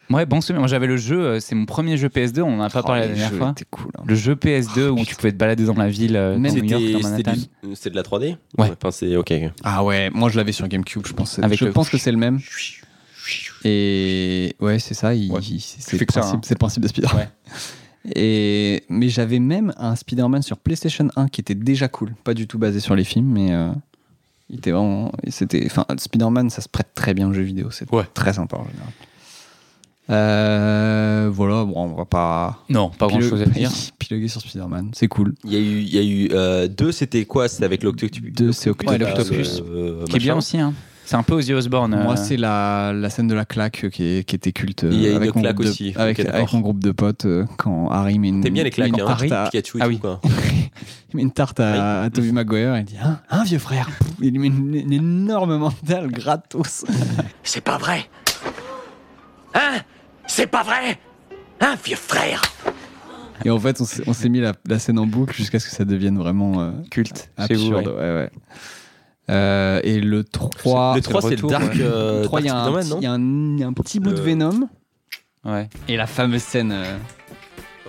Speaker 1: Ouais, bon souvenir. Moi, j'avais le jeu, euh, c'est mon premier jeu PS2, on en a pas parlé la
Speaker 2: Oh, les
Speaker 1: dernière
Speaker 2: jeux
Speaker 1: fois.
Speaker 2: étaient cool. hein.
Speaker 1: Le jeu PS2 où tu pouvais te balader dans la ville, euh, dans
Speaker 2: Même
Speaker 1: New York,
Speaker 3: C'était
Speaker 1: dans Manhattan.
Speaker 3: c'était du- euh, c'était de la 3D
Speaker 1: Ouais.
Speaker 3: Enfin, c'est ok.
Speaker 2: Ah ouais, moi je l'avais sur GameCube, je pense.
Speaker 1: Avec
Speaker 2: je
Speaker 1: le-
Speaker 2: pense que c'est le même. Et ouais, c'est ça, il-
Speaker 1: Ouais.
Speaker 2: il-
Speaker 1: fais
Speaker 2: c'est le,
Speaker 1: que ça,
Speaker 2: principe-
Speaker 1: hein.
Speaker 2: c'est le principe de Spider-Man. *laughs* Et... Mais j'avais même un Spider-Man sur PlayStation 1 qui était déjà cool, pas du tout basé sur les films, mais euh, il était vraiment. et C'était... Enfin, Spider-Man, ça se prête très bien aux jeux vidéo, c'est
Speaker 1: Ouais.
Speaker 2: très sympa en général. Euh, voilà, bon, on va pas.
Speaker 1: Non, pas grand
Speaker 2: pilo-
Speaker 1: chose à dire.
Speaker 2: *laughs* Piloguer sur Spider-Man, c'est cool.
Speaker 3: Il y a eu, il y a eu euh, deux, c'était quoi C'était avec euh, l'Octopus.
Speaker 2: Deux, c'est Octopus.
Speaker 1: Ouais, l'Octopus. Qui est bien aussi, hein. C'est un peu Ozzy Osbourne. euh,
Speaker 2: Moi, c'est la, la scène de la claque euh, qui, est- qui était culte. euh,
Speaker 3: Il y a une
Speaker 2: mon
Speaker 3: claque
Speaker 2: groupe de-
Speaker 3: aussi.
Speaker 2: Avec,
Speaker 3: Ok, d'accord.
Speaker 2: avec mon groupe de potes, euh, quand Harry met une,
Speaker 3: T'aimes bien les
Speaker 2: met
Speaker 3: claques,
Speaker 2: une
Speaker 3: hein.
Speaker 2: tarte, à,
Speaker 3: Pikachu et Mm.
Speaker 1: Ah
Speaker 3: tout,
Speaker 1: oui.
Speaker 3: quoi.
Speaker 2: il met une tarte à, à Tobey Maguire et il dit Hein, hein, vieux frère Pouf, Il lui met une, une énorme mandale gratos.
Speaker 7: C'est pas vrai Hein C'est pas vrai Hein, vieux frère
Speaker 2: Et en fait, on s'est on s'est mis la, la scène en boucle jusqu'à ce que ça devienne vraiment euh,
Speaker 1: culte chez vous.
Speaker 2: absurde.
Speaker 1: ouais.
Speaker 2: ouais, ouais. Euh, et le 3.
Speaker 3: le 3, c'est
Speaker 1: Ah, retour,
Speaker 3: Dark,
Speaker 1: ouais.
Speaker 3: euh,
Speaker 2: le 3, il y a
Speaker 3: Dark
Speaker 2: un
Speaker 3: Spider-Man,
Speaker 2: petit-
Speaker 3: non Euh.
Speaker 2: il y a un- il y a un petit bout de
Speaker 3: Le-
Speaker 2: Venom.
Speaker 1: Ouais.
Speaker 2: Et la fameuse scène. euh,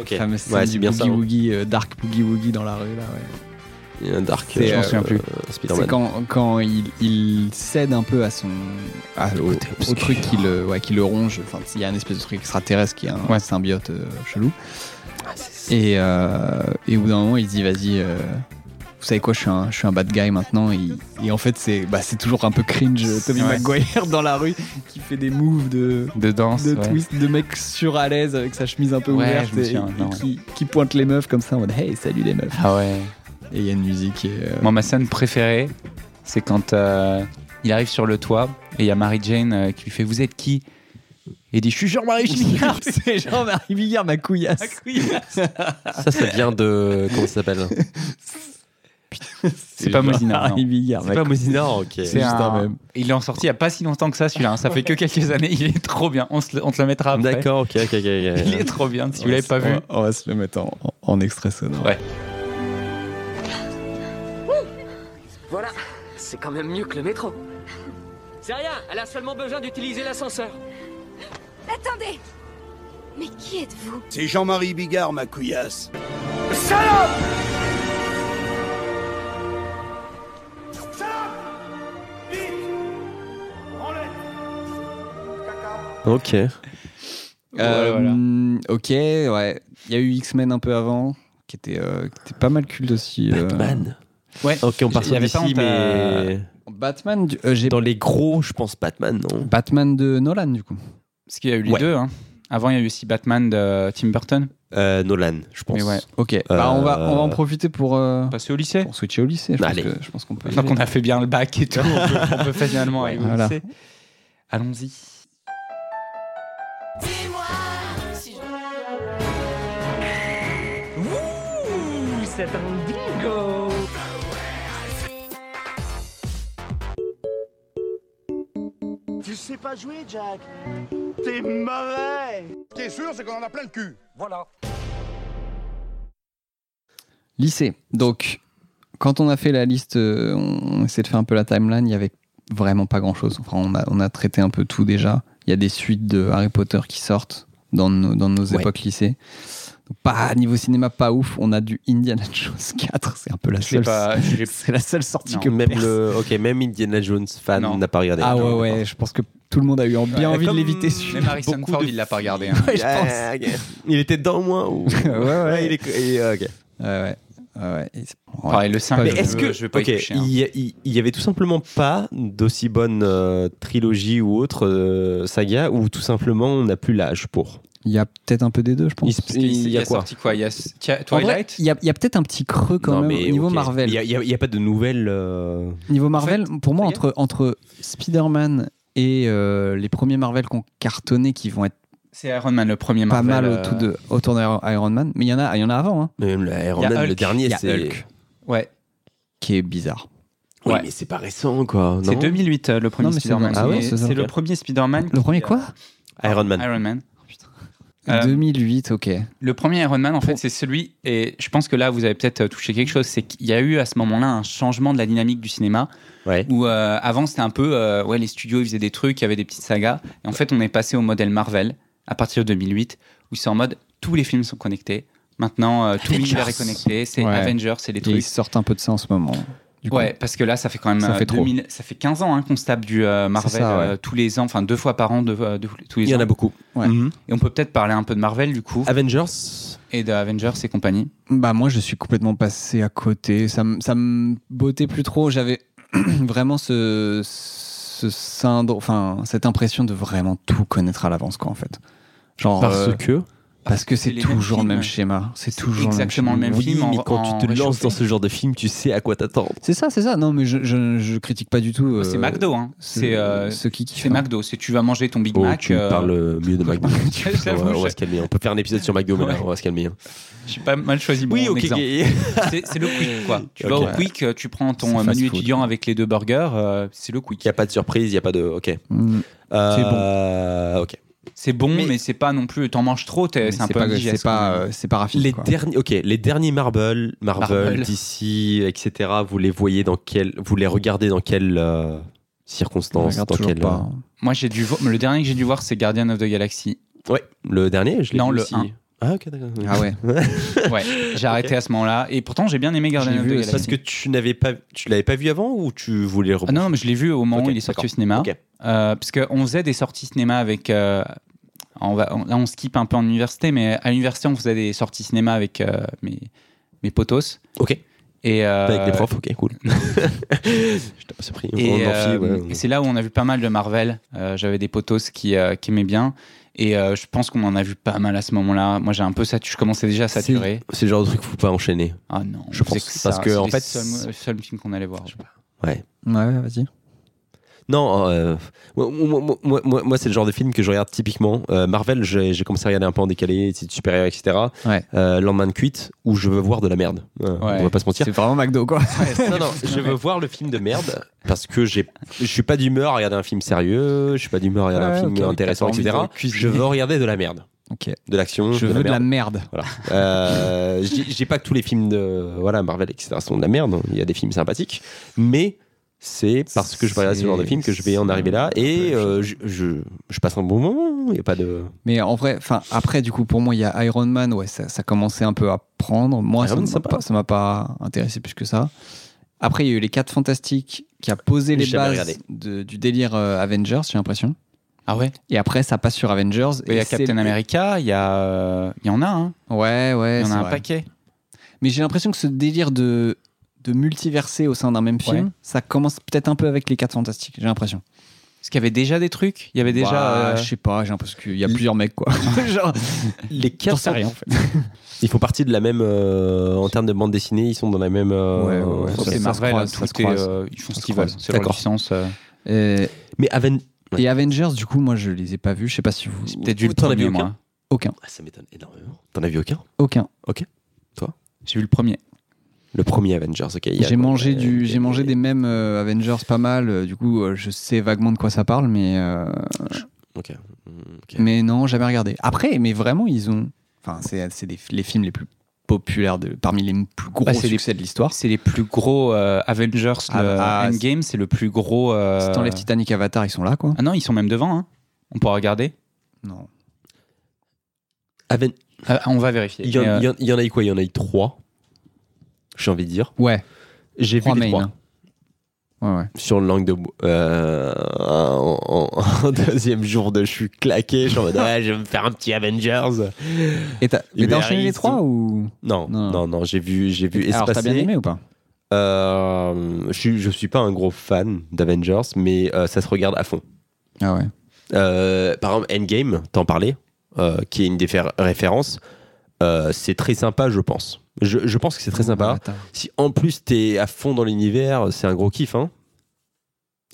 Speaker 3: Ok.
Speaker 2: fameuse scène
Speaker 3: Ouais,
Speaker 2: du
Speaker 3: c'est bien ça.
Speaker 2: Boogie
Speaker 3: hein.
Speaker 2: Woogie, euh, Dark Boogie Woogie dans la rue. Là, ouais.
Speaker 3: Il y a un Dark.
Speaker 2: C'est,
Speaker 3: euh,
Speaker 2: je m'en
Speaker 1: souviens plus.
Speaker 3: euh,
Speaker 2: C'est
Speaker 3: Spider-Man.
Speaker 2: quand, quand il, il cède un peu à son. à- au,
Speaker 3: Côté
Speaker 2: au
Speaker 3: obscur.
Speaker 2: truc qui le, ouais, qui le ronge. Enfin, il y a un espèce de truc extraterrestre qui est un
Speaker 1: Ouais.
Speaker 2: symbiote euh, chelou.
Speaker 3: Ah, c'est-
Speaker 2: Et, euh, et au bout d'un moment, il dit vas-y. euh, vous savez quoi, je suis un, je suis un bad guy maintenant. Et, et en fait, c'est bah, c'est toujours un peu cringe. Tommy
Speaker 1: Ouais.
Speaker 2: McGuire dans la rue qui fait des moves de,
Speaker 1: De danse.
Speaker 2: de
Speaker 1: ouais.
Speaker 2: twist de mec sur à l'aise avec sa chemise un peu
Speaker 1: Ouais,
Speaker 2: ouverte
Speaker 1: je me
Speaker 2: et,
Speaker 1: souviens,
Speaker 2: et
Speaker 1: non,
Speaker 2: qui, qui pointe les meufs comme ça en mode hey, salut les meufs.
Speaker 1: Ah ouais.
Speaker 2: Et il y a une musique. Et, euh,
Speaker 1: Moi, ma scène préférée, c'est quand euh, il arrive sur le toit et il y a Mary Jane euh, qui lui fait Vous êtes qui Et il dit Je suis Jean-Marie
Speaker 2: *laughs*
Speaker 1: Bigard.
Speaker 2: c'est Jean-Marie Bigard, ma couillasse.
Speaker 3: Ça, ça vient de. Comment ça s'appelle
Speaker 1: C'est pas Mosinard.
Speaker 2: Jean-Marie
Speaker 1: non.
Speaker 2: Bigard,
Speaker 3: C'est
Speaker 2: ma
Speaker 3: pas Mosinor, ok.
Speaker 1: C'est
Speaker 2: juste un
Speaker 1: un...
Speaker 2: mème.
Speaker 1: Il est en sorti il y a pas si longtemps que ça, celui-là. hein. Ça fait que quelques années. Il est trop bien. On, se le- on te le mettra après.
Speaker 3: D'accord, ok, ok, *laughs* ok.
Speaker 1: Il est
Speaker 3: ok.
Speaker 1: trop bien. Si vous
Speaker 2: On
Speaker 1: l'avez
Speaker 2: va-
Speaker 1: pas
Speaker 2: on
Speaker 1: vu,
Speaker 2: va- On va se le mettre en, en- en extrait sonore.
Speaker 1: Ouais.
Speaker 5: Voilà, c'est quand même mieux que le métro. C'est rien, elle a seulement besoin d'utiliser l'ascenseur.
Speaker 8: Attendez Mais qui êtes-vous
Speaker 7: C'est Jean-Marie Bigard, ma couillasse.
Speaker 3: Ok.
Speaker 2: Euh,
Speaker 1: Voilà,
Speaker 2: Ok, ouais. Il y a eu X-Men un peu avant, qui était, euh, qui était pas mal culte aussi. euh.
Speaker 3: Batman.
Speaker 1: Ouais.
Speaker 3: Ok, on part
Speaker 1: Il y avait pas
Speaker 3: d'ici,
Speaker 1: honte à-
Speaker 3: mais.
Speaker 2: Batman, du- euh, j'ai
Speaker 3: Dans les gros, je pense Batman, non
Speaker 2: Batman de Nolan du coup.
Speaker 1: parce qu'il y a eu les
Speaker 3: Ouais.
Speaker 1: deux. hein. Avant, il y a eu aussi Batman de Tim Burton.
Speaker 3: euh, Nolan, je pense.
Speaker 1: Mais ouais.
Speaker 2: Ok. Bah, on va on va en
Speaker 3: Euh,
Speaker 2: profiter pour. euh,
Speaker 1: Passé au lycée.
Speaker 2: pour switcher au lycée, je pense
Speaker 3: Allez.
Speaker 2: que- je pense qu'on peut. y
Speaker 1: Maintenant
Speaker 2: aller.
Speaker 1: qu'on a fait bien le bac et tout, on peut, on peut finalement aller au
Speaker 2: Voilà.
Speaker 1: lycée. Allons-y.
Speaker 5: Ouh, c'est un bingo
Speaker 9: Tu sais pas jouer, Jack. T'es mauvais.
Speaker 7: Ce qui est sûr, c'est qu'on en a plein le cul.
Speaker 5: Voilà.
Speaker 2: Lycée. Donc, quand on a fait la liste, euh, on on essaie de faire un peu la timeline. Il y avait vraiment pas grand chose. Enfin, on a, on a traité un peu tout déjà. Il y a des suites de Harry Potter qui sortent dans nos, dans nos
Speaker 3: Ouais.
Speaker 2: époques lycée. Donc, pas niveau cinéma, pas ouf. On a du Indiana Jones *laughs* 4. C'est un peu la
Speaker 1: Je l'ai
Speaker 2: seule.
Speaker 1: pas. je l'ai-
Speaker 2: C'est la seule sortie
Speaker 1: Non.
Speaker 2: que
Speaker 3: Même
Speaker 2: personne-
Speaker 3: le, ok, même Indiana Jones fan
Speaker 1: Non.
Speaker 3: n'a pas regardé.
Speaker 2: Ah ouais ouais. Je pense que tout le monde a eu bien envie de
Speaker 3: Comme
Speaker 2: l'éviter.
Speaker 1: Même
Speaker 2: *laughs* celui-là.
Speaker 1: Harrison
Speaker 3: Beaucoup
Speaker 1: Ford,
Speaker 3: de
Speaker 1: il l'a pas regardé. hein.
Speaker 2: Ouais, je pense.
Speaker 3: Ah, ok. Il était dedans, moi ou...
Speaker 2: Ouais, ouais.
Speaker 3: il est. et, euh, ok.
Speaker 2: Ouais, ouais. Ouais, ouais. Et c'est- ouais.
Speaker 1: Pareil, le 5,
Speaker 2: Mais
Speaker 1: je,
Speaker 3: Est-ce
Speaker 1: veux-
Speaker 3: que.
Speaker 1: je veux pas
Speaker 3: ok,
Speaker 1: y toucher. hein.
Speaker 3: il, y a- il- il y avait tout simplement pas d'aussi bonne euh, trilogie ou autre euh, saga où tout simplement on n'a plus l'âge pour.
Speaker 2: Il y a peut-être un peu des deux, je pense.
Speaker 3: Il, se-
Speaker 1: Parce qu'il
Speaker 3: il
Speaker 1: s'est-
Speaker 3: y a quoi
Speaker 1: sorti quoi Il y a s- Ti-
Speaker 2: En vrai,
Speaker 1: Twilight
Speaker 2: il y a, il y a peut-être un petit creux quand
Speaker 3: Non,
Speaker 2: même
Speaker 3: mais
Speaker 2: au niveau
Speaker 3: ok.
Speaker 2: Marvel.
Speaker 3: Il y a- Il n'y a, pas de nouvelles. euh,
Speaker 2: Niveau Marvel, pour moi,
Speaker 1: ça y est.
Speaker 2: entre, entre Spider-Man et euh, les premiers Marvel qu'on cartonné qui vont être
Speaker 1: C'est Iron Man, le premier
Speaker 2: pas
Speaker 1: Marvel.
Speaker 2: mal
Speaker 1: euh,
Speaker 2: autour, de, autour d'Iron Iron Man, mais il y en a, il y en a avant. hein.
Speaker 3: Même le Iron
Speaker 1: Il y a
Speaker 3: Man, le
Speaker 1: Hulk,
Speaker 3: dernier,
Speaker 2: il y a
Speaker 3: c'est.
Speaker 2: Hulk.
Speaker 1: Ouais.
Speaker 2: qui est bizarre.
Speaker 3: Oui,
Speaker 1: Ouais.
Speaker 3: mais c'est pas récent, quoi.
Speaker 1: C'est
Speaker 3: non
Speaker 1: 2008 euh, le premier
Speaker 2: Non, mais c'est
Speaker 1: Spider-Man.
Speaker 2: dans- ah ouais,
Speaker 1: Et
Speaker 2: c'est ça,
Speaker 1: c'est le
Speaker 3: ok.
Speaker 1: premier Spider-Man.
Speaker 2: Le premier quoi
Speaker 3: Iron Man.
Speaker 1: Iron Man.
Speaker 2: Oh,
Speaker 1: Euh,
Speaker 2: 2008, ok.
Speaker 1: Le premier Iron Man, en
Speaker 2: Oh.
Speaker 1: fait, c'est celui, et je pense que là, vous avez peut-être euh, touché quelque chose, c'est qu'il y a eu à ce moment-là un changement de la dynamique du cinéma,
Speaker 3: Ouais.
Speaker 1: où euh, avant, c'était un peu, euh, ouais, les studios, ils faisaient des trucs, il y avait des petites sagas, et en fait, on est passé au modèle Marvel, à partir de 2008, où c'est en mode, tous les films sont connectés, maintenant, euh, tout
Speaker 3: Avengers.
Speaker 1: l'univers est connecté, c'est
Speaker 2: Ouais.
Speaker 1: Avengers, c'est les
Speaker 2: Et ils
Speaker 1: trucs.
Speaker 2: sortent un peu de ça en ce moment. Du coup.
Speaker 1: Ouais, parce que là, ça fait quand même
Speaker 2: Ça
Speaker 1: euh,
Speaker 2: fait trop.
Speaker 1: 2000 ça fait 15 ans hein, qu'on se tape du euh, Marvel
Speaker 2: ça, ouais.
Speaker 1: euh, tous les ans, enfin deux fois par an, deux, euh, deux- tous les
Speaker 3: Il y en
Speaker 1: ans.
Speaker 3: a beaucoup. Ah.
Speaker 2: Ouais.
Speaker 3: Mhm.
Speaker 1: Et on peut peut-être parler un peu de Marvel du coup,
Speaker 3: Avengers.
Speaker 1: et de Avengers et compagnie.
Speaker 2: Bah moi je suis complètement passé à côté, ça me ça me bottait plus trop, j'avais *clears throat* vraiment ce ce syndrome enfin cette impression de vraiment tout connaître à l'avance quoi en fait. Genre
Speaker 3: Parce
Speaker 2: euh,
Speaker 3: que.
Speaker 2: parce que c'est
Speaker 1: les mêmes
Speaker 2: toujours le
Speaker 1: films.
Speaker 2: même schéma, c'est
Speaker 1: C'est
Speaker 2: toujours
Speaker 1: exactement le
Speaker 2: schéma.
Speaker 1: même
Speaker 3: oui,
Speaker 1: film en-
Speaker 3: mais quand
Speaker 1: en
Speaker 3: tu te lances
Speaker 1: réchauffé.
Speaker 3: dans ce genre de film, tu sais à quoi t'attendre.
Speaker 2: C'est ça, c'est ça. Non mais je je, je critique pas du tout euh,
Speaker 1: C'est McDo, hein.
Speaker 2: ce-
Speaker 1: C'est euh,
Speaker 2: ceux qui kiffent.
Speaker 1: c'est
Speaker 2: hein.
Speaker 1: McDo. C'est tu vas manger ton Big
Speaker 3: Oh,
Speaker 1: Mac.
Speaker 3: tu
Speaker 1: euh,
Speaker 3: parles
Speaker 1: *laughs*
Speaker 3: mieux de McDo.
Speaker 1: J'avoue,
Speaker 3: on va
Speaker 1: je-
Speaker 3: se calmer. On peut faire un épisode sur McDo, mais là, on va se calmer. hein.
Speaker 1: J'ai pas mal choisi mon exemple. C'est c'est le *laughs* quick, quoi. Tu vas
Speaker 3: Ok.
Speaker 1: au quick, euh, tu prends ton
Speaker 2: C'est
Speaker 1: euh, menu
Speaker 2: fast-food.
Speaker 1: étudiant avec les deux burgers. euh, c'est le
Speaker 3: Il n'y
Speaker 1: quick.
Speaker 3: a pas de surprise, il n'y a pas de. Ok.
Speaker 2: Mm.
Speaker 3: Euh, Ok.
Speaker 1: C'est bon,
Speaker 3: Mais-
Speaker 1: mais, c'est pas non plus. T'en manges trop. t'es-
Speaker 2: Mais
Speaker 1: C'est un
Speaker 2: C'est
Speaker 1: peu
Speaker 2: pas
Speaker 1: indigeste,
Speaker 2: c'est pas
Speaker 1: quand même.
Speaker 2: euh, c'est pas raffiné
Speaker 3: Les
Speaker 2: quoi.
Speaker 3: derniers, ok, les derniers Marvel, Marvel,
Speaker 1: Marvel.
Speaker 3: DC, etc. Vous les voyez dans quel, vous les regardez dans quelles euh,
Speaker 2: Je
Speaker 3: circonstances,
Speaker 2: regarde
Speaker 3: dans
Speaker 2: toujours
Speaker 3: quel.
Speaker 2: pas.
Speaker 1: Moi, j'ai dû voir. Le dernier que j'ai dû voir, c'est Guardian of the Galaxy.
Speaker 3: euh, Ouais, le dernier, je l'ai
Speaker 1: Non,
Speaker 3: vu
Speaker 1: le
Speaker 3: aussi.
Speaker 1: un.
Speaker 3: Ah ok, d'accord.
Speaker 2: Ah ouais.
Speaker 1: Ouais,
Speaker 3: *laughs*
Speaker 1: j'ai arrêté à ce moment-là. Et pourtant, j'ai bien aimé Guardian
Speaker 2: l'ai
Speaker 1: of the
Speaker 2: vu
Speaker 1: Galaxy.
Speaker 3: Parce que tu n'avais pas, tu l'avais pas vu avant ou tu voulais le
Speaker 1: Ah non, non, mais je l'ai vu au moment
Speaker 3: Ok,
Speaker 1: où il est sorti
Speaker 3: d'accord.
Speaker 1: au cinéma.
Speaker 3: Ok.
Speaker 1: Euh, parce qu'on faisait des sorties cinéma avec. euh, on va, on- là, on skip un peu en université, mais à l'université, on faisait des sorties cinéma avec euh, mes, mes potos.
Speaker 3: Ok.
Speaker 1: Et, euh,
Speaker 3: Avec les profs, ok,
Speaker 1: *laughs*
Speaker 3: cool. *laughs* je t'ai pas surpris.
Speaker 1: Et,
Speaker 3: On en
Speaker 1: euh,
Speaker 3: fit, ouais.
Speaker 1: et c'est là où on a vu pas mal de Marvel. Euh, J'avais des potos qui, euh, qui aimaient bien. Et euh, je pense qu'on en a vu pas mal à ce moment-là. Moi, j'ai un peu saturé. Je commençais déjà à saturer.
Speaker 3: C'est le genre de truc qu'il faut pas enchaîner.
Speaker 1: Ah non,
Speaker 3: Je
Speaker 1: faisait
Speaker 3: pense,
Speaker 1: que ça.
Speaker 3: parce que,
Speaker 1: C'est
Speaker 3: en
Speaker 1: les
Speaker 3: fait,
Speaker 1: seuls- le seul film qu'on allait voir.
Speaker 2: Ouais, vas-y.
Speaker 3: Non, euh, moi, moi, moi- moi- moi, c'est le genre de film que je regarde typiquement. Euh, Marvel, j'ai j'ai commencé à regarder un peu en décalé, titre supérieur, etc.
Speaker 2: Ouais.
Speaker 3: Euh, lendemain de cuite, où je veux voir de la merde. Euh,
Speaker 1: Ouais.
Speaker 3: On va pas se mentir.
Speaker 2: C'est vraiment McDo quoi.
Speaker 3: Non, non, je veux voir le film de merde parce que j'ai, je suis pas d'humeur à regarder un film sérieux, je suis pas d'humeur à regarder
Speaker 2: Ouais,
Speaker 3: un film
Speaker 2: Ah, ok, oui,
Speaker 3: intéressant,
Speaker 2: t'as pas
Speaker 3: etc.
Speaker 2: envie de
Speaker 3: Je
Speaker 2: cuisiner.
Speaker 3: veux regarder de la merde,
Speaker 2: OK.
Speaker 1: Mmh,
Speaker 3: de l'action,
Speaker 2: Je veux de la
Speaker 3: merde.
Speaker 2: merde.
Speaker 3: Voilà. Euh, je dis- je dis pas que tous les films de voilà Marvel, etc. sont de la merde. hein. Il y a des films sympathiques, mais c'est parce que je vais regarder ce genre de film que je vais en arriver là et euh, je, je- je passe un bon moment. hein. Il y a pas de.
Speaker 2: Mais en vrai, enfin après du coup pour moi il y a Iron Man, ouais ça, ça commençait un peu à prendre. Moi ça
Speaker 3: Iron Man,
Speaker 2: m'a
Speaker 3: sympa.
Speaker 2: pas, ça m'a pas intéressé plus que ça. Après il y a eu les 4 fantastiques qui a posé
Speaker 3: J'ai
Speaker 2: les
Speaker 3: jamais
Speaker 2: bases
Speaker 3: regardé.
Speaker 2: de- du délire euh, Avengers j'ai l'impression.
Speaker 1: Ah ouais
Speaker 2: Et après ça passe sur Avengers.
Speaker 1: Il y
Speaker 2: et
Speaker 1: a
Speaker 2: c'est-
Speaker 1: Captain America, il y, a, euh, il y en a, hein.
Speaker 2: Ouais
Speaker 1: il
Speaker 2: ouais.
Speaker 1: y en
Speaker 2: c'est
Speaker 1: a un
Speaker 2: vrai.
Speaker 1: paquet.
Speaker 2: Mais j'ai l'impression que ce délire de de multiverser au sein d'un même film, ça commence peut-être un peu avec les 4 fantastiques j'ai l'impression.
Speaker 1: Parce qu'il y avait déjà des trucs. Il y avait déjà.
Speaker 2: Bah,
Speaker 1: euh,
Speaker 2: je sais pas j'ai l'impression qu'il y a plusieurs mecs
Speaker 3: *laughs*
Speaker 2: quoi. Genre
Speaker 3: Les
Speaker 2: j'en
Speaker 3: quatre,
Speaker 2: sais rien en fait.
Speaker 3: ils font partie de la même euh, en termes de bande dessinée, ils sont dans la même. euh,
Speaker 2: Ouais, ouais, ouais.
Speaker 1: Ok,
Speaker 2: Ça- ça se
Speaker 1: Marvel,
Speaker 2: croise,
Speaker 1: tout
Speaker 2: ça se
Speaker 1: est,
Speaker 2: croise.
Speaker 1: euh, ils font
Speaker 2: Ça
Speaker 1: ce
Speaker 2: se
Speaker 1: qu'ils veulent.
Speaker 2: croise.
Speaker 1: C'est leur
Speaker 3: D'accord.
Speaker 1: licence. euh,
Speaker 2: Euh,
Speaker 3: Mais Aven- Ouais.
Speaker 2: Et Avengers, du coup, moi, je les ai pas vus. Je sais pas si vous.
Speaker 1: Peut-être du
Speaker 3: Ou t'en as vu
Speaker 1: premier,
Speaker 3: aucun
Speaker 1: moi.
Speaker 2: Aucun.
Speaker 3: Ah, ça m'étonne énormément. T'en as vu aucun
Speaker 2: Aucun.
Speaker 1: J'ai vu le premier.
Speaker 3: Le premier Avengers, ok. il y a-
Speaker 2: J'ai mangé,
Speaker 3: euh,
Speaker 2: du, j'ai
Speaker 3: euh,
Speaker 2: mangé des mêmes euh, Avengers pas mal. euh, Du coup, euh, je sais vaguement de quoi ça parle, mais, euh,
Speaker 3: Ok. Mm, ok.
Speaker 2: mais non, jamais regardé. Après, mais vraiment, ils ont. Enfin, c'est, c'est des- les films les plus populaires, de, parmi les plus gros
Speaker 1: Bah, c'est les-
Speaker 2: succès de l'histoire.
Speaker 1: C'est les plus gros euh, Avengers.
Speaker 2: Ah,
Speaker 1: le
Speaker 2: ah,
Speaker 1: Endgame, c'est le plus gros. euh,
Speaker 2: Si t'enlèves Titanic Avatar, ils sont là, quoi.
Speaker 1: Ah non, ils sont même devant. hein. On pourra regarder.
Speaker 2: Non.
Speaker 3: Aven-
Speaker 1: Ah, on va vérifier.
Speaker 3: Il y, en,
Speaker 1: Mais, euh,
Speaker 3: il y en- il y en a eu quoi Il y en a eu trois, j'ai envie de dire.
Speaker 2: Ouais,
Speaker 3: J'ai vu
Speaker 2: trois
Speaker 3: les
Speaker 2: main.
Speaker 3: trois
Speaker 2: hein. Ouais, ouais.
Speaker 3: sur le langue de bois. Euh, en, en- *laughs* en deuxième jour de je suis claqué, je suis en mode ouais, je vais me faire un petit Avengers.
Speaker 2: Et t'as, mais
Speaker 3: Uber
Speaker 2: t'as enchaîné les
Speaker 3: Eats,
Speaker 2: trois ou.
Speaker 3: Non, non,
Speaker 2: Non.
Speaker 3: non, j'ai vu, j'ai vu
Speaker 2: Alors, t'as bien
Speaker 3: espacer.
Speaker 2: aimé ou pas
Speaker 3: Euh, je, suis- je suis pas un gros fan d'Avengers, mais euh, ça se regarde à fond.
Speaker 2: Ah ouais.
Speaker 3: Euh, par exemple, Endgame, t'en parlais, euh, qui est une des fer- références. euh, c'est très sympa, je pense. Je, je pense que c'est très sympa.
Speaker 2: Avatar.
Speaker 3: Si en plus t'es à fond dans l'univers, c'est un gros kiff, hein.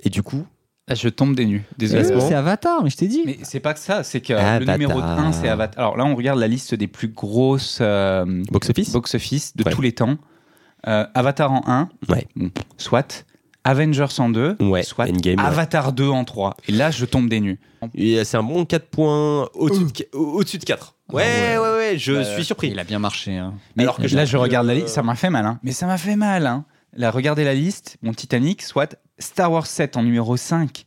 Speaker 3: Et du coup,
Speaker 1: ah, je tombe des nues.
Speaker 2: Eh,
Speaker 1: Désolé.
Speaker 3: Désolé.
Speaker 2: c'est Ah, Avatar, mais je t'ai dit.
Speaker 1: Mais c'est pas que ça. C'est que le
Speaker 3: Avatar.
Speaker 1: numéro 1, c'est Avatar. Alors là, on regarde la liste des plus grosses. euh,
Speaker 3: box office.
Speaker 1: box-office de
Speaker 3: Ouais.
Speaker 1: tous les temps. euh, Avatar en 1,
Speaker 3: Ouais.
Speaker 1: bon, soit. Avengers en 2,
Speaker 3: Ouais,
Speaker 1: soit.
Speaker 3: Endgame, ouais.
Speaker 1: Avatar 2 en 3. Et là, je tombe des nues.
Speaker 3: Et, euh, C'est un bon 4 points au-dessus de qu- au- au-dessus de 4.
Speaker 1: Ah
Speaker 3: Ouais, ouais, ouais, je
Speaker 2: Bah,
Speaker 3: suis surpris.
Speaker 2: Il a bien marché. hein.
Speaker 1: Mais
Speaker 3: Alors que
Speaker 1: là,
Speaker 3: je-
Speaker 1: je regarde la
Speaker 3: euh,
Speaker 1: liste, ça m'a fait mal. hein. Mais ça m'a fait mal. Hein. Là, regardez la liste. Mon Titanic, soit Star Wars 7 en numéro 5.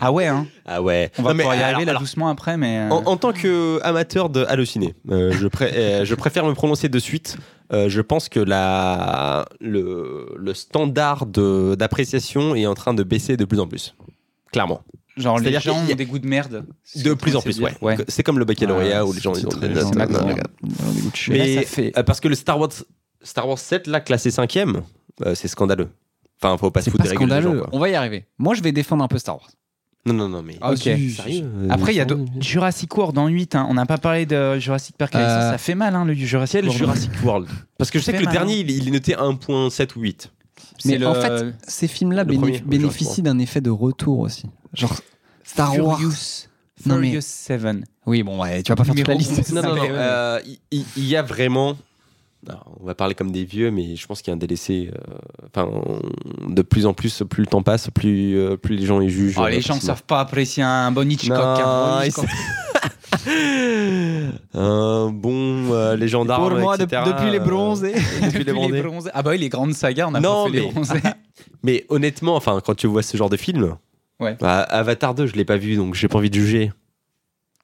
Speaker 1: ah ouais, hein.
Speaker 3: Ah ouais.
Speaker 1: on va
Speaker 3: Non, mais
Speaker 1: pouvoir y
Speaker 3: alors-
Speaker 1: arriver là
Speaker 3: alors,
Speaker 1: doucement après, mais. euh,
Speaker 3: En, en tant qu'amateur de halluciné, euh, je, pré- euh, je préfère me prononcer de suite. Euh, je pense que la, le, le standard de- d'appréciation est en train de baisser de plus en plus. Clairement.
Speaker 1: genre, les
Speaker 3: c'est-à-dire
Speaker 1: gens
Speaker 3: qu'il y a-
Speaker 1: ont des goûts de merde. C'est ce
Speaker 3: De
Speaker 1: que
Speaker 3: plus en
Speaker 1: je pensais
Speaker 3: plus, ouais.
Speaker 1: dire. ouais. Ah,
Speaker 3: C'est comme le baccalauréat où les gens
Speaker 2: C'est
Speaker 3: ils ont
Speaker 2: très
Speaker 3: des
Speaker 2: gentil,
Speaker 3: notes.
Speaker 1: maintenant.
Speaker 2: regarde. On est goût de chez.
Speaker 1: Mais
Speaker 3: Mais
Speaker 1: là, ça fait-
Speaker 3: euh, parce que le Star Wars, Star Wars 7, là, classé 5 e c'est scandaleux. Enfin, faut pas se
Speaker 2: C'est
Speaker 3: foutre
Speaker 2: pas
Speaker 3: des règles des gens.
Speaker 2: scandaleux.
Speaker 3: quoi.
Speaker 2: On va y arriver. Moi, je vais défendre un peu Star Wars.
Speaker 3: Non, non, non, mais.
Speaker 1: Ah, ok. Après, il y a do- Jurassic World en 8. hein. On n'a pas parlé de Jurassic Park.
Speaker 2: Euh,
Speaker 1: Ça, ça fait mal, hein, le Jurassic
Speaker 3: Quel
Speaker 1: World.
Speaker 3: Jurassic World Parce que je sais
Speaker 1: Fais
Speaker 3: que le
Speaker 1: mal, hein.
Speaker 3: dernier, il, il est noté à 1.7 ou 8.
Speaker 1: C'est
Speaker 2: Mais
Speaker 1: le-
Speaker 2: en fait, ces films-là
Speaker 3: le
Speaker 2: béné-
Speaker 3: premier, le
Speaker 2: bénéficient
Speaker 3: Jurassic
Speaker 2: d'un effet de retour aussi. Genre Star
Speaker 1: Furious.
Speaker 2: Wars. Non, mais-
Speaker 1: Furious 7.
Speaker 2: Oui, bon, ouais, tu vas pas faire toute la
Speaker 1: Numéro
Speaker 2: liste. *laughs*
Speaker 1: onze.
Speaker 3: Non, non, non.
Speaker 1: Ouais, ouais.
Speaker 3: euh, Il il- il y, a vraiment. Alors, on va parler comme des vieux, mais je pense qu'il y a un délaissé. euh, Enfin, on- de plus en plus, plus le temps passe, plus, euh, plus les gens les jugent.
Speaker 1: Oh,
Speaker 3: euh,
Speaker 1: les gens ne
Speaker 3: facilement.
Speaker 1: savent pas apprécier un bon Hitchcock.
Speaker 3: Non,
Speaker 1: hein.
Speaker 3: ils
Speaker 1: Hitchcock.
Speaker 3: *laughs* un bon euh, les gendarmes
Speaker 2: Pour moi, de-
Speaker 3: etc.,
Speaker 2: depuis les
Speaker 3: euh,
Speaker 2: bronzés.
Speaker 3: *laughs*
Speaker 1: *laughs*
Speaker 3: depuis les bronzés.
Speaker 1: bronzés. Ah bah oui, les grandes sagas, on a
Speaker 3: Non,
Speaker 1: pas fait les
Speaker 3: mais- *laughs*
Speaker 1: bronzés.
Speaker 3: mais honnêtement enfin quand tu vois ce genre de film
Speaker 1: Ouais.
Speaker 3: bah, Avatar 2 je l'ai pas vu donc j'ai pas envie de juger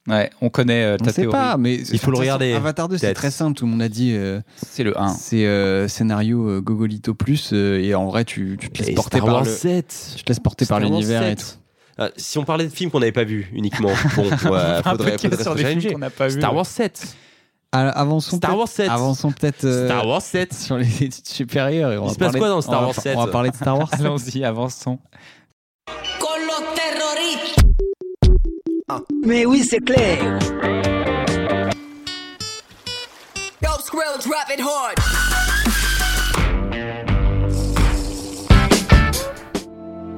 Speaker 1: Ouais, on connaît euh,
Speaker 2: On
Speaker 1: ta
Speaker 2: sait
Speaker 1: théorie.
Speaker 2: pas, mais
Speaker 3: Il faut le regarder,
Speaker 2: Avatar 2, c'est
Speaker 3: peut-être.
Speaker 2: très simple. Tout le monde a dit euh,
Speaker 1: C'est le 1.
Speaker 2: c'est euh, scénario euh, Gogolito plus euh, et en vrai, tu, tu te laisses
Speaker 3: Et
Speaker 2: porter
Speaker 3: Star
Speaker 2: par
Speaker 3: Wars
Speaker 2: le-
Speaker 3: 7
Speaker 2: tu te laisses porter par
Speaker 3: Star Wars
Speaker 2: l'univers et
Speaker 3: 7.
Speaker 2: tout.
Speaker 3: Ah, si on parlait de films qu'on n'avait pas vu uniquement bon ouais,
Speaker 1: Ah,
Speaker 3: faudrait, faudrait se challenger.
Speaker 1: n'a pas
Speaker 3: Star Wars 7
Speaker 2: Ah, Avançons
Speaker 3: Star
Speaker 2: peut-être-
Speaker 3: Wars 7
Speaker 2: avançons peut-être euh,
Speaker 3: Star Wars 7
Speaker 2: sur les études supérieures. et on
Speaker 3: Il
Speaker 2: va
Speaker 3: se passe
Speaker 2: parler-
Speaker 3: quoi dans Star
Speaker 2: on va-
Speaker 3: Wars 7?
Speaker 2: On va parler de
Speaker 3: *laughs*
Speaker 2: Star Wars 7.
Speaker 1: Allons-y, *laughs* avançons.
Speaker 4: Mais oui, c'est clair.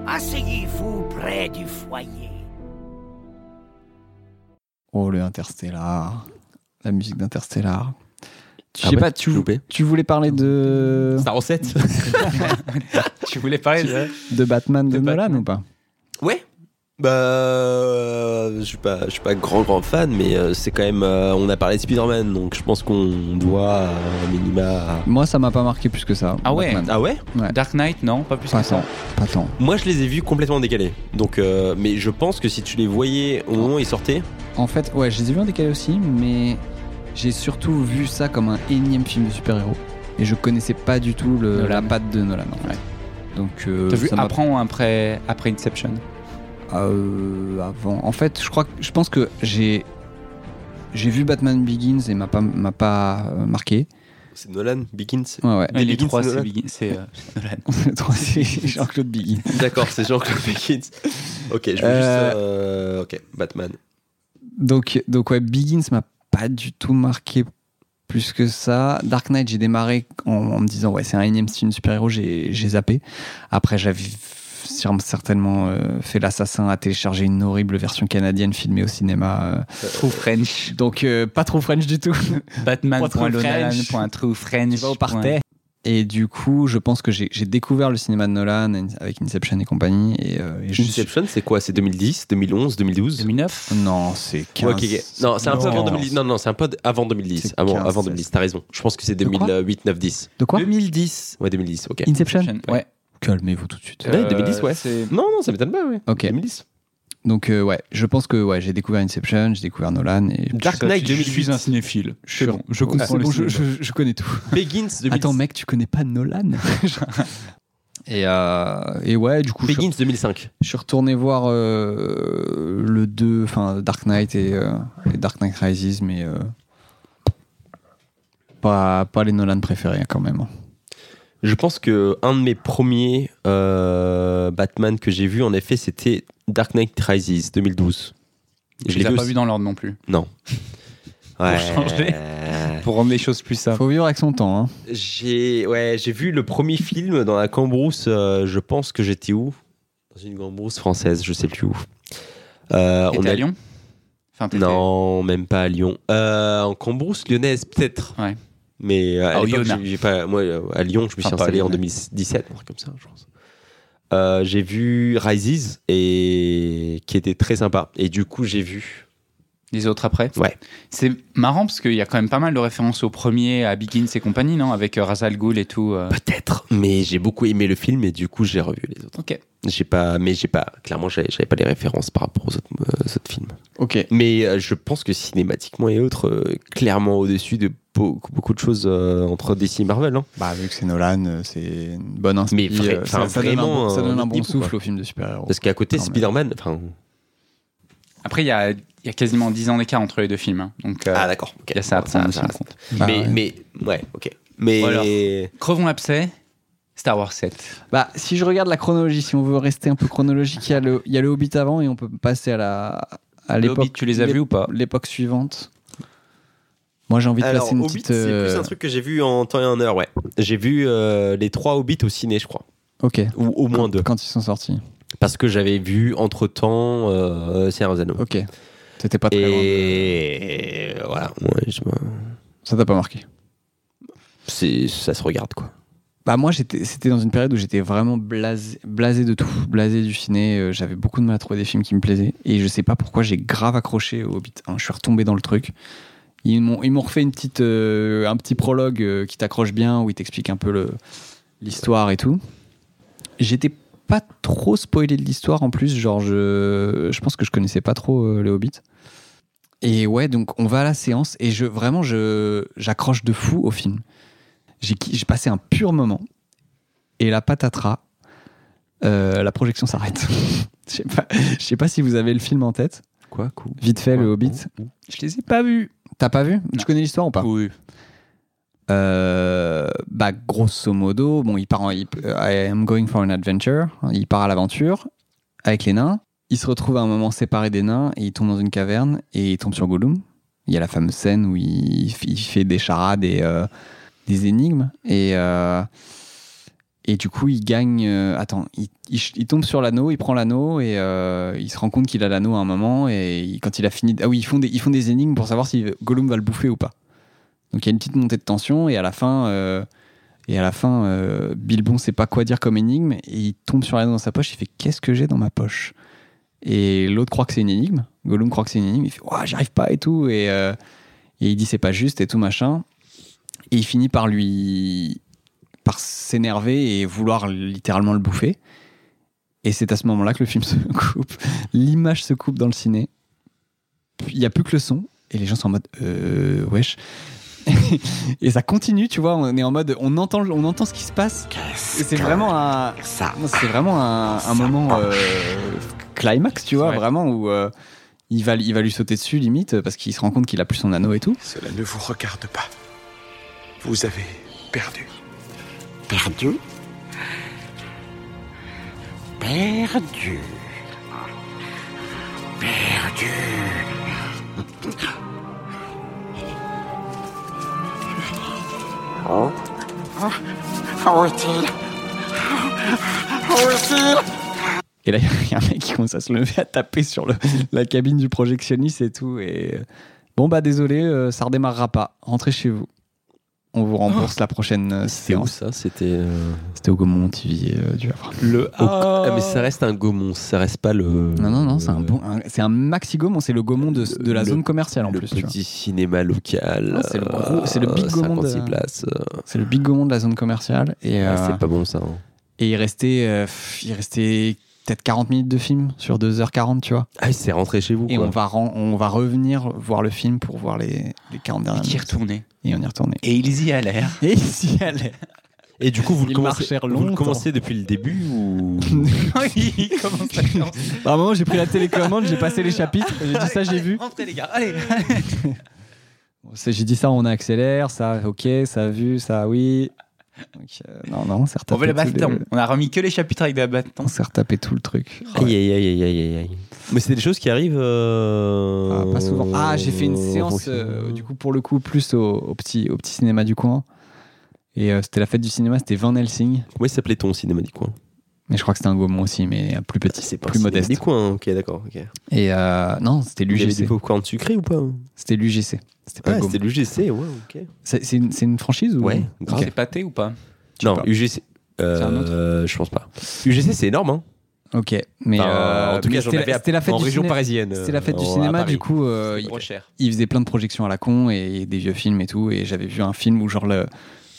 Speaker 9: Asseyez-vous près du foyer.
Speaker 2: Oh, le Interstellar. La musique d'Interstellar. Je
Speaker 3: Ah
Speaker 2: sais
Speaker 3: ouais,
Speaker 2: pas,
Speaker 3: tu l'as
Speaker 2: tu,
Speaker 3: loupé.
Speaker 2: tu voulais parler de,
Speaker 3: Star Wars 7
Speaker 1: *laughs* Tu voulais parler de...
Speaker 2: de Batman de,
Speaker 1: De
Speaker 2: Nolan
Speaker 1: Batman.
Speaker 2: ou pas
Speaker 3: Ouais. Bah, euh, je suis pas, je suis pas grand grand fan, mais euh, c'est quand même, euh, on a parlé de Spider-Man, donc je pense qu'on doit euh, un minima.
Speaker 2: Moi, ça m'a pas marqué plus que ça.
Speaker 1: Ah ouais.
Speaker 2: Batman.
Speaker 3: Ah ouais
Speaker 1: Dark Knight, non, pas plus
Speaker 2: Pas
Speaker 1: que ça.
Speaker 2: tant. Pas tant.
Speaker 3: Moi, je les ai vus complètement décalés. Donc, euh, mais je pense que si tu les voyais au moment où ils sortaient,
Speaker 2: En fait, ouais, je les ai vus en décalé aussi, mais j'ai surtout vu ça comme un énième film de super-héros. Et je connaissais pas du tout le-
Speaker 1: Nolan.
Speaker 2: la patte de Nolan. En fait.
Speaker 1: Ouais.
Speaker 2: Donc, euh,
Speaker 1: T'as vu
Speaker 2: ça m'a-
Speaker 1: Apprends après, après Inception
Speaker 2: Euh, avant. En fait, je crois que je pense que j'ai j'ai vu Batman Begins et m'a pas m'a pas euh, marqué.
Speaker 3: c'est Nolan, Begins.
Speaker 2: Ouais ouais. *laughs*
Speaker 1: Mais Les
Speaker 3: Begins,
Speaker 1: trois,
Speaker 3: c'est
Speaker 1: c'est
Speaker 3: Nolan.
Speaker 1: Begin- *laughs* c'est, euh, c'est Nolan.
Speaker 2: Toi, c'est Jean-Claude Begins.
Speaker 3: D'accord, c'est Jean-Claude *laughs* Begins. Ok, je veux
Speaker 2: Euh,
Speaker 3: juste. euh, ok, Batman.
Speaker 2: Donc donc ouais, Begins m'a pas du tout marqué plus que ça. Dark Knight, j'ai démarré en, en me disant ouais, c'est un énième film super-héros, j'ai j'ai zappé. Après j'avais sûrement- certainement euh, fait l'assassin à télécharger une horrible version canadienne filmée au cinéma.
Speaker 1: True French.
Speaker 2: euh. Donc euh, pas trop French du tout. Point True French.
Speaker 1: Batman.lolan.truefrench.
Speaker 2: Je sais pas où partait. Et du coup, je pense que j'ai j'ai découvert le cinéma de Nolan avec Inception et compagnie. Et, euh, et je suis-
Speaker 3: Inception, c'est quoi C'est 2010, 2011, 2012.
Speaker 1: 2009
Speaker 2: Non, c'est 15.
Speaker 3: Ouais, ok, ok. Non, c'est un peu avant
Speaker 2: 15.
Speaker 3: 2010. Non, non, c'est un peu d- avant 2010.
Speaker 2: C'est
Speaker 3: Avant,
Speaker 2: 15,
Speaker 3: avant
Speaker 2: 16.
Speaker 3: 2010, t'as raison. Je pense que c'est
Speaker 2: De quoi
Speaker 3: 2008, 9, 10.
Speaker 2: De quoi
Speaker 1: 2010.
Speaker 3: Ouais, 2010, ok.
Speaker 2: Inception
Speaker 1: Ouais.
Speaker 2: Calmez-vous tout de suite.
Speaker 3: Ouais, 2010, ouais.
Speaker 1: Euh, c'est-
Speaker 3: Non, non, ça m'étonne pas, ouais.
Speaker 2: Ok. *laughs*
Speaker 3: 2010.
Speaker 2: Donc, euh, ouais, je pense que ouais, j'ai découvert Inception, j'ai découvert Nolan. Et
Speaker 3: Dark Knight
Speaker 1: Je
Speaker 3: 2008.
Speaker 1: suis un cinéphile.
Speaker 2: je suis
Speaker 1: bon, je comprends
Speaker 2: C'est
Speaker 1: le
Speaker 2: bon, je,
Speaker 1: cinéma.
Speaker 2: je- je connais tout.
Speaker 3: Begins 2010.
Speaker 2: Attends, mec, tu connais pas Nolan *laughs* et, euh, et ouais, du coup, je,
Speaker 3: Begins 2005.
Speaker 2: je suis retourné voir euh, le 2, enfin Dark Knight et, euh, et Dark Knight Rises, mais euh, pas, pas les Nolan préférés hein, quand même.
Speaker 3: Je pense que un de mes premiers euh, Batman que j'ai vu, en effet, c'était Dark Knight Rises 2012.
Speaker 1: Je les ai
Speaker 3: vu
Speaker 1: pas
Speaker 3: aussi.
Speaker 1: vus dans l'ordre non plus.
Speaker 3: Ouais.
Speaker 1: changer. Pour rendre les choses plus simples.
Speaker 2: Faut vivre avec son temps. Hein.
Speaker 3: J'ai ouais, j'ai vu le premier film dans la cambrousse. euh, je pense que j'étais où Dans une cambrousse française, je sais plus où. Euh,
Speaker 1: T'étais
Speaker 3: a-
Speaker 1: à Lyon Enfin, t'étais-
Speaker 3: Non, même pas à Lyon. Euh, en Cambrousse lyonnaise, peut-être.
Speaker 1: Ouais.
Speaker 3: Mais euh, à
Speaker 1: Ah, au
Speaker 3: l'époque,
Speaker 1: Yona.
Speaker 3: j'ai- j'ai pas, moi, euh, à Lyon, je me suis
Speaker 1: Enfin, pas
Speaker 3: installé
Speaker 1: au
Speaker 3: en
Speaker 1: Yona.
Speaker 3: 2017, un truc comme ça, je pense. Euh, j'ai vu Rises, et... qui était très sympa. Et du coup, j'ai vu.
Speaker 1: Les autres après
Speaker 3: Ouais.
Speaker 1: C'est marrant parce qu'il y a quand même pas mal de références au premier, à Begins et compagnie, non Avec euh, Ra's al Ghul et tout. euh.
Speaker 3: Peut-être, mais j'ai beaucoup aimé le film, et du coup, j'ai revu les autres.
Speaker 1: Ok.
Speaker 3: J'ai pas, mais j'ai pas, clairement, j'avais j'avais pas les références par rapport aux autres, euh, aux autres films.
Speaker 2: Ok.
Speaker 3: Mais euh, je pense que cinématiquement et autres, euh, clairement au-dessus de beaucoup, beaucoup de choses euh, entre DC et Marvel. hein.
Speaker 2: Bah, vu que c'est Nolan, euh, c'est une bonne inspi.
Speaker 3: Mais vra-
Speaker 2: euh,
Speaker 3: enfin,
Speaker 2: ça, ça donne un
Speaker 3: vraiment,
Speaker 2: bon, ça
Speaker 3: euh,
Speaker 2: donne un
Speaker 3: autre
Speaker 2: bon
Speaker 3: niveau,
Speaker 2: souffle
Speaker 3: quoi.
Speaker 2: au film de super-héros.
Speaker 3: Parce qu'à côté,
Speaker 2: Non, mais-
Speaker 3: Spider-Man. enfin
Speaker 1: Après, il y a, il y a quasiment 10 ans d'écart entre les deux films. hein. Donc, euh,
Speaker 3: Ah, d'accord. ok.
Speaker 1: il y a ça à prendre aussi en compte.
Speaker 2: Bah,
Speaker 3: mais,
Speaker 2: ouais.
Speaker 3: mais, ouais, ok. Mais.
Speaker 1: Ou alors- Crevons l'abcès, Star Wars 7.
Speaker 2: Bah, si je regarde la chronologie, si on veut rester un peu chronologique, il y, a le- il y a le Hobbit avant et on peut passer à la à
Speaker 1: Les
Speaker 2: l'époque.
Speaker 1: tu les as vus ou pas
Speaker 2: L'époque suivante. Moi, j'ai envie de
Speaker 3: Alors,
Speaker 2: placer une
Speaker 3: Hobbit,
Speaker 2: petite.
Speaker 3: c'est
Speaker 2: euh,
Speaker 3: plus un truc que j'ai vu en temps et en heure, ouais. J'ai vu euh, les trois Hobbits au ciné, je crois.
Speaker 2: Ok.
Speaker 3: Ou au moins
Speaker 2: Quand-
Speaker 3: deux.
Speaker 2: Quand ils sont sortis.
Speaker 3: Parce que j'avais vu entre temps euh, Seigneur des Anneaux.
Speaker 2: Ok. euh, C'était pas très loin.
Speaker 3: Et. Voilà. Ouais, je me-
Speaker 2: Ça t'a pas marqué.
Speaker 3: c'est- Ça se regarde, quoi.
Speaker 2: Bah moi j'étais c'était dans une période où j'étais vraiment blasé, blasé de tout, blasé du ciné, euh, j'avais beaucoup de mal à trouver des films qui me plaisaient et je sais pas pourquoi j'ai grave accroché au Hobbit 1, je suis retombé dans le truc. Ils m'ont ils m'ont refait une petite euh, un petit prologue euh, qui t'accroche bien où ils t'expliquent un peu le l'histoire et tout. J'étais pas trop spoilé de l'histoire en plus, genre je je pense que je connaissais pas trop euh, le Hobbit. Et ouais, donc on va à la séance et je vraiment je j'accroche de fou au film j'ai ki- j'ai passé un pur moment et la patatras, euh, la projection s'arrête. *laughs* Je sais pas- je sais pas si vous avez le film en tête.
Speaker 3: Quoi, cool.
Speaker 2: Vite fait, le Hobbit.
Speaker 1: Je les ai pas vus.
Speaker 2: T'as pas vu Tu
Speaker 1: Non.
Speaker 2: connais l'histoire ou pas
Speaker 1: Oui.
Speaker 2: Euh, Bah, grosso modo, bon, il part en. il- euh, I am going for an adventure. Il part à l'aventure avec les nains. Il se retrouve à un moment séparé des nains et il tombe dans une caverne et il tombe sur Gollum. Il y a la fameuse scène où il, il fait des charades et euh, des énigmes. Et, euh, et du coup, il gagne. euh, attends, il, il ch- il tombe sur l'anneau, il prend l'anneau et euh, il se rend compte qu'il a l'anneau à un moment. Et il- quand il a fini. Ah oui, ils font des, ils font des énigmes pour savoir si Gollum va le bouffer ou pas. Donc il y a une petite montée de tension et à la fin. euh, et à la fin, euh, Bilbon sait pas quoi dire comme énigme et il tombe sur l'anneau dans sa poche. Il fait Qu'est-ce que j'ai dans ma poche Et l'autre croit que c'est une énigme. Gollum croit que c'est une énigme. Il fait Ouah, j'arrive pas et tout. Et, euh, et il dit C'est pas juste et tout machin. Et il finit par lui. par s'énerver et vouloir littéralement le bouffer. Et c'est à ce moment-là que le film *laughs* se coupe. L'image se coupe dans le ciné. Puis, Il y a plus que le son. Et les gens sont en mode Euh, wesh. et ça continue, tu vois. On est en mode On entend, on entend ce qui se passe. Et C'est vraiment un.
Speaker 7: Ça.
Speaker 2: Moi, C'est vraiment un, un moment euh, climax, tu vois,
Speaker 1: Ouais.
Speaker 2: vraiment où euh, il, va, il va lui sauter dessus limite parce qu'il se rend compte qu'il a plus son anneau et tout.
Speaker 10: Cela ne vous regarde pas. Vous avez perdu.
Speaker 9: Perdu Perdu. Perdu. Oh. Où est-il Où est-il
Speaker 2: Et là, *laughs* il y a un mec qui commence à se lever, à taper sur le- la cabine du projectionniste et tout. Et euh, bon, bah désolé, euh, ça redémarrera pas. Rentrez chez vous. On vous rembourse la prochaine euh,
Speaker 3: C'était où
Speaker 2: séance.
Speaker 3: ça C'était. euh,
Speaker 2: C'était au Gaumont-Tivier euh, du Havre.
Speaker 3: Le Ah, mais ça reste un Gaumont, ça reste pas le. euh,
Speaker 2: Non, non, non, c'est un, bon, un- c'est un maxi Gaumont, c'est Euh, le Gaumont de, de la
Speaker 3: Le-
Speaker 2: zone commerciale en
Speaker 3: le
Speaker 2: plus. tu vois.
Speaker 3: petit cinéma local.
Speaker 2: Non, Ah, c'est le
Speaker 3: euh,
Speaker 2: gros- c'est le big Gaumont de-
Speaker 3: 56 places. euh,
Speaker 2: C'est le big Gaumont de la zone commerciale. Et,
Speaker 3: ah,
Speaker 2: euh,
Speaker 3: c'est pas bon ça. hein.
Speaker 2: Et il restait, euh, pff, il restait peut-être 40 minutes de film sur 2h40, tu vois.
Speaker 3: Ah, c'est rentré chez vous.
Speaker 2: Et
Speaker 3: quoi.
Speaker 2: on va, ren- on va revenir voir le film pour voir les, les 40 dernières
Speaker 1: Ah, Qui
Speaker 2: minutes.
Speaker 1: retournaient.
Speaker 2: Et on y retournait.
Speaker 1: Et ils y allèrent.
Speaker 2: Et ici, elle *laughs* est.
Speaker 3: Et du coup, vous le,
Speaker 2: Ils
Speaker 3: commencez,
Speaker 2: marchèrent
Speaker 3: vous le
Speaker 2: longtemps.
Speaker 3: commencez depuis le début
Speaker 2: *laughs*
Speaker 3: ou
Speaker 1: *laughs* oui, comment ça commence
Speaker 2: À un moment, j'ai pris la télécommande, j'ai passé *laughs* les chapitres, j'ai dit ça, j'ai vu.
Speaker 1: Rentrez les gars, allez
Speaker 2: *laughs* Bon, c'est- J'ai dit ça, on accélère, ça, ok, ça, vu, ça, oui. Donc, euh, non, non, c'est
Speaker 1: On
Speaker 2: retapé.
Speaker 1: veut le
Speaker 2: tout
Speaker 1: bâton.
Speaker 2: le-
Speaker 1: On a remis que les chapitres avec des
Speaker 2: On
Speaker 1: bâtons.
Speaker 2: s'est retapé tout le truc.
Speaker 3: Aïe aïe aïe aïe aïe aïe, aïe. Mais c'est des choses qui arrivent. euh,
Speaker 2: Ah, pas souvent. Ah, j'ai fait une
Speaker 3: en
Speaker 2: séance,
Speaker 3: fonction-
Speaker 2: euh, du coup, pour le coup, plus au, au petit, au petit cinéma du coin. Et euh, c'était la fête du cinéma, c'était Van Helsing.
Speaker 3: Comment il s'appelait ton cinéma du coin
Speaker 2: Mais je crois que c'était un Gaumont aussi, mais plus petit,
Speaker 3: C'est pas
Speaker 2: plus
Speaker 3: c'est
Speaker 2: modeste.
Speaker 3: Du coin, hein. ok, d'accord. ok.
Speaker 2: Et euh, non, c'était
Speaker 3: Il y avait du
Speaker 2: l'UGC.
Speaker 3: popcorn sucré ou pas hein.
Speaker 2: C'était l'UGC. C'était pas
Speaker 3: Ah,
Speaker 2: Gaumont.
Speaker 3: c'était l'UGC, ouais, ok.
Speaker 2: C'est c'est une, c'est une franchise ou
Speaker 3: Ouais,
Speaker 2: Ok.
Speaker 3: grave.
Speaker 1: C'est pâté ou pas
Speaker 3: Non,
Speaker 2: pas.
Speaker 3: UGC.
Speaker 1: C'est un
Speaker 3: Euh, je pense pas. UGC, c'est énorme, hein
Speaker 2: Ok, mais
Speaker 3: Enfin,
Speaker 2: euh,
Speaker 3: En tout
Speaker 2: mais
Speaker 3: cas, j'en
Speaker 2: c'était la-
Speaker 3: avais à-
Speaker 2: c'était la fête
Speaker 3: en
Speaker 2: du
Speaker 3: région
Speaker 2: ciné-
Speaker 3: parisienne.
Speaker 2: C'était la fête du
Speaker 3: euh, à
Speaker 2: cinéma,
Speaker 3: Paris.
Speaker 2: du coup, euh,
Speaker 1: Trop
Speaker 2: il,
Speaker 1: cher.
Speaker 2: il faisait plein de projections à la con et des vieux films et tout. Et j'avais vu un film où, genre, le,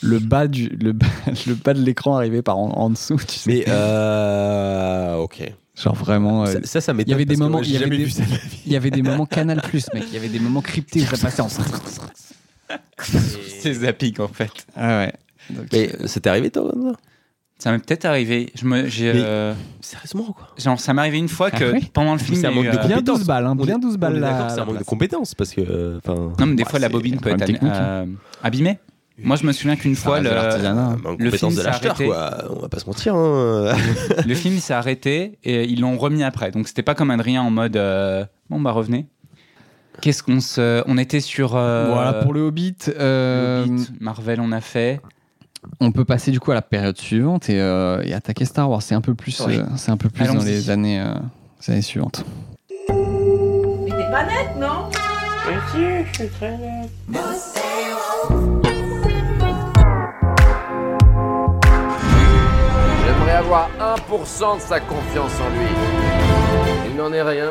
Speaker 2: le, bas, du, le, bas, *laughs* le bas de l'écran arrivait par en, en dessous, tu sais.
Speaker 3: Mais, euh, ok.
Speaker 2: genre, vraiment. euh,
Speaker 3: Ça, ça, ça m'étonne.
Speaker 2: Il y avait des
Speaker 3: parce que
Speaker 2: moments-
Speaker 3: moi,
Speaker 2: il y
Speaker 3: J'ai
Speaker 2: avait
Speaker 3: jamais
Speaker 2: des-
Speaker 3: vu ça *laughs* de ma vie.
Speaker 2: il y avait des moments Canal, mec. Il y avait des moments cryptés où ça passait en.
Speaker 1: C'est zapping en fait.
Speaker 2: Ah ouais. Donc,
Speaker 3: Mais c'était arrivé, toi, comme ça
Speaker 1: Ça m'est peut-être arrivé. Je me, j'ai,
Speaker 3: Mais-
Speaker 1: euh,
Speaker 3: Sérieusement, quoi.
Speaker 1: genre, ça m'est arrivé une fois
Speaker 2: Ah
Speaker 1: que
Speaker 2: oui
Speaker 1: pendant le film,
Speaker 3: C'est un
Speaker 1: il y a eu,
Speaker 3: manque de
Speaker 1: euh,
Speaker 2: bien
Speaker 3: compétence.
Speaker 2: 12 balles, hein,
Speaker 3: On
Speaker 2: bien
Speaker 3: est-
Speaker 2: 12 balles
Speaker 3: on est
Speaker 2: là.
Speaker 3: d'accord, c'est un manque de
Speaker 2: place.
Speaker 3: compétences parce que. enfin,
Speaker 1: Non, mais des
Speaker 3: bah,
Speaker 1: fois, la
Speaker 3: c'est
Speaker 1: bobine peut
Speaker 2: Ah, problème
Speaker 1: être
Speaker 2: technique, hein.
Speaker 1: euh, abîmée. Moi, je me souviens qu'une fois,
Speaker 2: reste de
Speaker 1: le,
Speaker 2: l'artisanat.
Speaker 3: un manque de
Speaker 1: Le
Speaker 3: compétences
Speaker 1: film
Speaker 3: de
Speaker 1: s'est
Speaker 3: l'acheteur,
Speaker 1: arrêté.
Speaker 3: quoi. On va pas se mentir. hein.
Speaker 1: *laughs*
Speaker 3: *laughs*
Speaker 1: le film s'est arrêté et ils l'ont remis après. Donc, c'était pas comme Adrien en mode euh, bon, bah, revenez. Qu'est-ce qu'on se. On était sur. euh,
Speaker 2: Voilà, pour le Hobbit, euh,
Speaker 1: Hobbit, Marvel, on a fait.
Speaker 2: on peut passer du coup à la période suivante et, euh, et attaquer Star Wars. C'est un peu plus,
Speaker 1: Oui.
Speaker 2: euh, c'est un peu plus dans
Speaker 1: Allons-y.
Speaker 2: les années, euh, les années suivantes.
Speaker 11: Mais t'es pas nette, non
Speaker 7: J'aimerais avoir 1% de sa confiance en lui. Il n'en est rien.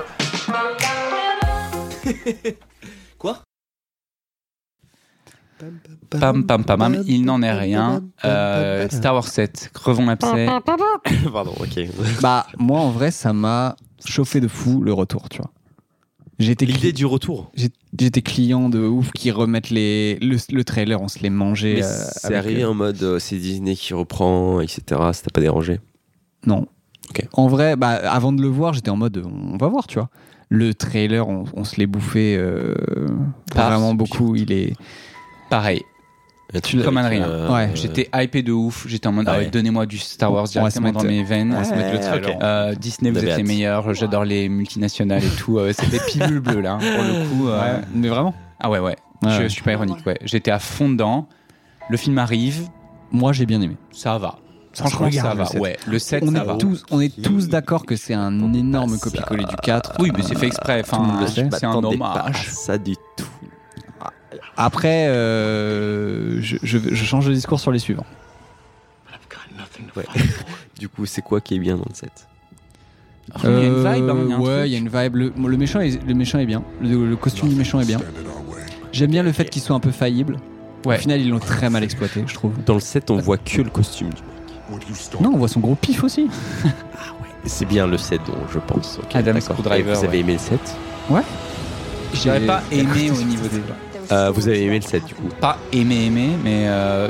Speaker 1: Pam, pam, pam, pam. Il n'en est rien. Euh, Star Wars 7, crevons l'abcès.
Speaker 3: Pardon, ok.
Speaker 2: Bah, moi en vrai, ça m'a chauffé de fou le retour, tu vois. J'étais
Speaker 3: L'idée
Speaker 2: cli-
Speaker 3: du retour.
Speaker 2: j'ai- j'étais client de ouf qui remettent les, le, le trailer, on se les mangeait.
Speaker 3: Mais
Speaker 2: euh,
Speaker 3: c'est
Speaker 2: avec,
Speaker 3: arrivé
Speaker 2: euh,
Speaker 3: en mode euh, c'est Disney qui reprend, etc. Ça t'a pas dérangé
Speaker 2: Non.
Speaker 3: Ok.
Speaker 2: En vrai, bah, avant de le voir, j'étais en mode on va voir, tu vois. Le trailer, on, on se l'est bouffé euh,
Speaker 1: Ah,
Speaker 2: vraiment
Speaker 1: c'est
Speaker 2: beaucoup. Il est.
Speaker 1: Pareil.
Speaker 3: Un truc
Speaker 1: Comme
Speaker 3: avec,
Speaker 1: Adrien.
Speaker 3: euh,
Speaker 2: Ouais,
Speaker 3: euh,
Speaker 1: J'étais hypé de ouf. J'étais en mode,
Speaker 3: Ah
Speaker 1: ah ouais,
Speaker 3: ouais.
Speaker 1: donnez-moi du Star
Speaker 2: On
Speaker 1: Wars
Speaker 2: va se
Speaker 1: directement
Speaker 2: mettre-
Speaker 1: dans mes veines.
Speaker 2: on va se mettre le trailer.
Speaker 1: Euh, Disney, vous
Speaker 3: J'avais
Speaker 1: êtes les
Speaker 3: hâte.
Speaker 1: meilleurs. J'adore les multinationales et tout. Euh, C'était pilule bleue là, hein, pour le coup. euh.
Speaker 2: Mais vraiment.
Speaker 1: Ah ouais, ouais. Je, je suis pas ironique. Ouais, j'étais à fond dedans. Le film arrive,
Speaker 2: Moi, j'ai bien aimé.
Speaker 1: ça va.
Speaker 2: Ça se
Speaker 1: Franchement,
Speaker 2: regarde,
Speaker 1: ça
Speaker 2: le
Speaker 1: va.
Speaker 2: sept.
Speaker 1: Ouais, le 7,
Speaker 2: on,
Speaker 1: ça hein.
Speaker 2: est
Speaker 1: va.
Speaker 2: tous, on est tous
Speaker 3: Qui-
Speaker 2: d'accord que c'est un énorme copier-coller du 4.
Speaker 1: Oui, mais c'est fait exprès. Enfin,
Speaker 2: le sait.
Speaker 1: c'est un
Speaker 3: m'attendais Bah, pas à
Speaker 1: hommage.
Speaker 3: Ça du tout.
Speaker 2: Après, euh, je, je- je change de discours sur les suivants.
Speaker 3: Ouais. du coup, c'est quoi qui est bien dans le set
Speaker 1: Il y a une vibe, hein, il y a un
Speaker 2: Euh, ouais,
Speaker 1: truc.
Speaker 2: il y a une vibe. Le, le méchant, est, le méchant est bien. Le, le costume du méchant est bien. J'aime bien le fait qu'il soit un peu faillible.
Speaker 1: Ouais.
Speaker 2: Au final, ils l'ont très mal exploité, je trouve.
Speaker 3: Dans le set, on voit que le costume. du-
Speaker 2: Non, on voit son gros pif aussi.
Speaker 3: C'est bien le set dont je pense. ok,
Speaker 1: Adam
Speaker 3: d'accord.
Speaker 1: Screwdriver,
Speaker 3: Et Vous avez
Speaker 1: ouais.
Speaker 3: aimé le set
Speaker 1: J'aurais
Speaker 2: J'ai-
Speaker 1: pas
Speaker 2: *laughs*
Speaker 1: aimé au niveau des.
Speaker 3: Euh, Vous avez aimé le set du coup
Speaker 1: pas aimé aimé mais euh,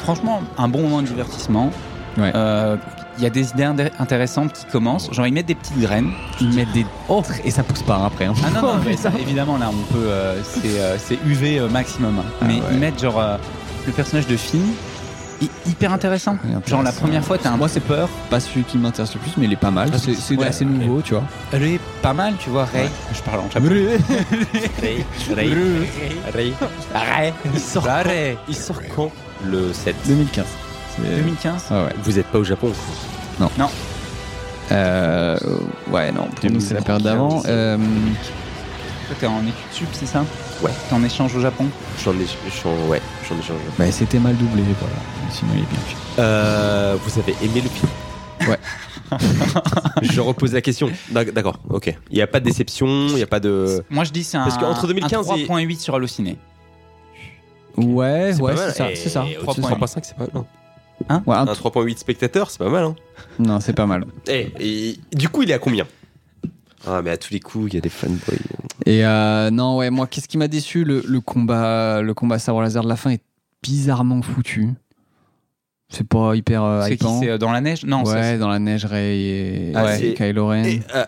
Speaker 1: franchement un bon moment de divertissement
Speaker 2: Ouais.
Speaker 1: Euh, il y a des idées indé- intéressantes qui commencent genre ils mettent des petites graines
Speaker 2: Ils mettent des. Oh, et ça pousse pas hein, après. hein.
Speaker 1: ah non non
Speaker 2: *laughs* Oh,
Speaker 1: mais
Speaker 2: putain.
Speaker 1: ça, évidemment là on peut euh, c'est euh, c'est UV euh, maximum hein.
Speaker 2: Ah
Speaker 1: mais
Speaker 2: ouais.
Speaker 1: ils mettent genre euh, le personnage de Finn est hyper intéressant
Speaker 2: Oui, intéressant.
Speaker 1: genre la première fois t'as un
Speaker 2: Moi, c'est peur. Pas celui qui m'intéresse le plus, mais il est pas mal. Ah, C'est c'est
Speaker 1: Ouais,
Speaker 2: assez
Speaker 1: ok.
Speaker 2: nouveau, tu vois.
Speaker 1: elle est pas mal tu vois Ray
Speaker 2: Ouais.
Speaker 1: je parle
Speaker 3: Ah,
Speaker 1: en japonais
Speaker 2: *laughs* Moi,
Speaker 3: Ray, Ray, Ray.
Speaker 1: Ray
Speaker 3: Il sort
Speaker 1: Bah,
Speaker 3: quand
Speaker 1: Ray
Speaker 3: Il sort quand le set Euh,
Speaker 2: 2015. C'est-
Speaker 1: 2015
Speaker 2: Ah ouais.
Speaker 3: Vous êtes pas au Japon
Speaker 2: Euh, ouais, non. Pour nous, c'est la période d'avant. Euh,
Speaker 1: Toi, t'es en études sup c'est ça
Speaker 3: Ouais.
Speaker 1: t'es en échange au Japon
Speaker 3: J'en ai, j'en- ouais, j'en ai changé.
Speaker 2: bah, c'était mal doublé, voilà. Mais Sinon, il est bien. fait.
Speaker 3: Euh, vous avez aimé le film
Speaker 2: Ouais.
Speaker 3: *laughs* Je repose la question. D'ac- D'accord, ok. Il n'y a pas de déception, il n'y a pas de.
Speaker 1: moi je dis c'est un,
Speaker 3: Euh, Parce que entre
Speaker 1: un
Speaker 3: 2015 et-
Speaker 1: 3.8 sur Allociné
Speaker 2: Ouais,
Speaker 3: C'est
Speaker 2: ouais,
Speaker 3: pas mal.
Speaker 2: c'est ça.
Speaker 3: Et
Speaker 2: C'est ça.
Speaker 3: au-dessus de
Speaker 2: C'est ça.
Speaker 3: 3.5, c'est pas mal. non.
Speaker 2: Ouais, un
Speaker 3: Un 3.8 spectateurs, c'est pas mal. Hein.
Speaker 2: t- non, c'est pas mal.
Speaker 3: Eh, et du coup, il est à combien Ah, mais à tous les coups, il y a des fanboys.
Speaker 2: Et euh, non, ouais, moi, qu'est-ce qui m'a déçu le, le combat, le combat sabre laser de la fin est bizarrement foutu. C'est pas hyper euh,
Speaker 1: C'est qui
Speaker 2: hypant.
Speaker 1: C'est euh, dans la neige Non,
Speaker 2: ouais,
Speaker 1: c'est
Speaker 2: dans la neige, Ray et,
Speaker 3: Ah,
Speaker 2: et
Speaker 3: c'est-
Speaker 2: Kylo Ren.
Speaker 3: Et, euh,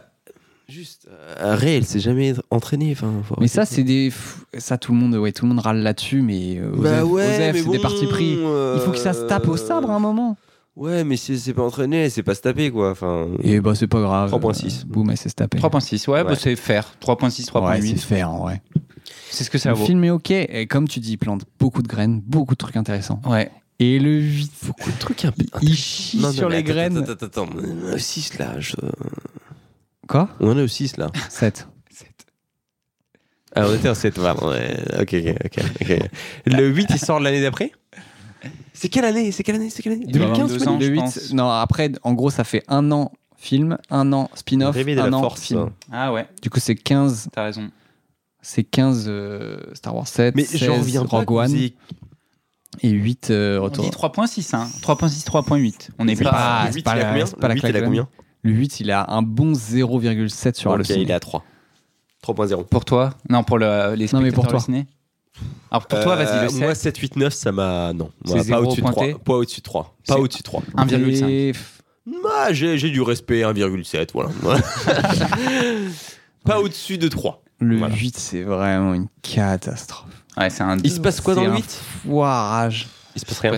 Speaker 3: juste, euh, Ray, elle s'est jamais entraînée. enfin, faut
Speaker 2: Mais
Speaker 3: arrêter.
Speaker 2: ça, c'est des. Ça, tout le monde, ouais, tout le monde râle là-dessus, mais euh, aux
Speaker 3: Bah
Speaker 2: F- aux
Speaker 3: ouais,
Speaker 2: F,
Speaker 3: mais
Speaker 2: c'est des
Speaker 3: bon,
Speaker 2: partis pris. Il faut que ça se tape au
Speaker 3: euh,
Speaker 2: sabre hein, à un moment.
Speaker 3: Ouais, mais si c'est pas entraîné, c'est pas se taper quoi. Enfin,
Speaker 2: Et bah, c'est pas grave. Euh,
Speaker 3: 3.6.
Speaker 2: Boum, elle s'est tapée.
Speaker 1: 3.6, ouais,
Speaker 3: Ouais.
Speaker 1: bah, c'est faire. 3.6, 3.8.
Speaker 2: Ouais, c'est faire en vrai.
Speaker 1: c'est ce que ça
Speaker 2: Le
Speaker 1: vaut.
Speaker 2: film est ok, et comme tu dis, il plante beaucoup de graines, beaucoup de trucs intéressants.
Speaker 1: Ouais.
Speaker 2: Et le vide.
Speaker 3: Beaucoup de trucs un peu.
Speaker 2: Il chie
Speaker 3: Non, non,
Speaker 2: sur
Speaker 3: mais
Speaker 2: les
Speaker 3: attends,
Speaker 2: graines.
Speaker 3: Attends, attends, attends. On est au 6 là. je-
Speaker 2: Quoi
Speaker 3: On en est au 6 là.
Speaker 2: 7.
Speaker 3: Ah, on était en 7, pardon. ouais. Ok, ok, ok, ok. Le 8, il sort l'année d'après C'est quelle année C'est quelle année C'est quelle année
Speaker 1: Il doit avoir
Speaker 3: 2015
Speaker 1: 22 ans,
Speaker 2: Le
Speaker 1: je
Speaker 2: 8,
Speaker 1: pense.
Speaker 2: Non, après, en gros, ça fait un an film, un an spin-off,
Speaker 3: Réveil de
Speaker 2: un
Speaker 3: la
Speaker 2: an
Speaker 3: force. hein.
Speaker 2: film.
Speaker 1: Ah ouais,
Speaker 2: Du coup, c'est 15,
Speaker 1: t'as raison.
Speaker 2: c'est 15 euh, Star Wars 7,
Speaker 3: Mais j'en
Speaker 2: 16
Speaker 3: reviens pas.
Speaker 2: Rogue
Speaker 3: que vous
Speaker 2: One
Speaker 3: ayez-
Speaker 2: et 8 euh,
Speaker 1: On dit
Speaker 2: Retour.
Speaker 1: 3.6, hein. 3.6, 3.8. On est
Speaker 3: C'est
Speaker 1: pas.
Speaker 2: pas-
Speaker 3: le
Speaker 2: c'est
Speaker 3: 8,
Speaker 2: pas
Speaker 3: il
Speaker 2: la-
Speaker 3: a combien
Speaker 2: c'est pas la
Speaker 3: Le 8, il a
Speaker 2: claque,
Speaker 3: combien
Speaker 2: Le 8, il a un bon 0,7 sur le
Speaker 3: Ok,
Speaker 2: ciné.
Speaker 3: il est à 3. 3.0.
Speaker 1: Pour toi Non, pour le, les
Speaker 2: Non, mais
Speaker 1: spectateurs
Speaker 2: pour toi.
Speaker 1: du ciné. Alors pour toi, vas-y,
Speaker 3: Euh,
Speaker 1: le
Speaker 3: Moi,
Speaker 1: 7.
Speaker 3: 7, 8, 9, ça m'a. Non.
Speaker 1: C'est
Speaker 3: Ouais, pas
Speaker 1: zéro
Speaker 3: au-dessus de 3.
Speaker 1: pointé.
Speaker 3: Pas au-dessus de 3. Pas
Speaker 1: C'est-
Speaker 3: au-dessus de 3.
Speaker 1: 1,5.
Speaker 2: Et-
Speaker 3: Bah, j'ai j'ai du respect,
Speaker 2: *laughs*
Speaker 3: 1,7, voilà. pas au-dessus de 3.
Speaker 2: Le
Speaker 3: Voilà.
Speaker 2: 8, c'est vraiment une catastrophe.
Speaker 1: Ouais, c'est un.
Speaker 3: Il se passe quoi dans
Speaker 2: C'est
Speaker 3: le
Speaker 2: un
Speaker 3: 8
Speaker 2: Foirage.
Speaker 3: Il se passe rien.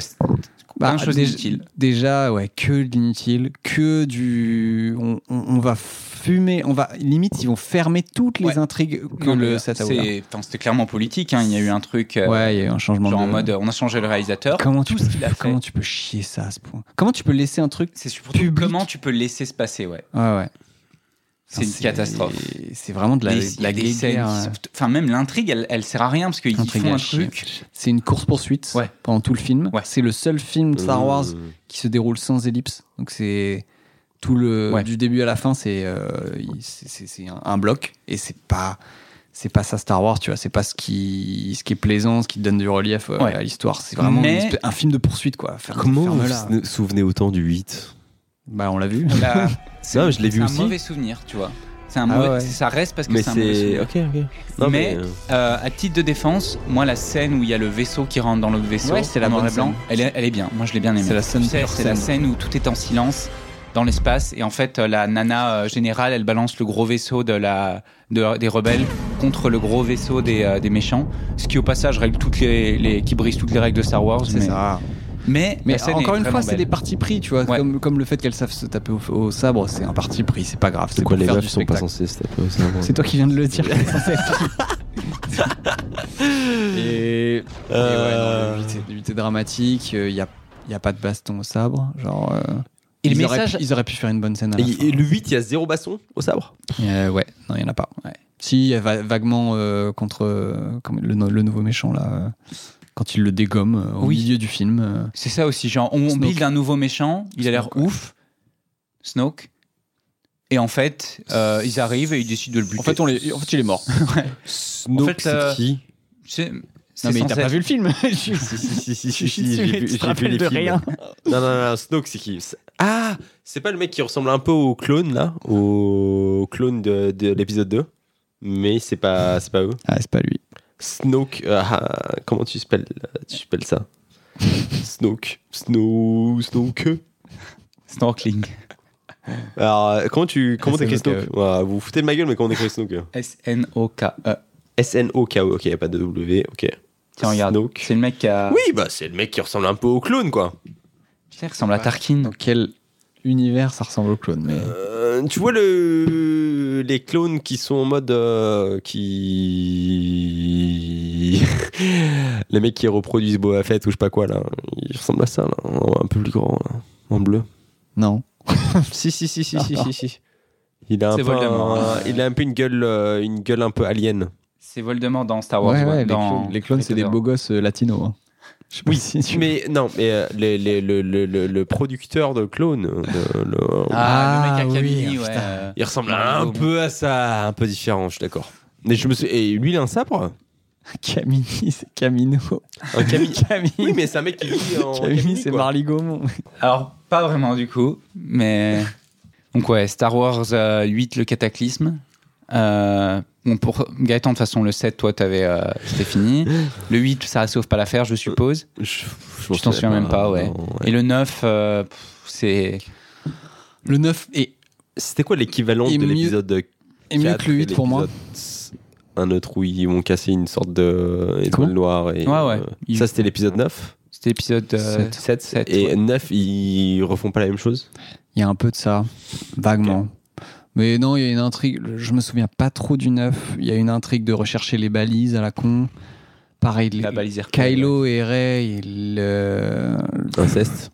Speaker 1: Plein de choses
Speaker 2: déjà,
Speaker 1: inutiles.
Speaker 2: Déjà, ouais, que de l'inutile, que du. On, on- on va fumer, on va. Limite, ils vont fermer toutes les
Speaker 1: Ouais.
Speaker 2: intrigues que
Speaker 1: Non, mais
Speaker 2: le 7 a ouvert.
Speaker 1: c'est- enfin, C'était clairement politique. hein. Il y a eu un truc. euh,
Speaker 2: Ouais, il y a eu un changement
Speaker 1: Genre
Speaker 2: de.
Speaker 1: en mode, on a changé le réalisateur.
Speaker 2: Comment tu,
Speaker 1: tout ce
Speaker 2: peux,
Speaker 1: qu'il a fait.
Speaker 2: comment tu peux chier ça à ce point Comment tu peux laisser un truc
Speaker 1: C'est surtout
Speaker 2: Public.
Speaker 1: comment tu peux le laisser se passer, ouais.
Speaker 2: Ouais, ouais. Ah,
Speaker 1: C'est une catastrophe.
Speaker 2: C'est vraiment de la,
Speaker 1: Les-
Speaker 2: de la
Speaker 1: des scènes
Speaker 2: guéguerre,
Speaker 1: qui
Speaker 2: ouais.
Speaker 1: sont- Enfin, même l'intrigue, elle, elle sert à rien parce qu'ils
Speaker 2: Intrigue
Speaker 1: font
Speaker 2: à
Speaker 1: un
Speaker 2: chier.
Speaker 1: truc.
Speaker 2: C'est une course-poursuite
Speaker 1: Ouais.
Speaker 2: pendant tout le film.
Speaker 1: Ouais.
Speaker 2: C'est le seul film de Star Wars
Speaker 3: Mmh.
Speaker 2: qui se déroule sans ellipse. Donc c'est tout le
Speaker 1: Ouais.
Speaker 2: du début à la fin, c'est euh, il- c'est- c'est c'est un, un bloc et c'est pas c'est pas ça Star Wars, tu vois. C'est pas ce qui ce qui est plaisant, ce qui donne du relief euh,
Speaker 1: Ouais.
Speaker 2: à l'histoire. C'est vraiment une
Speaker 1: Mais-
Speaker 2: espèce- un film de poursuite quoi. Ferme-
Speaker 3: Comment vous
Speaker 2: ferme-la.
Speaker 3: vous souvenez autant du 8
Speaker 2: Bah on l'a vu. *laughs*
Speaker 1: Là, c'est-
Speaker 3: Non, mais je l'ai vu
Speaker 1: c'est
Speaker 3: aussi.
Speaker 1: un mauvais souvenir, tu vois. C'est un
Speaker 2: Ah
Speaker 1: mauvais-
Speaker 2: ouais.
Speaker 1: Ça reste parce que
Speaker 3: Mais
Speaker 1: c'est un mauvais
Speaker 3: c'est.
Speaker 1: souvenir.
Speaker 3: Ok, ok.
Speaker 1: mais,
Speaker 3: euh,
Speaker 1: euh, à titre de défense, moi, la scène où il y a le vaisseau qui rentre dans l'autre vaisseau,
Speaker 2: Ouais, c'est la
Speaker 1: en noir
Speaker 2: bonne
Speaker 1: et blanc,
Speaker 2: scène.
Speaker 1: elle est, elle est bien. Moi, je l'ai bien aimée.
Speaker 2: C'est la scène
Speaker 1: Tu sais,
Speaker 2: pure
Speaker 1: c'est la scène où tout est en silence dans l'espace et en fait euh, la nana euh, générale elle balance le gros vaisseau de la de- des rebelles contre le gros vaisseau des, euh, des méchants ce qui au passage règle toutes les, les- qui brise toutes les règles de Star Wars
Speaker 2: C'est
Speaker 1: mais,
Speaker 2: ça.
Speaker 1: mais la
Speaker 2: Mais
Speaker 1: scène
Speaker 2: encore
Speaker 1: est
Speaker 2: une fois,
Speaker 1: vraiment
Speaker 2: c'est
Speaker 1: belle.
Speaker 2: des partis pris, tu vois,
Speaker 1: Ouais.
Speaker 2: comme, comme le fait qu'elles savent se taper au, au sabre, c'est un parti pris, c'est pas grave.
Speaker 3: C'est quoi
Speaker 2: pour
Speaker 3: les
Speaker 2: faire
Speaker 3: meufs
Speaker 2: du
Speaker 3: sont pas
Speaker 2: spectacle.
Speaker 3: censés se taper
Speaker 2: C'est toi qui viens de le *laughs* dire. et Et ouais, non, le 8 est- le 8 est dramatique, il n'y a, y a pas de baston au sabre. Genre, euh,
Speaker 1: Et le
Speaker 2: ils, auraient
Speaker 1: message-
Speaker 2: pu, ils auraient pu faire une bonne scène à la fin.
Speaker 3: Et, et le 8, il y a zéro baston au sabre
Speaker 2: Euh, ouais, non, il n'y en a pas.
Speaker 1: Ouais.
Speaker 2: Si, il y a va- vaguement euh, contre euh, comme le, no- le nouveau méchant, là, euh, quand il le dégomme euh, au
Speaker 1: Oui.
Speaker 2: milieu du film. euh,
Speaker 1: c'est ça aussi genre on
Speaker 2: Snoke.
Speaker 1: build un nouveau méchant il a l'air
Speaker 2: Snoke, ouais.
Speaker 1: ouf Snoke et en fait euh, ils arrivent et ils décident de le buter
Speaker 2: En, fait, on les- en fait, il est mort.
Speaker 3: Snoke,
Speaker 1: fait, euh,
Speaker 3: c'est qui
Speaker 1: *laughs* c'est c'est
Speaker 2: Non, mais
Speaker 1: censé
Speaker 2: t'as pas
Speaker 1: être-
Speaker 2: vu le film *laughs*
Speaker 3: Si, *laughs* si, si, si, si,
Speaker 2: Je suis
Speaker 3: si,
Speaker 2: sûr,
Speaker 3: j'ai
Speaker 2: tu
Speaker 3: vu,
Speaker 2: te
Speaker 3: j'ai vu
Speaker 2: rappelles
Speaker 3: les
Speaker 2: de
Speaker 3: films.
Speaker 2: rien.
Speaker 3: Non, non, non, Snoke, c'est qui C'est- Ah C'est pas le mec qui ressemble un peu au clone, là Au clone de, de l'épisode 2 Mais c'est pas, c'est pas eux.
Speaker 2: Ah, c'est pas lui.
Speaker 3: Snoke, euh, ah, comment tu spelles, tu spelles ça Snoke, Snow, Snoke.
Speaker 1: snorkeling
Speaker 3: Alors, euh, comment tu comment
Speaker 2: Snoke,
Speaker 3: t'écris Snoke
Speaker 2: euh.
Speaker 3: Ouais, Vous vous foutez de ma gueule, mais comment t'écris Snoke
Speaker 1: S N O K E
Speaker 3: S-N-O-K-O, ok, y a pas de W, ok.
Speaker 1: tiens regarde
Speaker 3: Snoke.
Speaker 1: c'est le mec qui a
Speaker 2: Ah.
Speaker 3: Oui, bah c'est le mec qui ressemble un peu au clone, quoi.
Speaker 1: Putain, il ressemble à Tarkin
Speaker 2: Dans quel univers ça ressemble au clone mais...
Speaker 3: Euh, tu vois le les clones qui sont en mode euh, qui *laughs* les mecs qui reproduisent Boa Fett ou je sais pas quoi là, ils ressemblent à ça là, en- un peu plus grand là, en bleu.
Speaker 2: Non.
Speaker 3: si si si si si si si. Il a un
Speaker 1: C'est
Speaker 3: peu
Speaker 1: Voldemort,
Speaker 3: un-
Speaker 1: hein.
Speaker 3: il a un peu une gueule euh, une gueule un peu alien.
Speaker 1: C'est Voldemort dans Star Wars.
Speaker 2: Ouais, ouais,
Speaker 1: Ah, ouais,
Speaker 2: les
Speaker 1: dans-
Speaker 2: clones, les clones, c'est des beaux gosses euh, latinos. hein. Je sais pas
Speaker 3: Oui,
Speaker 2: si tu-
Speaker 3: Mais non, mais euh, les- les- le, le- le- le producteur de clones, le- le-
Speaker 1: Ah,
Speaker 2: Ah,
Speaker 1: le mec à Camille,
Speaker 2: oui,
Speaker 1: ouais.
Speaker 2: putain.
Speaker 1: euh,
Speaker 3: il ressemble
Speaker 1: dans
Speaker 3: un
Speaker 1: le-
Speaker 3: peu à ça, un peu différent, je suis d'accord. Mais je me suis... Et lui, il a un sabre
Speaker 2: Camille, c'est Camino.
Speaker 3: Un Camille.
Speaker 2: Camille,
Speaker 3: Oui, mais c'est un mec *laughs* qui vit en
Speaker 2: Camille,
Speaker 3: Camille,
Speaker 2: c'est
Speaker 3: quoi.
Speaker 2: Marley Gaumont.
Speaker 1: Alors, pas vraiment du coup, *laughs* mais. Donc, ouais, Star Wars euh, 8, le cataclysme. Euh, bon, pour Gaëtan, de toute façon, le 7, toi, t'avais, euh, c'était *laughs* fini. Le 8, ça sauve pas l'affaire, je suppose.
Speaker 3: Je, je
Speaker 1: Je
Speaker 3: m'en
Speaker 1: t'en souviens même pas, Euh, ouais.
Speaker 3: non,
Speaker 1: Et le 9, euh, pff, c'est.
Speaker 2: Le 9 est,
Speaker 3: C'était quoi l'équivalent
Speaker 2: Et
Speaker 3: de
Speaker 2: mieux-
Speaker 3: l'épisode
Speaker 2: est mieux que le 8 pour moi.
Speaker 3: Un autre où ils ont cassé une sorte de
Speaker 2: Comment
Speaker 3: étoile noire. Et,
Speaker 1: Ouais, ouais.
Speaker 3: euh,
Speaker 1: Ils-
Speaker 3: ça, c'était l'épisode 9.
Speaker 1: C'était épisode euh,
Speaker 2: 7.
Speaker 3: 7.
Speaker 1: Sept,
Speaker 3: et
Speaker 1: ouais.
Speaker 3: 9, ils refont pas la même chose.
Speaker 2: Il y a un peu de ça, vaguement. Mais non, il y a une intrigue. Je me souviens pas trop du 9. Il y a une intrigue de rechercher les balises à la con. Pareil, les-
Speaker 1: La balise Airport,
Speaker 2: Kylo et Rey, le.
Speaker 3: Inceste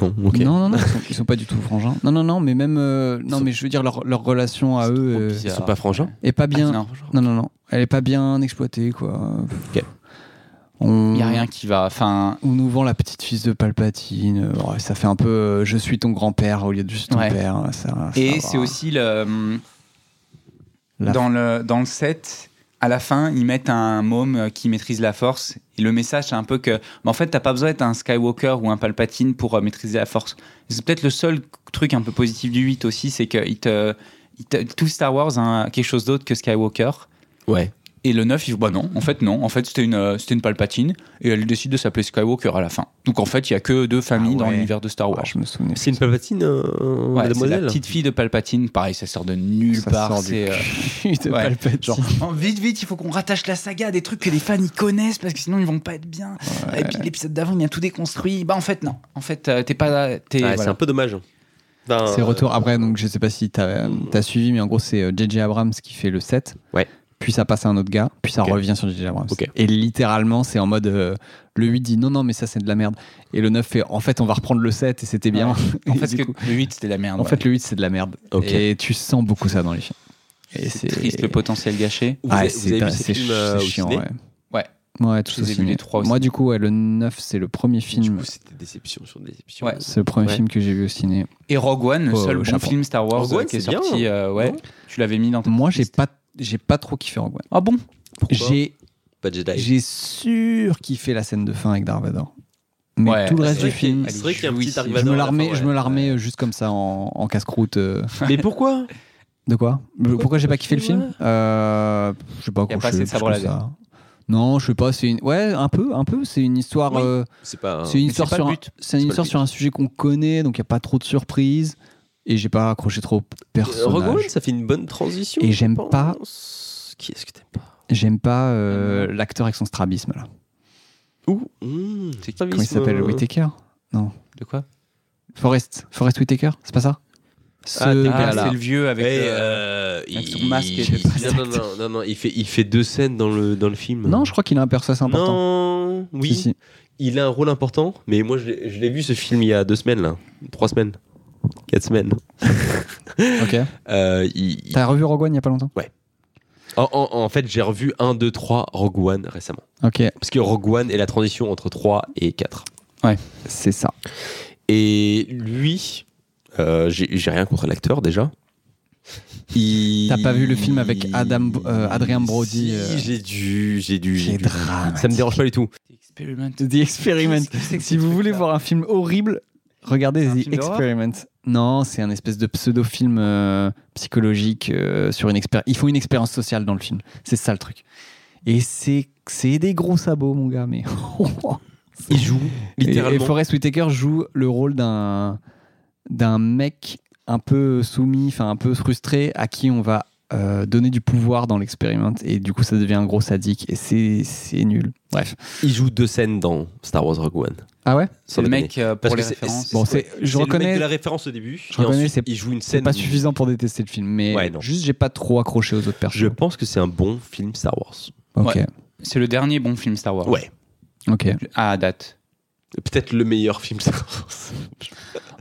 Speaker 3: Non, ok.
Speaker 2: Non, non, non, ils sont, ils sont pas du tout frangins. Non, non, non, mais même. euh, non, mais je veux dire, leur, leur relation à eux. euh,
Speaker 3: Ils sont pas frangins
Speaker 2: est pas bien.
Speaker 1: Ah,
Speaker 2: non.
Speaker 1: non.
Speaker 2: non, non, Elle est pas bien exploitée, quoi.
Speaker 3: Ok.
Speaker 2: On,
Speaker 1: Il y a rien qui va. Enfin,
Speaker 2: on nous vend la petite fille de Palpatine. euh, ouais, ça fait un peu. euh, je suis ton grand-père au lieu de juste ton
Speaker 1: Ouais.
Speaker 2: père. euh, ça- ça
Speaker 1: et
Speaker 2: va.
Speaker 1: c'est aussi le
Speaker 2: La-
Speaker 1: dans le dans le set. À la fin, ils mettent un môme euh, qui maîtrise la force. Et le message, c'est un peu que, mais en fait, t'as pas besoin d'être un Skywalker ou un Palpatine pour euh, maîtriser la force. C'est peut-être le seul truc un peu positif du 8 aussi, c'est que il te, il te- tout Star Wars, hein, quelque chose d'autre que Skywalker.
Speaker 3: Ouais.
Speaker 1: Et le 9, il dit, bah non, en fait, non. En fait, c'était une, euh, c'était une palpatine. Et elle décide de s'appeler Skywalker à la fin. Donc, en fait, il y a que deux familles dans
Speaker 2: Ah ouais.
Speaker 1: l'univers de Star
Speaker 2: Ah,
Speaker 1: Wars.
Speaker 2: je me souviens.
Speaker 3: C'est une palpatine, euh,
Speaker 1: Ouais, c'est la
Speaker 3: mademoiselle
Speaker 1: petite fille de Palpatine. Pareil, ça sort de nulle
Speaker 2: Ça
Speaker 1: part.
Speaker 2: sort du
Speaker 1: c'est, euh,
Speaker 2: cul de
Speaker 1: *laughs* ouais,
Speaker 2: Palpatine.
Speaker 1: genre, oh, vite, vite, il faut qu'on rattache la saga à des trucs que les fans y connaissent parce que sinon ils vont pas être bien. Et puis l'épisode d'avant, il a tout déconstruit. Bah, en fait, non. En fait, euh, t'es pas. T'es,
Speaker 3: Ouais, C'est
Speaker 1: voilà.
Speaker 3: un peu dommage. Ben,
Speaker 1: euh,
Speaker 2: C'est retour après, donc je sais pas si t'as
Speaker 1: Mm.
Speaker 2: as suivi, mais en gros, c'est euh, JJ Abrams qui fait le 7.
Speaker 3: Ouais.
Speaker 2: Puis ça passe à un autre gars, puis ça
Speaker 3: Ok.
Speaker 2: revient sur JJ Abrams.
Speaker 3: Ok.
Speaker 2: Et littéralement, c'est en mode euh, le 8 dit non, non, mais ça c'est de la merde. Et le 9 fait en fait, on va reprendre le 7 et c'était bien.
Speaker 1: En
Speaker 2: *laughs* Et
Speaker 1: fait,
Speaker 2: du
Speaker 1: que
Speaker 2: coup,
Speaker 1: le 8, c'était la merde.
Speaker 2: en
Speaker 1: ouais.
Speaker 2: fait, le 8 c'est de la merde.
Speaker 3: Ok.
Speaker 2: Et tu sens beaucoup ça dans les films. Et
Speaker 1: c'est triste le potentiel gâché.
Speaker 3: Vous
Speaker 2: Ah,
Speaker 3: avez, vous
Speaker 2: c'est
Speaker 3: avez vu
Speaker 2: c'est
Speaker 3: ces films
Speaker 2: ch-
Speaker 3: euh, au
Speaker 2: c'est chiant,
Speaker 3: ciné
Speaker 2: ouais.
Speaker 1: Ouais.
Speaker 2: Ouais, tout
Speaker 1: Je
Speaker 2: ça.
Speaker 1: les ai vus les trois au
Speaker 2: Moi,
Speaker 1: ciné.
Speaker 2: du coup, ouais, le 9 c'est le premier
Speaker 3: Du
Speaker 2: film.
Speaker 3: coup, c'était déception sur déception.
Speaker 1: Ouais.
Speaker 2: C'est le premier
Speaker 3: Ouais.
Speaker 2: film que j'ai vu au ciné.
Speaker 1: Et Rogue One, le
Speaker 2: Oh,
Speaker 1: seul bon
Speaker 2: chapeau.
Speaker 1: film Star Wars
Speaker 3: Rogue One,
Speaker 1: euh, qui est,
Speaker 3: c'est bien.
Speaker 1: sorti. euh, ouais.
Speaker 3: Non
Speaker 1: Tu l'avais mis dans ta
Speaker 2: Moi, j'ai
Speaker 1: liste.
Speaker 2: pas, j'ai pas trop kiffé Rogue One.
Speaker 1: Ah bon
Speaker 3: Pourquoi
Speaker 2: J'ai
Speaker 3: Pas Jedi.
Speaker 2: J'ai sûr kiffé la scène de fin avec Darth Vader. Mais
Speaker 1: Ouais,
Speaker 2: tout le
Speaker 1: c'est
Speaker 2: reste
Speaker 1: vrai
Speaker 2: du
Speaker 1: que-
Speaker 2: film,
Speaker 1: elle
Speaker 3: C'est vrai qu'il y a un
Speaker 1: Oui,
Speaker 3: petit
Speaker 1: si,
Speaker 3: Dark
Speaker 1: je
Speaker 2: je
Speaker 3: Vador
Speaker 2: me
Speaker 3: à la
Speaker 2: l'armais,
Speaker 3: fin,
Speaker 2: je
Speaker 3: ouais.
Speaker 2: me l'armais euh, juste comme ça en, en casse-croûte. euh.
Speaker 3: Mais pourquoi
Speaker 2: De quoi Pourquoi, j'ai pas kiffé le
Speaker 3: tu vois
Speaker 2: film Euh, Je sais pas.
Speaker 1: Y a
Speaker 2: quoi,
Speaker 1: pas assez de
Speaker 2: je-
Speaker 1: sabre
Speaker 2: je trouve ça- Non, je sais pas. C'est une... ouais, un peu, un peu. C'est une histoire.
Speaker 3: Oui.
Speaker 2: euh,
Speaker 3: Hein. C'est pas.
Speaker 2: c'est une
Speaker 1: Mais
Speaker 2: histoire
Speaker 1: c'est pas
Speaker 2: sur
Speaker 1: le
Speaker 2: un,
Speaker 1: but.
Speaker 2: c'est une
Speaker 3: pas le
Speaker 2: histoire
Speaker 3: but.
Speaker 2: sur un sujet qu'on connaît, donc il y a pas trop de surprises. Et j'ai pas accroché trop
Speaker 3: Euh, Rogue One,
Speaker 2: personnage.
Speaker 3: ça fait une bonne transition.
Speaker 2: Et
Speaker 3: je
Speaker 2: j'aime pas-
Speaker 3: pense. Qui est-ce que t'aimes pas
Speaker 2: J'aime pas
Speaker 3: Ah
Speaker 2: euh, l'acteur avec son strabisme là.
Speaker 3: Où Mmh,
Speaker 1: C'est-
Speaker 3: Travis,
Speaker 2: Comment il s'appelle
Speaker 3: euh,
Speaker 2: Whitaker
Speaker 1: De quoi
Speaker 2: Forrest, Forrest Whitaker, c'est pas ça Ce
Speaker 3: Ah,
Speaker 1: Ah,
Speaker 2: gars-là.
Speaker 1: c'est le vieux avec.
Speaker 3: Eh,
Speaker 1: euh,
Speaker 3: euh,
Speaker 1: avec son
Speaker 3: il-
Speaker 1: masque et le-
Speaker 3: il- Non, non, non, non, non, il fait, il fait deux scènes dans le, dans le film.
Speaker 2: Non, je crois qu'il a un perso assez important.
Speaker 3: Non, oui,
Speaker 2: Si, si.
Speaker 3: il a un rôle important, mais moi je l'ai je l'ai vu ce film il y a deux semaines, là. trois semaines, quatre semaines.
Speaker 2: Ok.
Speaker 3: Euh, il- il-
Speaker 2: T'as revu Rogue One il y a pas longtemps
Speaker 3: en, en- en fait, j'ai revu 1, 2, 3 Rogue One récemment.
Speaker 2: Ok,
Speaker 3: Parce que Rogue One est la transition entre 3 et 4.
Speaker 2: c'est ça.
Speaker 3: Et lui, euh, j'ai j'ai rien contre l'acteur déjà. Il-
Speaker 2: T'as pas vu le film avec Adam- euh, Adrien Brody,
Speaker 3: Si,
Speaker 2: euh,
Speaker 3: j'ai dû, j'ai dû, j'ai
Speaker 2: C'est
Speaker 3: dû.
Speaker 2: dramatique.
Speaker 3: Ça me dérange pas du tout.
Speaker 1: Experiment.
Speaker 2: The
Speaker 1: *laughs*
Speaker 2: Experiment.
Speaker 1: Qu'est-ce que c'est que
Speaker 2: Si
Speaker 1: ce
Speaker 2: vous voulez
Speaker 1: truc-là
Speaker 2: voir un film horrible, regardez
Speaker 1: C'est un
Speaker 2: The
Speaker 1: film d'horreur
Speaker 2: Experiment. Non, c'est un espèce de pseudo-film euh, psychologique euh, sur une expérience. Ils font une expérience sociale dans le film. C'est ça le truc. Et c'est c'est des gros sabots, mon gars, mais. *laughs*
Speaker 3: Il joue
Speaker 2: Et- Et,
Speaker 3: littéralement.
Speaker 2: Forrest Whitaker joue le rôle d'un d'un mec un peu soumis, enfin un peu frustré, à qui on va euh, donner du pouvoir dans l'expériment. Et du coup, ça devient un gros sadique. Et c'est c'est nul. Bref.
Speaker 3: Il joue deux scènes dans Star Wars Rogue One.
Speaker 2: Ah ouais
Speaker 1: C'est
Speaker 3: Sans
Speaker 1: le
Speaker 3: déconner.
Speaker 1: mec euh, pour
Speaker 3: Parce
Speaker 1: les
Speaker 3: que c'est-
Speaker 1: références.
Speaker 2: Bon, c'est
Speaker 3: C'est
Speaker 2: je
Speaker 3: le mec
Speaker 2: reconnais.
Speaker 3: de la référence au début.
Speaker 2: je
Speaker 3: et
Speaker 2: reconnais,
Speaker 3: ensuite,
Speaker 2: c'est-
Speaker 3: il joue une
Speaker 2: C'est
Speaker 3: scène.
Speaker 2: pas
Speaker 3: où-
Speaker 2: suffisant pour détester le film, mais
Speaker 3: Ouais, non.
Speaker 2: juste j'ai pas trop accroché aux autres
Speaker 3: Je
Speaker 2: personnages.
Speaker 3: pense que c'est un bon film Star Wars.
Speaker 2: Ok,
Speaker 1: Ouais. C'est le dernier bon film Star Wars.
Speaker 3: Ouais.
Speaker 2: ok.
Speaker 1: À date.
Speaker 3: Peut-être le meilleur film Star Wars.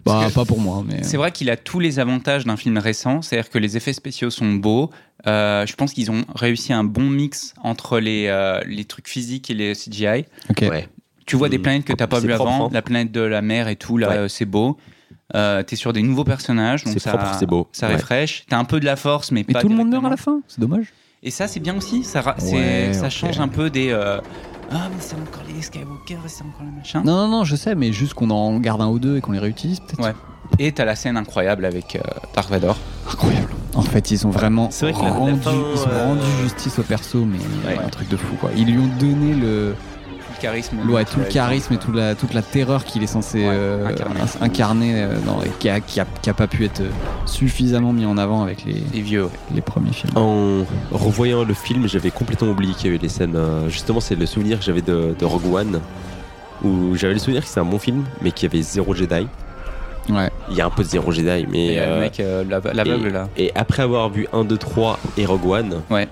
Speaker 2: Bah, pas pour moi, mais.
Speaker 1: C'est vrai qu'il a tous les avantages d'un film récent, c'est-à-dire que les effets spéciaux sont beaux. Euh, je pense qu'ils ont réussi un bon mix entre les, euh, les trucs physiques et les CGI.
Speaker 2: Ok.
Speaker 3: Ouais.
Speaker 1: Tu vois des
Speaker 2: Hmm.
Speaker 3: Mm.
Speaker 1: planètes que t'as pas
Speaker 3: C'est
Speaker 1: vues
Speaker 3: propre,
Speaker 1: avant,
Speaker 3: hein.
Speaker 1: la planète de la mer et tout, là,
Speaker 3: Ouais.
Speaker 1: euh, c'est beau. Euh, t'es sur des nouveaux personnages, donc
Speaker 3: C'est
Speaker 1: ça,
Speaker 3: propre, c'est beau.
Speaker 1: ça
Speaker 3: Ouais.
Speaker 1: réfraîche. T'as un peu de la force, mais,
Speaker 2: Mais
Speaker 1: pas
Speaker 2: tout le monde meurt à
Speaker 1: directement.
Speaker 2: la fin, c'est dommage.
Speaker 1: Et ça, c'est bien aussi. Ça, ra- c'est-
Speaker 2: Ouais,
Speaker 1: ça
Speaker 2: ok.
Speaker 1: change un peu des. euh, ah, mais c'est encore les Skywalker, c'est encore le machin.
Speaker 2: Non, non, non, je sais, mais juste qu'on en garde un ou deux et qu'on les réutilise, peut-être.
Speaker 1: Ouais. Et t'as la scène incroyable avec euh, Dark Vador.
Speaker 2: Incroyable. En fait, ils ont vraiment
Speaker 3: C'est vrai que la- la
Speaker 2: rendu,
Speaker 3: fin,
Speaker 2: ils ont
Speaker 3: euh,
Speaker 2: rendu justice au perso, mais
Speaker 1: Ouais.
Speaker 2: un truc de fou quoi. Ils lui ont donné le,
Speaker 1: Tout le charisme. euh,
Speaker 2: le- ouais, tout le charisme et toute la, toute la terreur qu'il est censé
Speaker 1: Ouais,
Speaker 2: euh,
Speaker 1: incarner.
Speaker 2: ins- incarner, euh, dans- et qui a, qui, a, qui a pas pu être euh, suffisamment mis en avant avec les,
Speaker 1: Les vieux, ouais.
Speaker 2: les premiers films.
Speaker 3: En revoyant le film, j'avais complètement oublié qu'il y avait les scènes. euh, justement, c'est le souvenir que j'avais de, de Rogue One, où j'avais le souvenir que c'est un bon film, mais qu'il y avait zéro Jedi.
Speaker 2: Ouais.
Speaker 3: Il y a un peu de zéro Jedi, mais.
Speaker 1: Et, euh,
Speaker 3: euh,
Speaker 1: le mec, euh, la- l'aveugle
Speaker 3: et-
Speaker 1: là.
Speaker 3: Et après avoir vu 1, 2, 3 et Rogue One,
Speaker 1: Ouais.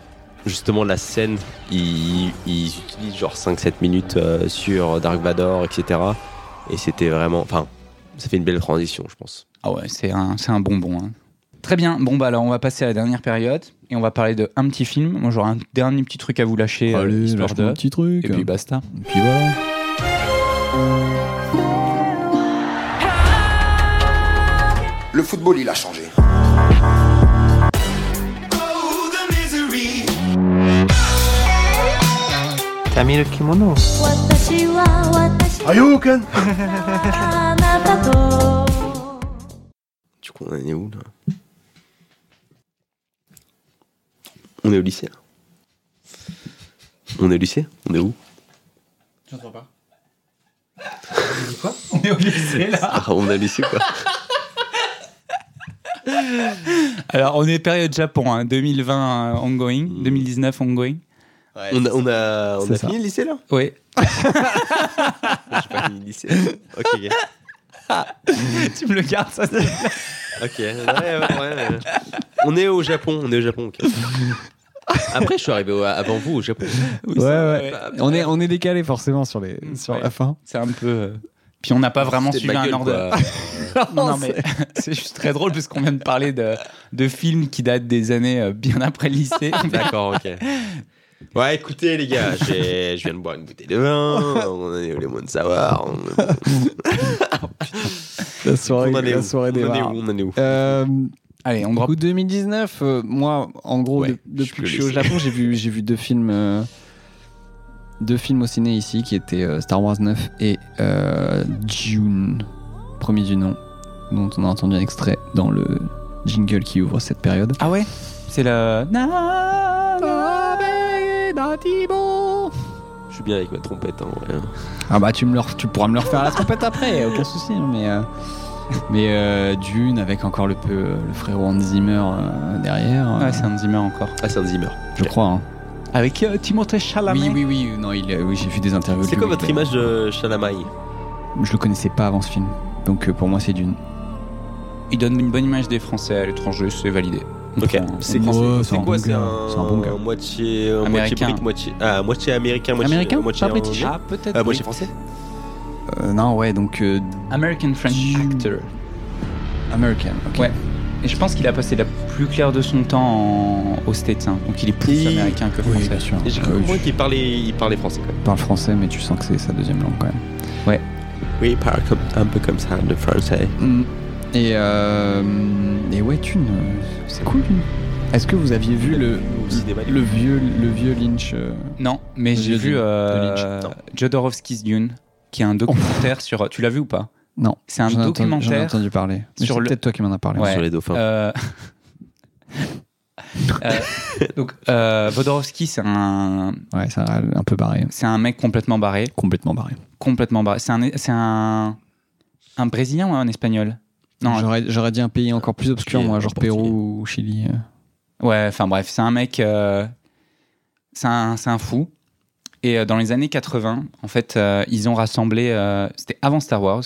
Speaker 3: justement la scène, ils, ils utilisent genre 5-7 minutes euh, sur Dark Vador, etc. Et c'était vraiment. Enfin, ça fait une belle transition, je pense.
Speaker 1: Ah ouais, c'est un, c'est un bonbon. hein. Très bien. Bon, bah alors, on va passer à la dernière période et on va parler de un petit film. Moi, j'aurai un dernier petit truc à vous lâcher. euh,
Speaker 2: Allez,
Speaker 1: histoire
Speaker 2: lâche-moi
Speaker 1: de-
Speaker 2: un Ah petit truc. hein.
Speaker 1: Et puis bah, basta.
Speaker 2: Et puis voilà.
Speaker 12: Le football, il a changé.
Speaker 7: T'as mis le kimono.
Speaker 3: Du coup, on est où là On est au lycée. là. On est au lycée On est où
Speaker 1: J'entends pas. Quoi On est au lycée là.
Speaker 3: Ah, on est au lycée quoi
Speaker 1: Alors, on est période Japon, hein, 2020 euh, ongoing,
Speaker 2: Mm.
Speaker 1: 2019 ongoing.
Speaker 3: On a, on a, on
Speaker 1: C'est
Speaker 3: a
Speaker 1: ça.
Speaker 3: fini le lycée là
Speaker 1: Oui.
Speaker 3: J'ai pas fini le lycée. Ok, ok.
Speaker 2: Mm.
Speaker 1: *laughs* tu me le gardes, ça c'est-
Speaker 3: Ok, ouais, ouais, ouais, ouais. On est au Japon, on est au
Speaker 1: *laughs*
Speaker 3: Japon. ok. Après, je suis arrivé au- avant vous au Japon.
Speaker 1: Oui,
Speaker 2: Ouais,
Speaker 1: ça,
Speaker 2: ouais. On est, on est décalé forcément sur, les, sur
Speaker 1: ouais.
Speaker 2: la fin.
Speaker 1: C'est un peu. euh, Puis on n'a pas vraiment
Speaker 3: C'était de
Speaker 1: suivi
Speaker 3: ma
Speaker 1: un
Speaker 3: gueule,
Speaker 1: ordre.
Speaker 3: quoi.
Speaker 1: *laughs* non, non, mais c'est juste très drôle parce qu'on vient de parler de, de films qui datent des années euh, bien après le
Speaker 2: *laughs*
Speaker 1: lycée.
Speaker 3: D'accord, ok. Ouais, écoutez les gars, j'ai- je viens de boire une bouteille de vin, on est au Lemon de savoir. On,
Speaker 2: La soirée,
Speaker 3: on en est
Speaker 2: la
Speaker 3: où
Speaker 2: soirée
Speaker 3: On en est
Speaker 2: démarre.
Speaker 3: où On en est où
Speaker 2: Euh,
Speaker 1: Allez, on
Speaker 2: du
Speaker 1: drop.
Speaker 2: coup, 2019, euh, moi, en gros,
Speaker 3: Ouais,
Speaker 2: de- depuis
Speaker 3: je peux
Speaker 2: que je suis au
Speaker 3: laisser.
Speaker 2: Japon, j'ai vu, j'ai vu deux films, euh, deux films au ciné ici, qui étaient euh, Star Wars 9 et euh, Dune, premier du nom, dont on a entendu un extrait dans le jingle qui ouvre cette période.
Speaker 1: Ah ouais C'est le.
Speaker 3: Je suis bien avec ma trompette en vrai. hein.
Speaker 2: Ah bah tu, me le ref- tu pourras me le refaire à la trompette après, aucun souci. hein, Mais, euh, mais euh, Dune avec encore le, peu, le frérot Hans Zimmer euh, derrière, euh,
Speaker 1: Ouais, c'est un Zimmer encore.
Speaker 3: Ah, c'est un Zimmer.
Speaker 2: je crois. hein.
Speaker 1: Avec euh, Timothée Chalamet.
Speaker 2: Oui, oui, oui, non, il, euh, oui j'ai vu des interviews.
Speaker 3: C'est
Speaker 2: de
Speaker 3: quoi
Speaker 2: lui,
Speaker 3: votre
Speaker 2: mais
Speaker 3: image de Shalamai
Speaker 2: Je le connaissais pas avant ce film, donc euh, pour moi c'est Dune.
Speaker 1: Il donne une bonne image des Français à l'étranger, c'est validé. euh, On
Speaker 3: Ok,
Speaker 1: prend-
Speaker 3: c'est
Speaker 1: on
Speaker 2: Ouais,
Speaker 1: prend-
Speaker 2: c'est
Speaker 3: C'est
Speaker 2: un
Speaker 3: quoi
Speaker 2: bon
Speaker 3: C'est
Speaker 2: gars,
Speaker 3: un,
Speaker 2: c'est un bon gars.
Speaker 3: moitié, euh, moitié
Speaker 1: Américain.
Speaker 3: brique, moitié, ah, moitié américain, moitié,
Speaker 2: Américain
Speaker 3: moitié
Speaker 2: Pas british
Speaker 3: indien.
Speaker 1: Ah, peut-être.
Speaker 3: Ah, moitié
Speaker 1: oui.
Speaker 3: français
Speaker 2: Euh, non, ouais, donc euh,
Speaker 1: American French Actor.
Speaker 2: American. ok.
Speaker 1: Ouais. Et je pense qu'il a passé la plus claire de son temps en... aux States. hein. Donc il est plus
Speaker 3: Et-
Speaker 1: américain que
Speaker 2: Oui,
Speaker 1: français.
Speaker 2: bien sûr.
Speaker 3: Et J'ai cru
Speaker 2: Euh,
Speaker 3: comprendre
Speaker 2: je
Speaker 3: qu'il parlait, il parlait français quand même.
Speaker 2: parle français, mais tu sens que c'est sa deuxième langue quand même.
Speaker 3: Oui, il parle comme, un peu comme ça, le français.
Speaker 2: Mm. Et, euh, et ouais, Thune, euh, c'est cool. Dune. Est-ce que vous aviez vu le,
Speaker 3: Au cinéma,
Speaker 2: le vieux le vieux Lynch euh,
Speaker 1: Non, mais
Speaker 2: Le
Speaker 1: j'ai
Speaker 2: vieux
Speaker 1: vu
Speaker 2: Dune,
Speaker 1: euh,
Speaker 2: de Lynch.
Speaker 3: Non.
Speaker 1: Jodorowsky's Dune, qui est un documentaire sur. Tu l'as vu ou pas
Speaker 2: Non.
Speaker 1: C'est un
Speaker 2: J'en ai entendu- J'en ai
Speaker 1: documentaire.
Speaker 2: entendu parler. Mais
Speaker 1: sur
Speaker 2: c'est
Speaker 1: le-
Speaker 2: peut-être toi qui m'en as parlé.
Speaker 1: Ouais.
Speaker 3: Sur les dauphins.
Speaker 1: Euh, *laughs* euh, donc, euh, Jodorowsky, c'est un,
Speaker 2: Ouais, ça a un peu barré.
Speaker 1: c'est un mec complètement barré.
Speaker 2: Complètement barré.
Speaker 1: Complètement barré. C'est un, c'est un, un Brésilien ou un Espagnol Non,
Speaker 2: J'aurais j'aurais dit un pays encore plus obscur,
Speaker 3: Portugais,
Speaker 2: moi, genre
Speaker 3: portugais.
Speaker 2: Pérou ou Chili. euh.
Speaker 1: Ouais, enfin bref, c'est un mec. euh, c'est un, c'est un fou. Et euh, dans les années 80, en fait, euh, ils ont rassemblé. euh, C'était avant Star Wars.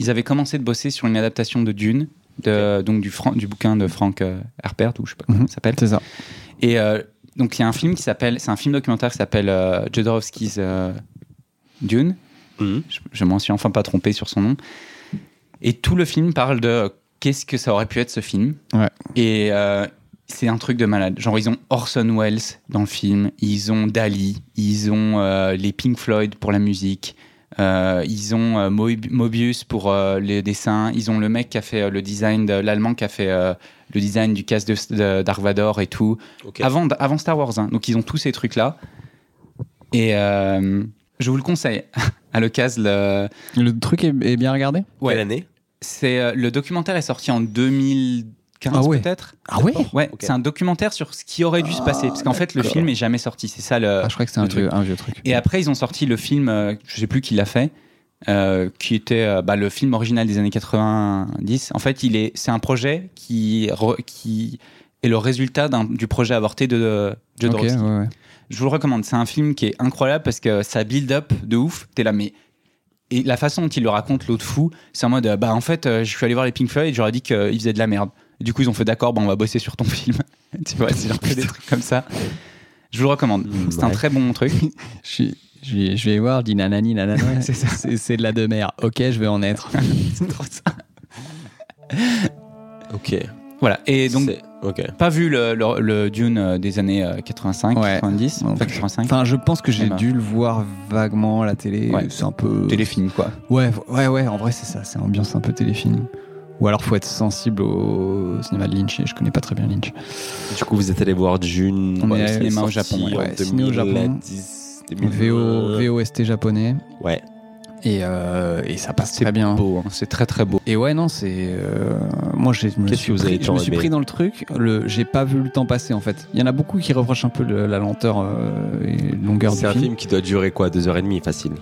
Speaker 1: Ils avaient commencé de bosser sur une adaptation de Dune, de, donc du, Fran- du bouquin de Frank euh, Herbert, ou je sais pas comment
Speaker 2: Mhm.
Speaker 1: ça s'appelle.
Speaker 2: C'est ça.
Speaker 1: Et euh, donc, il y a un film qui s'appelle. C'est un film documentaire qui s'appelle euh, Jodorowsky's euh, Dune.
Speaker 3: Mhm.
Speaker 1: Je, je m'en suis enfin pas trompé sur son nom. Et tout le film parle de euh, qu'est-ce que ça aurait pu être ce film.
Speaker 2: Ouais.
Speaker 1: Et euh, c'est un truc de malade. Genre, ils ont Orson Welles dans le film, ils ont Dali, ils ont euh, les Pink Floyd pour la musique. euh, ils ont euh, Moib- Mobius pour euh, les dessins. Ils ont le mec qui a fait euh, le design, de- l'allemand qui a fait euh, le design du casque de, de- Dark Vador et tout.
Speaker 2: Euh,
Speaker 3: Ok.
Speaker 2: ah,
Speaker 1: Avant, avant Star Wars. hein. Donc ils ont tous ces trucs-là. Et euh, je vous le conseille. *laughs* à l'occasion, le...
Speaker 2: Le truc est, est bien regardé
Speaker 1: ouais.
Speaker 3: Quelle année
Speaker 1: c'est euh, le documentaire est sorti en 2015
Speaker 2: Ah ouais.
Speaker 1: peut-être.
Speaker 2: Ah ouais
Speaker 1: Ouais,
Speaker 3: Ok. Ah,
Speaker 1: c'est un documentaire sur ce qui aurait dû se passer. Parce qu'en fait, le
Speaker 2: d'accord.
Speaker 1: film est jamais sorti. C'est ça le.
Speaker 2: Ah, Je crois que c'était un,
Speaker 1: le truc.
Speaker 2: vieux- un vieux truc.
Speaker 1: Et après, ils ont sorti le film, euh, je sais plus qui l'a fait, euh, qui était euh, bah, le film original des années 90. En fait, il est, c'est un projet qui, re- qui est le résultat d'un- du projet avorté de euh,
Speaker 2: Ok,
Speaker 1: Jodorowsky.
Speaker 2: ouais, ouais.
Speaker 1: Je vous le recommande. C'est un film qui est incroyable parce que ça build up de ouf. T'es là, mais. Et la façon dont il le raconte, l'autre fou, c'est en mode euh, bah en fait, euh, je suis allé voir les Pink Floyd et j'aurais dit euh, qu'ils *laughs* faisaient de la merde. Et du coup, ils ont fait d'accord, bah, on va bosser sur ton film. tu vois, c'est genre que des trucs comme ça. Je vous le recommande. C'est un
Speaker 2: Mm, ouais.
Speaker 1: très bon
Speaker 2: *laughs*
Speaker 1: truc.
Speaker 2: Je, suis- je vais- je vais voir, je dis nanani, nanana. c'est, *laughs* c'est de la de mer. Ok, je vais en *laughs* être.
Speaker 1: C'est trop ça.
Speaker 3: Ok.
Speaker 1: Voilà. Et donc,
Speaker 3: ok.
Speaker 1: pas vu le, le- le Dune euh, des années euh, 85, 90, enfin 85.
Speaker 2: Enfin, je pense que j'ai
Speaker 1: Même,
Speaker 2: dû le voir vaguement à la
Speaker 1: Eh
Speaker 2: télé.
Speaker 1: ben. Ouais.
Speaker 2: C'est un peu.
Speaker 1: Téléfilm, quoi.
Speaker 2: Ouais, ouais, ouais, en vrai, c'est ça. C'est ambiance un peu téléfilm. Ou alors, faut être sensible au cinéma de Lynch. Et je connais pas très bien Lynch.
Speaker 3: Du coup, vous êtes allé voir June.
Speaker 2: On
Speaker 3: ouais,
Speaker 2: est
Speaker 3: c'est
Speaker 2: allé au
Speaker 3: sorti
Speaker 2: Japon,
Speaker 3: en
Speaker 2: ouais, ciné au Japon.
Speaker 3: 2010, 2020.
Speaker 2: VO, VOST japonais.
Speaker 3: Ouais.
Speaker 2: Et, euh, et ça passe très bien.
Speaker 1: beau, hein. c'est très très beau.
Speaker 2: Et ouais, non, c'est. euh, moi, j'ai- je me,
Speaker 3: Qu'est-ce
Speaker 2: suis,
Speaker 3: que vous avez
Speaker 2: pris, je me
Speaker 3: tant
Speaker 2: suis
Speaker 3: aimé
Speaker 2: pris dans le truc. Le, j'ai pas vu le temps passer en fait. Il y en a beaucoup qui reprochent un peu le- la lenteur euh, et longueur du
Speaker 3: C'est un film qui doit durer quoi 2h30 facile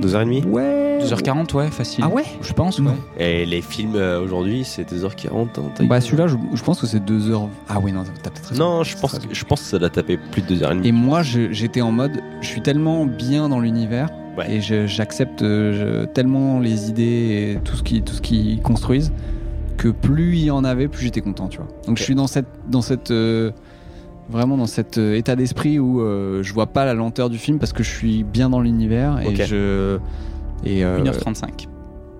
Speaker 3: 2h30
Speaker 2: Ouais.
Speaker 1: 2h40, ouais, facile.
Speaker 2: Ah ouais
Speaker 1: Je pense, ouais.
Speaker 3: Et les films euh, aujourd'hui, c'est 2h40. hein, t'as-
Speaker 2: Bah celui-là, je, je pense que c'est 2 heures. Ah oui, non, t'as peut-être raison.
Speaker 3: non, je pense, que- je pense que ça doit taper plus de 2h30.
Speaker 2: Et moi, je- j'étais en mode, je suis tellement bien dans l'univers et je- j'accepte euh, je- tellement les idées et tout ce qui, tout ce qu'ils construisent que plus il y en avait, plus j'étais content, tu vois. Donc je suis dans cette, dans cette, euh, vraiment dans cet euh, état d'esprit où euh, je vois pas la lenteur du film parce que je suis bien dans l'univers et
Speaker 1: Ok.
Speaker 2: je et euh,
Speaker 1: 1h35.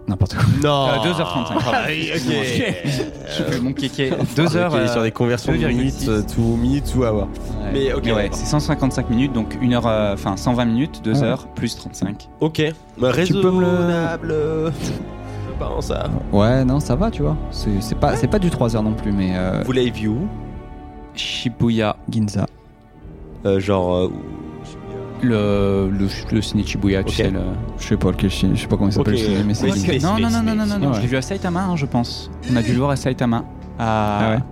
Speaker 2: n'importe quoi.
Speaker 3: Non Euh,
Speaker 1: Euh, 2h35, pardon.
Speaker 3: *laughs*
Speaker 1: Excuse-moi. Je fais mon kéké. 2h.
Speaker 3: Ok,
Speaker 2: euh,
Speaker 3: sur des conversions de minutes, euh, tout minutes, tout à voir. Mais ok,
Speaker 1: ouais,
Speaker 3: d'accord.
Speaker 1: c'est 155 minutes, donc une heure, euh, enfin 120 minutes, 2
Speaker 3: Ah ouais.
Speaker 1: heures, plus 35.
Speaker 3: Ok, bah,
Speaker 1: Tu peux me le-
Speaker 3: raisonnable. *laughs* Je pense à.
Speaker 2: Ouais, non, ça va, tu vois. C'est c'est pas, c'est pas du 3 heures non plus, mais euh,
Speaker 3: Vous l'avez vu où
Speaker 1: Shibuya.
Speaker 2: Ginza.
Speaker 3: Euh, Genre. euh,
Speaker 1: Le, le, le ciné Shibuya,
Speaker 3: Ok.
Speaker 1: tu sais. Le...
Speaker 2: Je sais pas lequel, je sais pas comment il s'appelle,
Speaker 3: Ok,
Speaker 2: le ciné, mais c'est
Speaker 3: ouais,
Speaker 2: Ginza.
Speaker 3: c'est-
Speaker 1: Non, non, non,
Speaker 3: Space,
Speaker 1: non, non, non, non,
Speaker 2: ouais.
Speaker 1: je l'ai vu à Saitama, hein, je pense. On a dû le voir à Saitama. À,
Speaker 2: Ah ouais.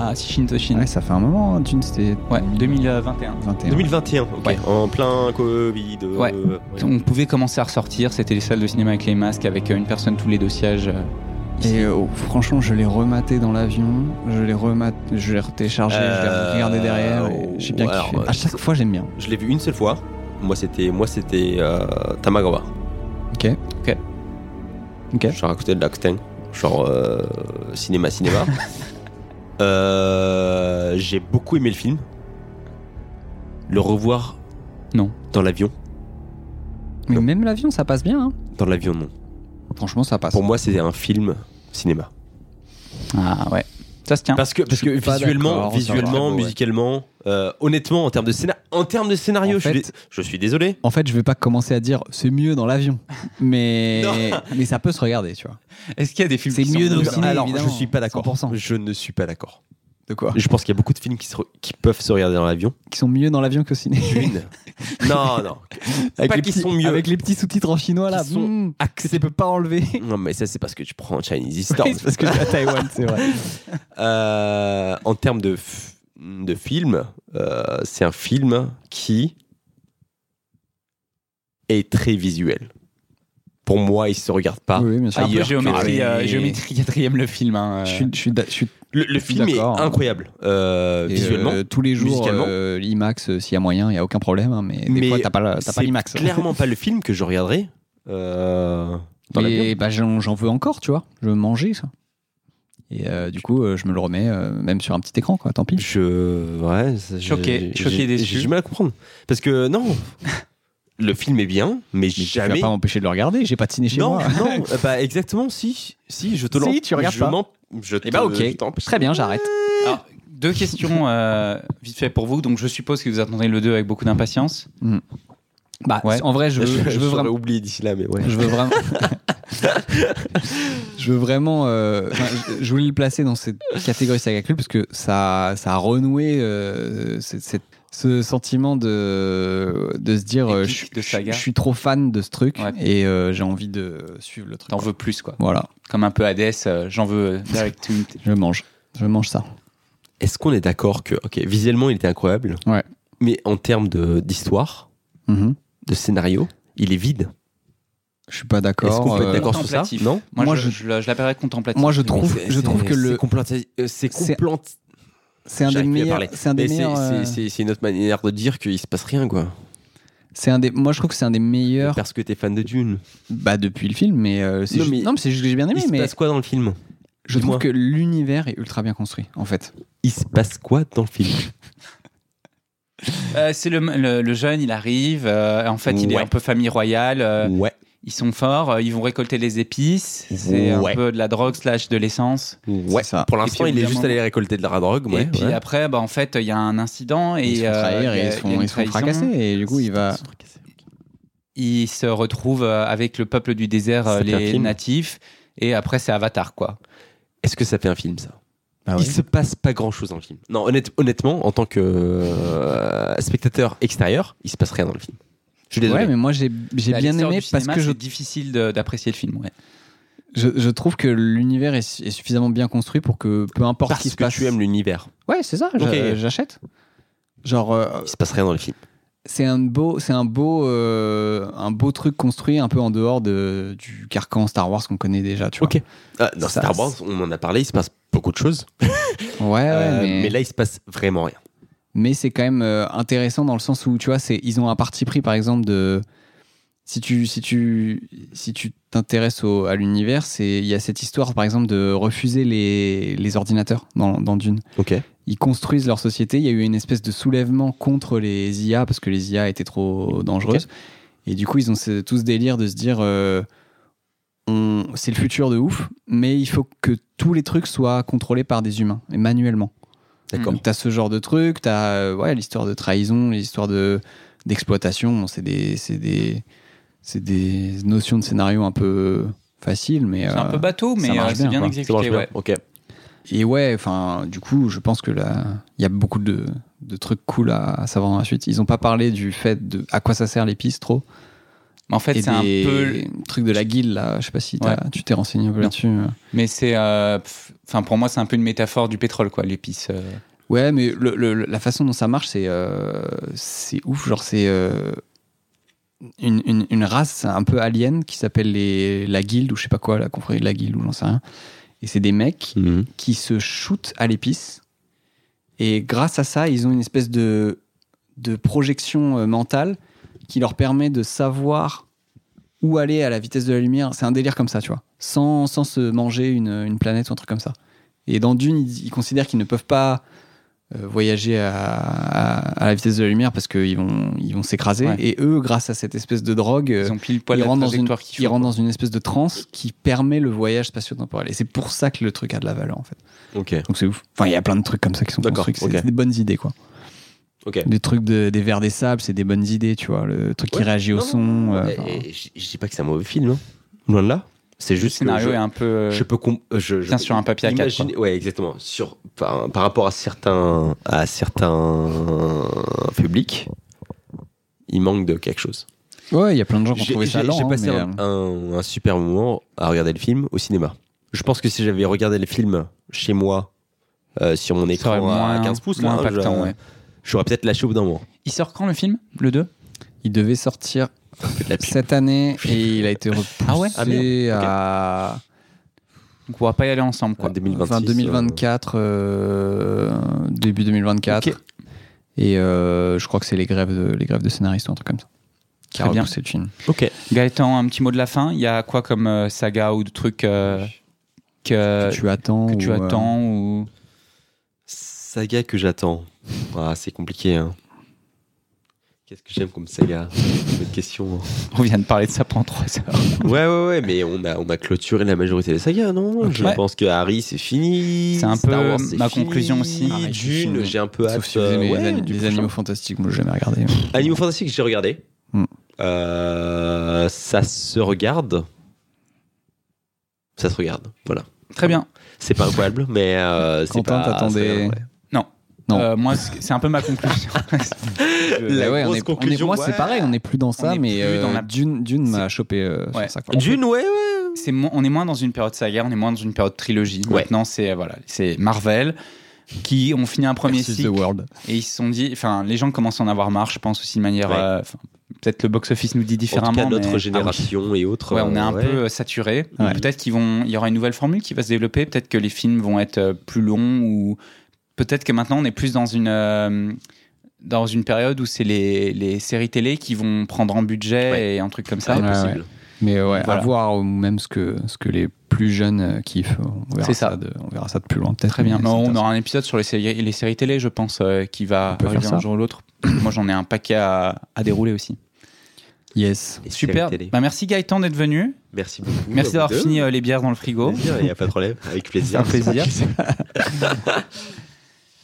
Speaker 1: à Shin Toshin.
Speaker 2: Ouais, ça fait un moment, hein, Dune, c'était
Speaker 1: Ouais, 2021.
Speaker 2: 21.
Speaker 3: 2021, ok.
Speaker 1: Ouais.
Speaker 3: En plein Covid. euh,
Speaker 1: Ouais.
Speaker 3: ouais.
Speaker 1: On pouvait commencer à ressortir, c'était les salles de cinéma avec les masques, avec euh, une personne tous les deux sièges. euh,
Speaker 2: Et euh, oh, franchement, je l'ai rematé dans l'avion, je l'ai rematé, je l'ai retéchargé, je l'ai regardé derrière, et j'ai bien
Speaker 3: Euh,
Speaker 2: kiffé.
Speaker 3: alors,
Speaker 2: À chaque fois, j'aime bien.
Speaker 3: Je l'ai vu une seule fois. Moi, c'était moi c'était euh, Tamagawa.
Speaker 2: Ok.
Speaker 1: Ok.
Speaker 2: Ok.
Speaker 3: Genre à côté de l'Acting. Genre euh,
Speaker 2: *laughs*
Speaker 3: cinéma, cinéma. Euh, J'ai beaucoup aimé le film. Le revoir.
Speaker 1: Non.
Speaker 3: Dans l'avion.
Speaker 2: Mais même l'avion, ça passe bien. hein.
Speaker 3: Dans l'avion, non.
Speaker 2: Franchement, ça passe.
Speaker 3: Pour moi, c'était un film cinéma.
Speaker 1: Ah ouais. Ça se tient.
Speaker 3: Parce que, parce que
Speaker 2: suis pas
Speaker 3: visuellement,
Speaker 2: d'accord, c'est
Speaker 3: visuellement
Speaker 2: vraiment beau, ouais.
Speaker 3: musicalement, euh, honnêtement, en termes de, scénar en termes de scénario,
Speaker 2: En
Speaker 3: je, suis
Speaker 2: fait-
Speaker 3: dé- je suis désolé.
Speaker 2: En fait, je vais pas commencer à dire c'est mieux dans *laughs* l'avion, mais
Speaker 3: Non.
Speaker 2: mais ça peut se regarder, tu vois.
Speaker 1: Est-ce qu'il y a des films
Speaker 2: C'est
Speaker 1: qui
Speaker 2: mieux
Speaker 1: sont
Speaker 2: dans le
Speaker 1: mieux
Speaker 2: ciné,
Speaker 3: Alors,
Speaker 2: évidemment.
Speaker 3: je suis pas d'accord.
Speaker 2: 100%.
Speaker 3: Je ne suis pas d'accord.
Speaker 2: De quoi
Speaker 3: Je pense qu'il y a beaucoup de films qui, se re- qui peuvent se regarder
Speaker 2: *laughs*
Speaker 3: dans l'avion.
Speaker 2: Qui sont mieux dans l'avion qu'au ciné.
Speaker 3: Une. non, non. pas
Speaker 2: les
Speaker 3: qu'ils
Speaker 2: petits-
Speaker 3: sont mieux.
Speaker 2: Avec les petits sous-titres en chinois là,
Speaker 3: Qui sont
Speaker 2: mmh, que tu peux pas enlever.
Speaker 3: Non, mais ça, c'est parce que tu prends Chinese Storm.
Speaker 2: Oui, c'est *laughs* parce que je suis à Taïwan, c'est vrai.
Speaker 3: Euh, en termes de, f- de film, euh, c'est un film qui est très visuel. Pour moi, il se regarde pas.
Speaker 2: Oui, oui, bien sûr.
Speaker 3: Ah,
Speaker 1: Un
Speaker 3: ailleurs
Speaker 1: peu
Speaker 3: que-
Speaker 1: géométrie,
Speaker 2: Ah
Speaker 1: euh,
Speaker 2: oui.
Speaker 1: géométrie quatrième, le film. hein, euh.
Speaker 2: Je suis, je suis, da- je suis
Speaker 3: Le, le film est
Speaker 2: D'accord.
Speaker 3: incroyable euh,
Speaker 2: Et,
Speaker 3: visuellement.
Speaker 2: euh, tous les jours,
Speaker 3: musicalement.
Speaker 2: euh, l'IMAX, euh, s'il y a moyen, il n'y a aucun problème. hein, mais des
Speaker 3: Mais
Speaker 2: fois, t'as pas, la- t'as pas
Speaker 3: c'est
Speaker 2: l'IMAX.
Speaker 3: clairement pas le film que je regarderai euh, dans l'avion.
Speaker 2: Et bah, j'en j'en veux encore, tu vois. Je veux manger ça. Et euh, du coup, euh, je me le remets euh, même sur un petit écran, quoi. Tant pis.
Speaker 3: Je. Ouais. ça, j'ai-
Speaker 1: Choqué,
Speaker 3: j'ai-
Speaker 1: choqué,
Speaker 3: j'ai-
Speaker 1: déçu.
Speaker 3: J'ai du mal à comprendre. Parce que non, le film est bien, mais
Speaker 2: Mais Tu vas
Speaker 3: jamais.
Speaker 2: pas m'empêcher de le regarder. J'ai pas de ciné chez
Speaker 3: non,
Speaker 2: moi.
Speaker 3: *laughs* non, euh, bah exactement, si. Si, je te
Speaker 2: Si,
Speaker 3: l'en-
Speaker 2: tu regardes
Speaker 3: je
Speaker 2: pas.
Speaker 3: m'en- Je te,
Speaker 2: Et bah, ok.
Speaker 3: je t'en-
Speaker 2: Très
Speaker 3: *laughs*
Speaker 2: bien, j'arrête.
Speaker 1: Alors, deux questions euh, vite fait pour vous. Donc, je suppose que vous attendez le 2 avec beaucoup d'impatience.
Speaker 2: Bah,
Speaker 1: Ouais.
Speaker 2: en vrai, je veux, je veux
Speaker 3: j'aurais
Speaker 2: vraiment.
Speaker 3: oublié d'ici là, mais ouais.
Speaker 2: Je veux vraiment. je veux vraiment. euh, enfin, je- je voulais le placer dans cette catégorie saga cul parce que ça, ça a renoué euh, cette- cette- ce sentiment de, de se dire euh, je,
Speaker 1: Épique de saga.
Speaker 2: je- je suis trop fan de ce truc
Speaker 1: Ouais.
Speaker 2: et euh, j'ai envie de suivre le truc.
Speaker 1: T'en veux plus, quoi.
Speaker 2: Voilà,
Speaker 1: Comme un peu Hades, euh, j'en veux euh, direct to it.
Speaker 2: je mange. Je mange ça.
Speaker 3: Est-ce qu'on est d'accord que, ok, visuellement, il était incroyable.
Speaker 2: Ouais.
Speaker 3: Mais en termes de- d'histoire,
Speaker 2: Mhm.
Speaker 3: de, scénario, il est vide.
Speaker 2: Je suis pas
Speaker 3: Est-ce qu'on
Speaker 2: d'accord.
Speaker 3: peut être
Speaker 2: euh,
Speaker 3: d'accord sur ça
Speaker 1: Contemplatif.
Speaker 3: Non
Speaker 1: Moi,
Speaker 2: Moi,
Speaker 1: je,
Speaker 2: je-
Speaker 1: je la- je l'appellerais contemplative.
Speaker 2: Moi, je
Speaker 3: Mais
Speaker 2: trouve,
Speaker 3: c'est-
Speaker 2: je
Speaker 3: c'est-
Speaker 2: trouve que
Speaker 3: c'est
Speaker 2: le,
Speaker 3: complati- euh, C'est
Speaker 2: c'est-
Speaker 3: complante.
Speaker 2: c'est un des
Speaker 3: J'arrive plus à
Speaker 2: meilleurs,
Speaker 3: parler.
Speaker 2: c'est un des
Speaker 3: Mais c'est-
Speaker 2: meilleurs, euh,
Speaker 3: c'est- c'est- c'est une autre manière de dire qu'il se passe rien, quoi.
Speaker 2: c'est un des, moi je trouve que c'est un des meilleurs,
Speaker 3: Parce que t'es fan de Dune.
Speaker 2: bah depuis le film, mais euh, c'est
Speaker 3: Non,
Speaker 2: juste-
Speaker 3: mais-
Speaker 2: non, mais c'est juste que
Speaker 1: Ah
Speaker 2: j'ai bien
Speaker 3: Il
Speaker 2: aimé,
Speaker 3: se
Speaker 2: mais
Speaker 3: passe quoi dans le film
Speaker 2: Je trouve
Speaker 3: Dis-moi.
Speaker 2: que l'univers est ultra bien construit, en fait.
Speaker 3: Il se passe quoi dans le film
Speaker 1: Euh, c'est le, le- le jeune, il arrive. euh, en fait, il est
Speaker 3: Ouais.
Speaker 1: un peu famille royale. euh,
Speaker 3: Ouais.
Speaker 1: Ils sont forts. euh, ils vont récolter les épices. C'est
Speaker 3: Ouais.
Speaker 1: un peu de la drogue slash de l'essence.
Speaker 3: Ouais, pour l'instant,
Speaker 1: Et puis,
Speaker 3: il est juste
Speaker 1: évidemment-
Speaker 3: allé récolter de la drogue. Ouais,
Speaker 1: et puis
Speaker 3: ouais.
Speaker 1: après, bah, en fait, il y a un incident et
Speaker 2: Ils se font
Speaker 1: euh,
Speaker 2: trahir
Speaker 1: il y
Speaker 2: et
Speaker 1: a-
Speaker 2: ils
Speaker 1: il
Speaker 2: se
Speaker 1: y a
Speaker 2: font,
Speaker 1: une
Speaker 2: ils se font
Speaker 1: trahison.
Speaker 2: fracasser. Et du coup, il va.
Speaker 1: Il se retrouve euh, avec le peuple du désert, euh,
Speaker 3: Ça fait un
Speaker 1: les
Speaker 3: film.
Speaker 1: natifs. Et après, c'est Avatar, quoi.
Speaker 3: Est-ce que ça fait un film, ça
Speaker 2: Ah
Speaker 3: Il se passe pas grand chose dans le film. Non, honnête- honnêtement, en tant que euh, spectateur extérieur, il se passe rien dans le film. Je suis désolé.
Speaker 2: Ouais, mais moi j'ai j'ai
Speaker 1: À
Speaker 2: bien
Speaker 1: l'extérieur
Speaker 2: aimé
Speaker 1: Bah, du
Speaker 2: parce
Speaker 1: cinéma,
Speaker 2: que je,
Speaker 1: c'est difficile de- d'apprécier le film. Ouais.
Speaker 2: je, je trouve que l'univers est, su- est suffisamment bien construit pour que peu importe
Speaker 3: Parce
Speaker 2: ce qui se
Speaker 3: que
Speaker 2: passe.
Speaker 3: tu aimes l'univers.
Speaker 2: Ouais, c'est ça,
Speaker 3: Ok.
Speaker 2: j'a- j'achète. Genre, euh,
Speaker 3: Il se passe rien dans le film.
Speaker 2: c'est un beau, c'est un beau, euh, un beau truc construit un peu en dehors de, du carcan Star Wars qu'on connaît déjà, tu vois.
Speaker 3: Ok. Ah, dans
Speaker 2: Ça-
Speaker 3: Star Wars, on en a parlé, il se passe beaucoup de choses.
Speaker 2: Ouais,
Speaker 1: Ah
Speaker 2: ouais,
Speaker 3: Euh,
Speaker 2: mais,
Speaker 3: mais là, il se passe vraiment rien.
Speaker 2: mais c'est quand même euh, intéressant dans le sens où tu vois, c'est ils ont un parti pris par exemple de si tu si tu si tu t'intéresses au- à l'univers, c'est il y a cette histoire par exemple de refuser les, les ordinateurs dans, dans Dune.
Speaker 3: Ok.
Speaker 2: Ils construisent leur société. Il y a eu une espèce de soulèvement contre les IA parce que les IA étaient trop dangereuses. Et du coup, ils ont ce- tout ce délire de se dire euh, on- c'est le futur de ouf, mais il faut que tous les trucs soient contrôlés par des humains et manuellement.
Speaker 3: D'accord.
Speaker 2: Donc, T'as ce genre de truc, t'as euh, ouais, l'histoire de trahison, l'histoire de d'exploitation. Bon, c'est des c'est des c'est des notions de scénario un peu euh, faciles, mais
Speaker 1: C'est un
Speaker 2: euh,
Speaker 1: peu bateau,
Speaker 2: ça
Speaker 1: mais euh,
Speaker 2: marche
Speaker 1: c'est bien,
Speaker 2: quoi.
Speaker 1: exécuté. ouais.
Speaker 3: Ok.
Speaker 2: Et ouais, enfin, du coup, je pense que là, il y a beaucoup de, de trucs cool à, à savoir dans la suite. Ils n'ont pas parlé du fait de à quoi ça sert l'épice trop.
Speaker 1: Mais en fait,
Speaker 2: Et
Speaker 1: c'est un
Speaker 2: des
Speaker 1: peu-
Speaker 2: trucs de la guilde là. Je sais pas si t'as-
Speaker 1: Ouais.
Speaker 2: tu t'es renseigné un peu là-dessus.
Speaker 1: Mais c'est, euh, pff, enfin pour moi, c'est un peu une métaphore du pétrole, quoi, l'épice. euh.
Speaker 2: Ouais, mais le- le- la façon dont ça marche, c'est euh, c'est ouf. Genre, c'est euh, une, une- une race un peu alien qui s'appelle les- la guilde ou je sais pas quoi, la confrérie de la guilde ou j'en sais rien. Et c'est des mecs qui se shootent à l'épice. Et grâce à ça, ils ont une espèce de, de projection euh, mentale qui leur permet de savoir où aller à la vitesse de la lumière. C'est un délire comme ça, tu vois. Sans, sans se manger une, une planète ou un truc comme ça. Et dans Dune, ils, ils considèrent qu'ils ne peuvent pas euh, voyager à, à- à la vitesse de la lumière parce qu'ils vont ils vont s'écraser.
Speaker 1: Ouais.
Speaker 2: Et eux, grâce à cette espèce de drogue, euh,
Speaker 1: Ils ont pile poil
Speaker 2: ils
Speaker 1: la
Speaker 2: rentrent dans une,
Speaker 1: trajectoire qu'il
Speaker 2: ils rentrent dans une espèce de transe qui permet le voyage spatio-temporel. Et c'est pour ça que le truc a de la valeur, en fait.
Speaker 3: Ok.
Speaker 2: Donc c'est ouf. Enfin, il y a plein de trucs comme ça qui sont
Speaker 3: D'accord,
Speaker 2: construits. C'est
Speaker 3: ok.
Speaker 2: c'est des bonnes idées, quoi.
Speaker 3: Ok.
Speaker 2: Des trucs de- des vers des sables, c'est des bonnes idées, tu vois. Le truc qui
Speaker 3: Ouais.
Speaker 2: réagit au
Speaker 3: Non,
Speaker 2: son.
Speaker 3: non,
Speaker 2: euh,
Speaker 3: non,
Speaker 2: enfin,
Speaker 3: et- et je je dis pas que c'est un mauvais film, hein. loin de là. C'est
Speaker 1: Le
Speaker 3: juste que
Speaker 1: scénario
Speaker 3: je-
Speaker 1: est un peu. euh,
Speaker 3: je peux com- euh, je, je-
Speaker 1: Tiens, sur un papier à quatre,
Speaker 3: imagine- ouais exactement sur par, par rapport à certains à certains publics il manque de quelque chose
Speaker 2: Ouais, il y a plein de gens qui ont
Speaker 3: j'ai
Speaker 2: trouvé ça
Speaker 3: j'ai-
Speaker 2: lent.
Speaker 3: j'ai passé
Speaker 2: mais,
Speaker 3: un,
Speaker 1: euh,
Speaker 3: un- un super moment à regarder le film au cinéma je pense que si j'avais regardé le film chez moi euh, sur mon écran
Speaker 1: aurait
Speaker 3: à
Speaker 1: moins-
Speaker 3: 15 pouces
Speaker 1: moins
Speaker 3: là, hein,
Speaker 1: impactant,
Speaker 3: je-
Speaker 1: ouais.
Speaker 3: j'aurais peut-être lâché au bout d'un moment
Speaker 1: Il sort quand le film Le 2
Speaker 2: Il devait
Speaker 3: *laughs*
Speaker 2: sortir cette année et il a été repoussé
Speaker 1: Ah ouais
Speaker 3: Ah merde, ok.
Speaker 2: à
Speaker 1: Donc on va pas y aller ensemble, quoi.
Speaker 3: En 2026,
Speaker 2: enfin, 2024, euh, début 2024. Et euh, je crois que c'est les grèves de, les grèves de scénaristes ou un truc comme ça. Qui a
Speaker 1: Très bien.
Speaker 2: repoussé le film.
Speaker 3: euh, ok
Speaker 1: Gaëtan, un petit mot de la fin. Il y a quoi comme euh, saga ou de trucs euh, que,
Speaker 2: Que tu attends.
Speaker 1: que tu
Speaker 2: ou, euh,
Speaker 1: attends ou
Speaker 3: saga que j'attends ah c'est compliqué hein. qu'est-ce que j'aime comme saga bonne question hein.
Speaker 1: on vient de parler de ça pendant 3 heures.
Speaker 2: *laughs*
Speaker 3: Ouais, ouais, ouais, mais on a, on a clôturé la majorité des sagas, non Je
Speaker 1: Ouais.
Speaker 3: pense que Harry, c'est fini.
Speaker 1: C'est un
Speaker 3: Star
Speaker 1: peu
Speaker 3: Wars, c'est
Speaker 1: ma
Speaker 3: fini.
Speaker 1: conclusion aussi.
Speaker 2: Harry, c'est
Speaker 3: Dune,
Speaker 2: fini.
Speaker 3: j'ai un peu hâte.
Speaker 2: Sauf si vous aimez
Speaker 3: euh,
Speaker 2: les,
Speaker 3: ouais,
Speaker 2: ani-
Speaker 3: du
Speaker 2: les
Speaker 3: prochain.
Speaker 2: animaux fantastiques, moi j'ai jamais regardé.
Speaker 3: Animaux fantastiques, j'ai regardé.
Speaker 2: Hmm.
Speaker 3: Euh, ça se regarde. Ça se regarde, voilà.
Speaker 1: Très bien.
Speaker 3: C'est pas incroyable, mais euh, c'est
Speaker 2: Quentin,
Speaker 3: pas.
Speaker 2: t'attendais-
Speaker 3: ça se regarde, ouais.
Speaker 1: Non.
Speaker 2: Non.
Speaker 1: Euh, moi, c'est c'est un peu ma
Speaker 2: *laughs*
Speaker 1: conclusion.
Speaker 3: La
Speaker 2: Bah ouais, on
Speaker 3: grosse
Speaker 2: est- on est-
Speaker 3: conclusion,
Speaker 2: moi
Speaker 3: ouais.
Speaker 2: c'est pareil, on est plus dans ça,
Speaker 1: est
Speaker 2: mais
Speaker 1: plus
Speaker 2: euh,
Speaker 1: dans la-
Speaker 2: Dune, Dune m'a chopé euh, sur
Speaker 1: Ouais.
Speaker 2: ça. quoi.
Speaker 3: Dune, ouais, ouais.
Speaker 1: C'est mo- on est moins dans une période saga, on est moins dans une période trilogie.
Speaker 3: Ouais.
Speaker 1: Maintenant, c'est euh, voilà, c'est Marvel qui ont fini un premier
Speaker 2: Versus
Speaker 1: cycle
Speaker 2: the World.
Speaker 1: et ils se sont dit, enfin, les gens commencent à en avoir marre, je pense aussi de manière,
Speaker 3: Ouais.
Speaker 1: euh, enfin, peut-être le box office nous dit
Speaker 3: En tout
Speaker 1: différemment.
Speaker 3: cas, notre
Speaker 1: mais- Ah
Speaker 3: génération et autres.
Speaker 1: Ouais, on est
Speaker 3: euh,
Speaker 1: un
Speaker 3: ouais.
Speaker 1: peu euh, saturé.
Speaker 2: Ouais.
Speaker 1: Peut-être qu'il vont, il y aura une nouvelle formule qui va se développer. Peut-être que les films vont être euh, plus longs ou peut-être que maintenant on est plus dans une euh, dans une période où c'est les, les séries télé qui vont prendre en budget
Speaker 3: Ouais.
Speaker 1: et un truc comme
Speaker 3: Ah,
Speaker 1: ça.
Speaker 3: c'est
Speaker 2: Ouais,
Speaker 3: possible.
Speaker 2: Mais ouais,
Speaker 1: Voilà.
Speaker 2: à voir euh, même ce que, ce que les plus jeunes euh, kiffent. On verra
Speaker 1: C'est
Speaker 2: ça.
Speaker 1: ça.
Speaker 2: de, on verra ça de plus loin peut-être.
Speaker 1: Très bien.
Speaker 2: mais
Speaker 1: Non,
Speaker 2: c'est
Speaker 1: on aura un épisode sur les séries, les séries télé, je pense, euh, qui va
Speaker 2: peut
Speaker 1: arriver
Speaker 2: faire
Speaker 1: un
Speaker 2: ça.
Speaker 1: jour ou l'autre. Moi, j'en ai un paquet à, à dérouler aussi.
Speaker 2: Yes.
Speaker 1: Super. Bah, merci Gaëtan d'être venu.
Speaker 3: Merci beaucoup.
Speaker 1: Merci
Speaker 3: à
Speaker 1: d'avoir
Speaker 3: vous deux.
Speaker 1: fini euh, les bières dans le frigo.
Speaker 3: Plaisir, Il n'y a pas de problème.
Speaker 1: *laughs*
Speaker 3: Avec
Speaker 1: C'est
Speaker 3: plaisir.
Speaker 1: un plaisir.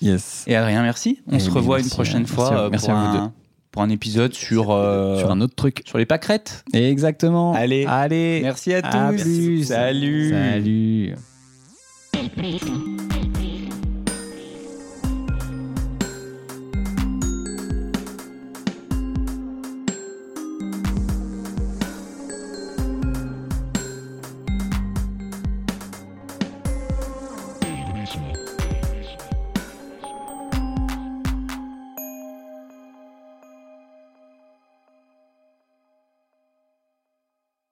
Speaker 2: yes.
Speaker 1: Et Adrien, merci. On
Speaker 2: Eh
Speaker 1: se
Speaker 2: bien,
Speaker 1: revoit
Speaker 2: merci,
Speaker 1: une prochaine
Speaker 2: euh,
Speaker 1: fois
Speaker 2: merci à-
Speaker 1: euh,
Speaker 2: merci
Speaker 1: pour,
Speaker 2: à vous
Speaker 1: un,
Speaker 2: deux.
Speaker 1: pour un épisode sur, euh,
Speaker 2: Sur un autre truc.
Speaker 1: sur les pâquerettes.
Speaker 2: Exactement.
Speaker 1: Allez.
Speaker 2: Allez.
Speaker 1: Merci à
Speaker 2: À
Speaker 1: tous.
Speaker 2: plus.
Speaker 1: Salut.
Speaker 2: Salut.
Speaker 8: Salut.